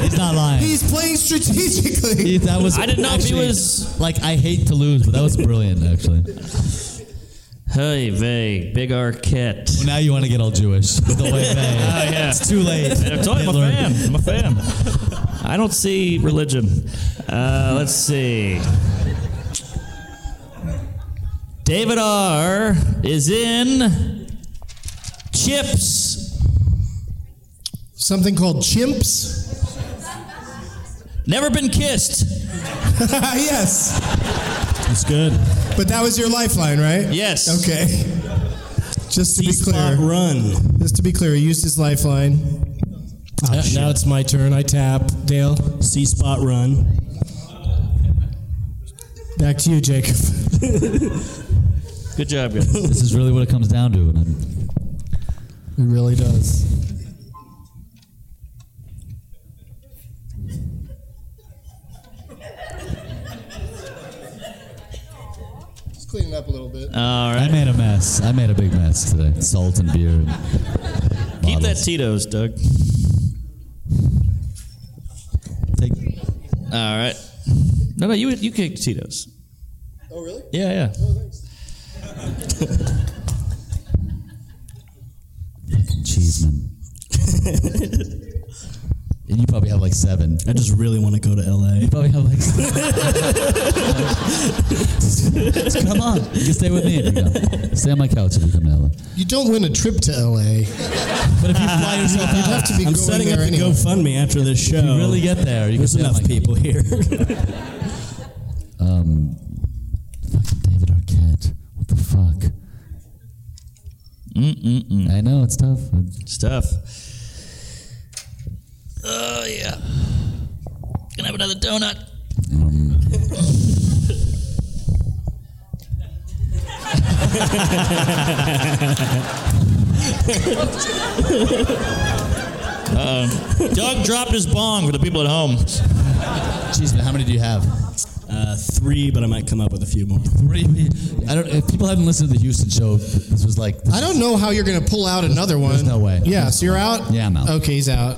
Speaker 4: He's not lying.
Speaker 5: He's playing
Speaker 4: He-
Speaker 5: strategically.
Speaker 4: that was.
Speaker 3: I did not know if he
Speaker 4: actually,
Speaker 3: was-
Speaker 4: like. I hate to lose, but that was brilliant, actually.
Speaker 3: hey, vague, big Arquette.
Speaker 4: Well, now you want to get all Jewish. The way
Speaker 3: [LAUGHS]
Speaker 4: they,
Speaker 3: Oh, yeah.
Speaker 4: It's too late.
Speaker 3: I told you, I'm
Speaker 4: Hitler.
Speaker 3: a fan. I'm a fan. [LAUGHS] I don't see religion. Uh, let's see. David R. is in Chips.
Speaker 5: Something called chimps. [LAUGHS]
Speaker 3: Never been kissed.
Speaker 5: yes,
Speaker 12: It's good.
Speaker 5: but that was your lifeline, right?
Speaker 3: Yes.
Speaker 5: Okay. Just to be
Speaker 12: D-spot
Speaker 5: clear,
Speaker 12: run.
Speaker 5: just to be clear, he used his lifeline. Oh, Uh, now it's my turn. I tap Dale.
Speaker 12: C spot run.
Speaker 5: Back to you, [LAUGHS] Jacob.
Speaker 3: Good job, guys.
Speaker 2: [LAUGHS]
Speaker 4: this is really what it comes down to. And I'm,
Speaker 5: It really does.
Speaker 10: Just clean it up a little bit.
Speaker 3: All right.
Speaker 4: I made a mess. I made a big mess today. Salt and beer. And
Speaker 3: Keep that Tito's, Doug.
Speaker 4: Take.
Speaker 3: All right. No, no, you you kicked Tito's.
Speaker 10: Oh, really?
Speaker 3: Yeah, yeah.
Speaker 10: Oh, thanks.
Speaker 4: Cheeseman. and you probably have like seven.
Speaker 2: I just really want to go to LA. You
Speaker 4: probably have like. come on, you can stay with me. If you come. Stay on my couch if you come to LA.
Speaker 5: You don't win a trip to LA.
Speaker 4: But if you fly yourself
Speaker 5: You'd have to be
Speaker 2: I'm
Speaker 5: going
Speaker 2: setting up
Speaker 5: there
Speaker 2: a
Speaker 5: anyway.
Speaker 2: GoFundMe after this show.
Speaker 4: you really get there, you can
Speaker 2: There's
Speaker 4: stay on
Speaker 2: enough
Speaker 4: my
Speaker 2: people
Speaker 4: [LAUGHS]
Speaker 2: here.
Speaker 4: Um, fucking David Arquette. What the fuck?
Speaker 3: Mm-mm-mm.
Speaker 4: I know it's tough.
Speaker 3: It's tough. Oh yeah. Can I have another donut?
Speaker 2: Um,
Speaker 3: Uh, Doug dropped his bong for the people at home.
Speaker 4: Jeez, man, how many do you have?
Speaker 2: Uh, three, but I might come up with a few more.
Speaker 4: Three. I don't. If people haven't listened to the Houston show, this was like.
Speaker 5: I don't know how you're going to pull out another one.
Speaker 4: There's no way.
Speaker 5: Yeah, so you're out?
Speaker 4: Yeah, I'm out.
Speaker 5: Okay, he's out.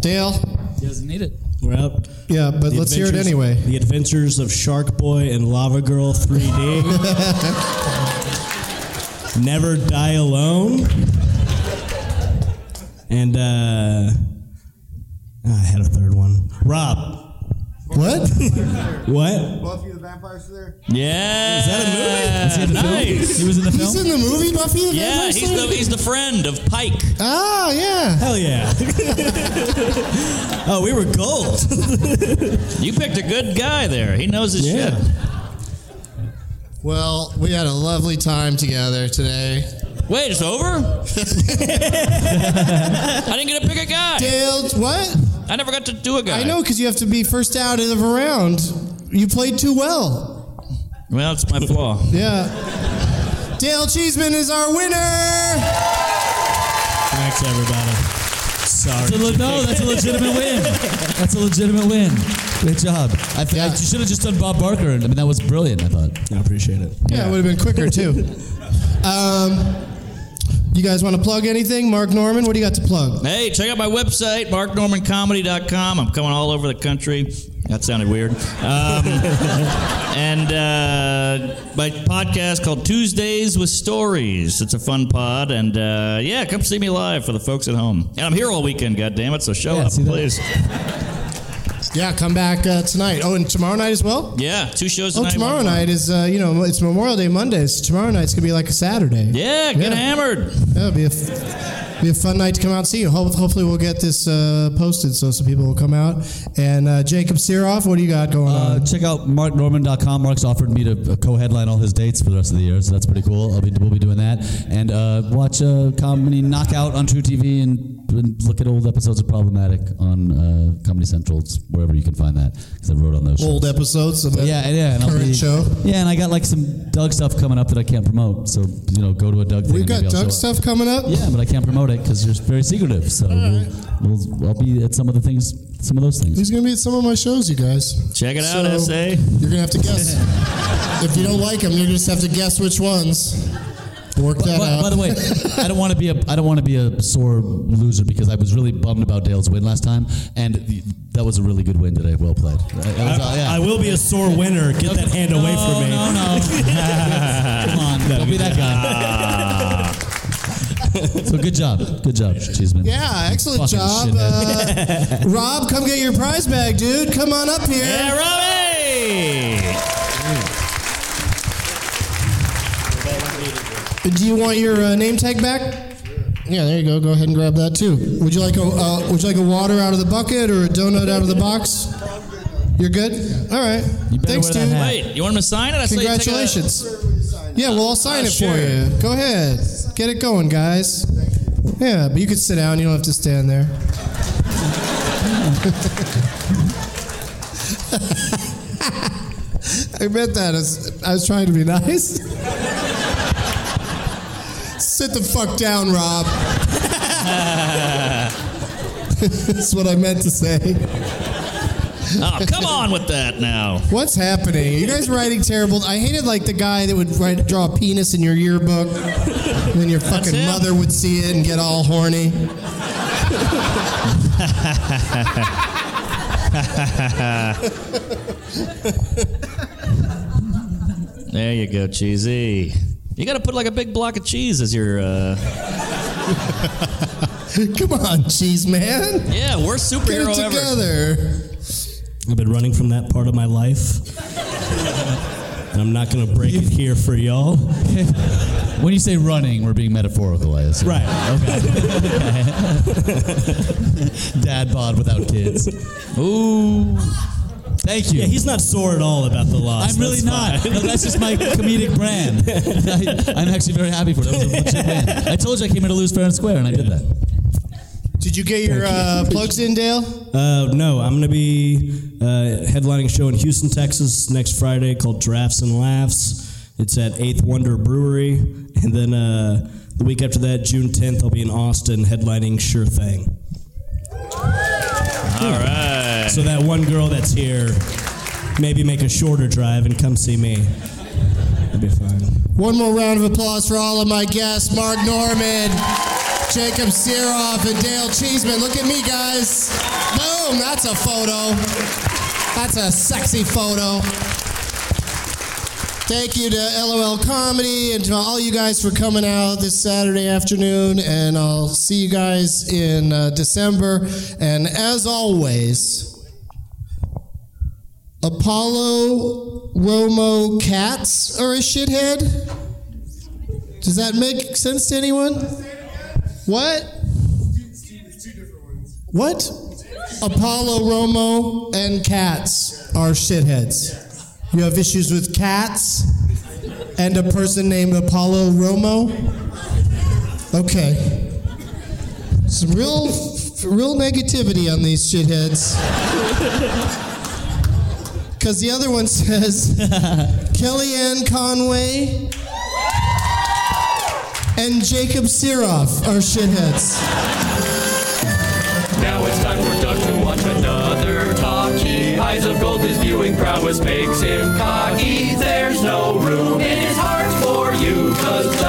Speaker 5: Dale?
Speaker 4: He doesn't need it.
Speaker 2: We're out.
Speaker 5: Yeah, but
Speaker 2: The
Speaker 5: let's hear it
Speaker 2: Adventures-
Speaker 5: anyway.
Speaker 2: The Adventures of Shark Boy and Lava Girl
Speaker 5: [LAUGHS]
Speaker 2: 3D. Never Die Alone. And uh, I had a third one. Rob.
Speaker 5: What?
Speaker 2: [LAUGHS] What?
Speaker 10: Buffy the Vampire Slayer.
Speaker 3: Yeah. Is
Speaker 2: that
Speaker 3: a movie? nice.
Speaker 4: He was in the film.
Speaker 5: He's in the movie Buffy the
Speaker 3: yeah,
Speaker 5: Vampire
Speaker 3: he's
Speaker 5: Slayer?
Speaker 3: the, he's the friend of Pike.
Speaker 5: Oh, yeah.
Speaker 2: Hell
Speaker 5: [LAUGHS]
Speaker 2: yeah. [LAUGHS] oh, we were gold.
Speaker 3: You picked a good guy there. He knows his
Speaker 2: Yeah.
Speaker 5: Well, we had a lovely time together today.
Speaker 3: shit. Wait, it's over? [LAUGHS] I didn't get to pick a guy.
Speaker 5: Dale, what?
Speaker 3: I never got to do a guy.
Speaker 5: I know, because you have to be first out of a round. You played too well.
Speaker 3: Well, it's my flaw.
Speaker 5: Yeah. Dale Cheeseman is our winner.
Speaker 2: Thanks, everybody.
Speaker 4: That's a
Speaker 2: Sorry.
Speaker 4: le- no, that's a legitimate win. That's a legitimate win. Great job. I, th- I- you should have just done Bob Barker. I mean, that was brilliant. I thought.
Speaker 2: I appreciate it.
Speaker 5: Yeah, it would have been quicker too. um, you guys want to plug anything? Mark Norman, what do you got to plug?
Speaker 3: Hey, check out my website, marknormancomedy.com. I'm coming all over the country. That sounded weird. Um,
Speaker 5: [LAUGHS]
Speaker 3: and uh, my podcast called Tuesdays with Stories. It's a fun pod. And uh, yeah, come see me live for the folks at home. And I'm here all weekend, God damn it! so show
Speaker 4: Yeah,
Speaker 3: up,
Speaker 4: see that?
Speaker 3: please.
Speaker 5: Yeah, come back uh, tonight. Oh, and tomorrow night as well.
Speaker 3: Yeah, two shows
Speaker 5: Oh,
Speaker 3: tonight.
Speaker 5: tomorrow
Speaker 3: one-
Speaker 5: night is uh, you know it's Memorial Day Monday, so tomorrow night's gonna be like a Saturday.
Speaker 3: Yeah, get
Speaker 5: Yeah.
Speaker 3: hammered.
Speaker 5: That'll be a f- be a fun night to come out and see you. Ho- hopefully, we'll get this uh, posted so some people will come out. And uh, Jacob Siroff, what do you got going
Speaker 4: Uh,
Speaker 5: on?
Speaker 4: check out marknorman.com. Mark's offered me to uh, co-headline all his dates for the rest of the year, so that's pretty cool. I'll be, we'll be doing that. And uh, watch uh, Comedy Knockout on True TV and, and look at old episodes of Problematic on uh, Comedy Central, it's wherever you can find that, because I wrote on those
Speaker 5: Old
Speaker 4: shows.
Speaker 5: episodes of that
Speaker 4: Yeah, and- yeah. And I'll
Speaker 5: current
Speaker 4: be,
Speaker 5: show.
Speaker 4: Yeah, and I got like some Doug stuff coming up that I can't promote, so you know, go to a Doug thing.
Speaker 5: We've
Speaker 4: and
Speaker 5: got
Speaker 4: maybe I'll show
Speaker 5: Doug
Speaker 4: up.
Speaker 5: stuff coming up.
Speaker 4: Yeah, but I can't promote it because you're very secretive. So we'll, we'll, I'll be at some of the things, some of those things.
Speaker 5: He's gonna be at some of my shows, you guys.
Speaker 3: Check it out,
Speaker 5: So-
Speaker 3: SA.
Speaker 5: You're gonna have to guess. if you don't like them, you just have to guess which ones. Work that
Speaker 4: But,
Speaker 5: out.
Speaker 4: by the way, [LAUGHS] I don't want to be a I don't want to be a sore loser because I was really bummed about Dale's win last time, and the, that was a really good win today. Well played. I, I was, uh, yeah.
Speaker 2: I, I will be a sore winner. Get that hand away
Speaker 4: no,
Speaker 2: from me.
Speaker 4: No, no. Come
Speaker 3: [LAUGHS]
Speaker 4: on,
Speaker 2: [LAUGHS]
Speaker 4: don't be that
Speaker 2: Ah.
Speaker 4: guy. so good job, good job, Cheeseman.
Speaker 5: yeah, excellent
Speaker 4: Fucking
Speaker 5: job. Uh, Rob, come get your prize bag, dude. Come on up here.
Speaker 3: Yeah, Robbie!
Speaker 5: Do you want your uh, name tag back? Yeah, there you go. Go ahead and grab that too. Would you like a uh, Would you like a water out of the bucket or a donut out of the box? You're good. All right.
Speaker 4: better
Speaker 5: Thanks,
Speaker 4: wear that
Speaker 5: dude.
Speaker 4: hat.
Speaker 3: Wait, you want him to sign it? I saw you take a-
Speaker 5: Congratulations. Yeah, well, I'll sign
Speaker 3: Uh,
Speaker 5: it
Speaker 3: sure.
Speaker 5: for you. Go ahead. Get it going, guys. Yeah, but you can sit down. You don't have to stand there. [LAUGHS] I meant that as I was trying to be nice. [LAUGHS]
Speaker 13: Sit the fuck down, Rob.
Speaker 5: [LAUGHS] That's what I meant to say.
Speaker 3: Oh, come on with that now.
Speaker 5: What's happening? Are you guys writing terrible? I hated like the guy that would write, draw a penis in your yearbook, and then your fucking
Speaker 13: him.
Speaker 5: mother would see it and get all horny.
Speaker 3: there you go, cheesy. You got to put like a big block of cheese as your. Uh...
Speaker 5: [LAUGHS] Come on, cheese man.
Speaker 3: Yeah, worst superhero
Speaker 5: Get it
Speaker 3: ever.
Speaker 5: together.
Speaker 2: I've been running from that part of my life. and I'm not going to break it here for y'all.
Speaker 4: When you say running, we're being metaphorical, I assume.
Speaker 2: Right.
Speaker 4: Okay. [LAUGHS] Dad bod without kids. Ooh. Thank you.
Speaker 2: Yeah, he's not sore at all about the loss.
Speaker 4: I'm really
Speaker 2: That's
Speaker 4: not.
Speaker 2: fine.
Speaker 4: No, that's just my comedic
Speaker 2: [LAUGHS]
Speaker 4: brand. I, am actually very happy for it. That was a legit brand. I told you I came here to lose fair and square, and I did that.
Speaker 5: Did you get your uh, plugs in, Dale?
Speaker 2: Uh, no, I'm going to be uh, headlining a show in Houston, Texas next Friday called Drafts and Laughs. It's at Eighth Wonder Brewery. And then uh, the week after that, June 10th, I'll be in Austin headlining Sure Thing.
Speaker 3: All right.
Speaker 2: [LAUGHS] So that one girl that's here, maybe make a shorter drive and come see me. That'd be fine.
Speaker 5: One more round of applause for all of my guests Mark Norman, Jacob Searoff, and Dale Cheeseman. Look at me, guys. Boom, that's a photo. That's a sexy photo. Thank you to LOL Comedy and to all you guys for coming out this Saturday afternoon. And I'll see you guys in uh, December. And as always, Apollo Romo Cats are a shithead? Does that make sense to anyone? What? What? Apollo Romo and cats are shitheads. You have issues with cats and a person named Apollo Romo? Okay. Some real real negativity on these shitheads. Because the other one says [LAUGHS] Kellyanne Conway and Jacob Siroff are shitheads.
Speaker 1: Now it's time for Doug to watch another talkie. Eyes of gold, his viewing prowess makes him cocky. There's no room in his heart for you, cause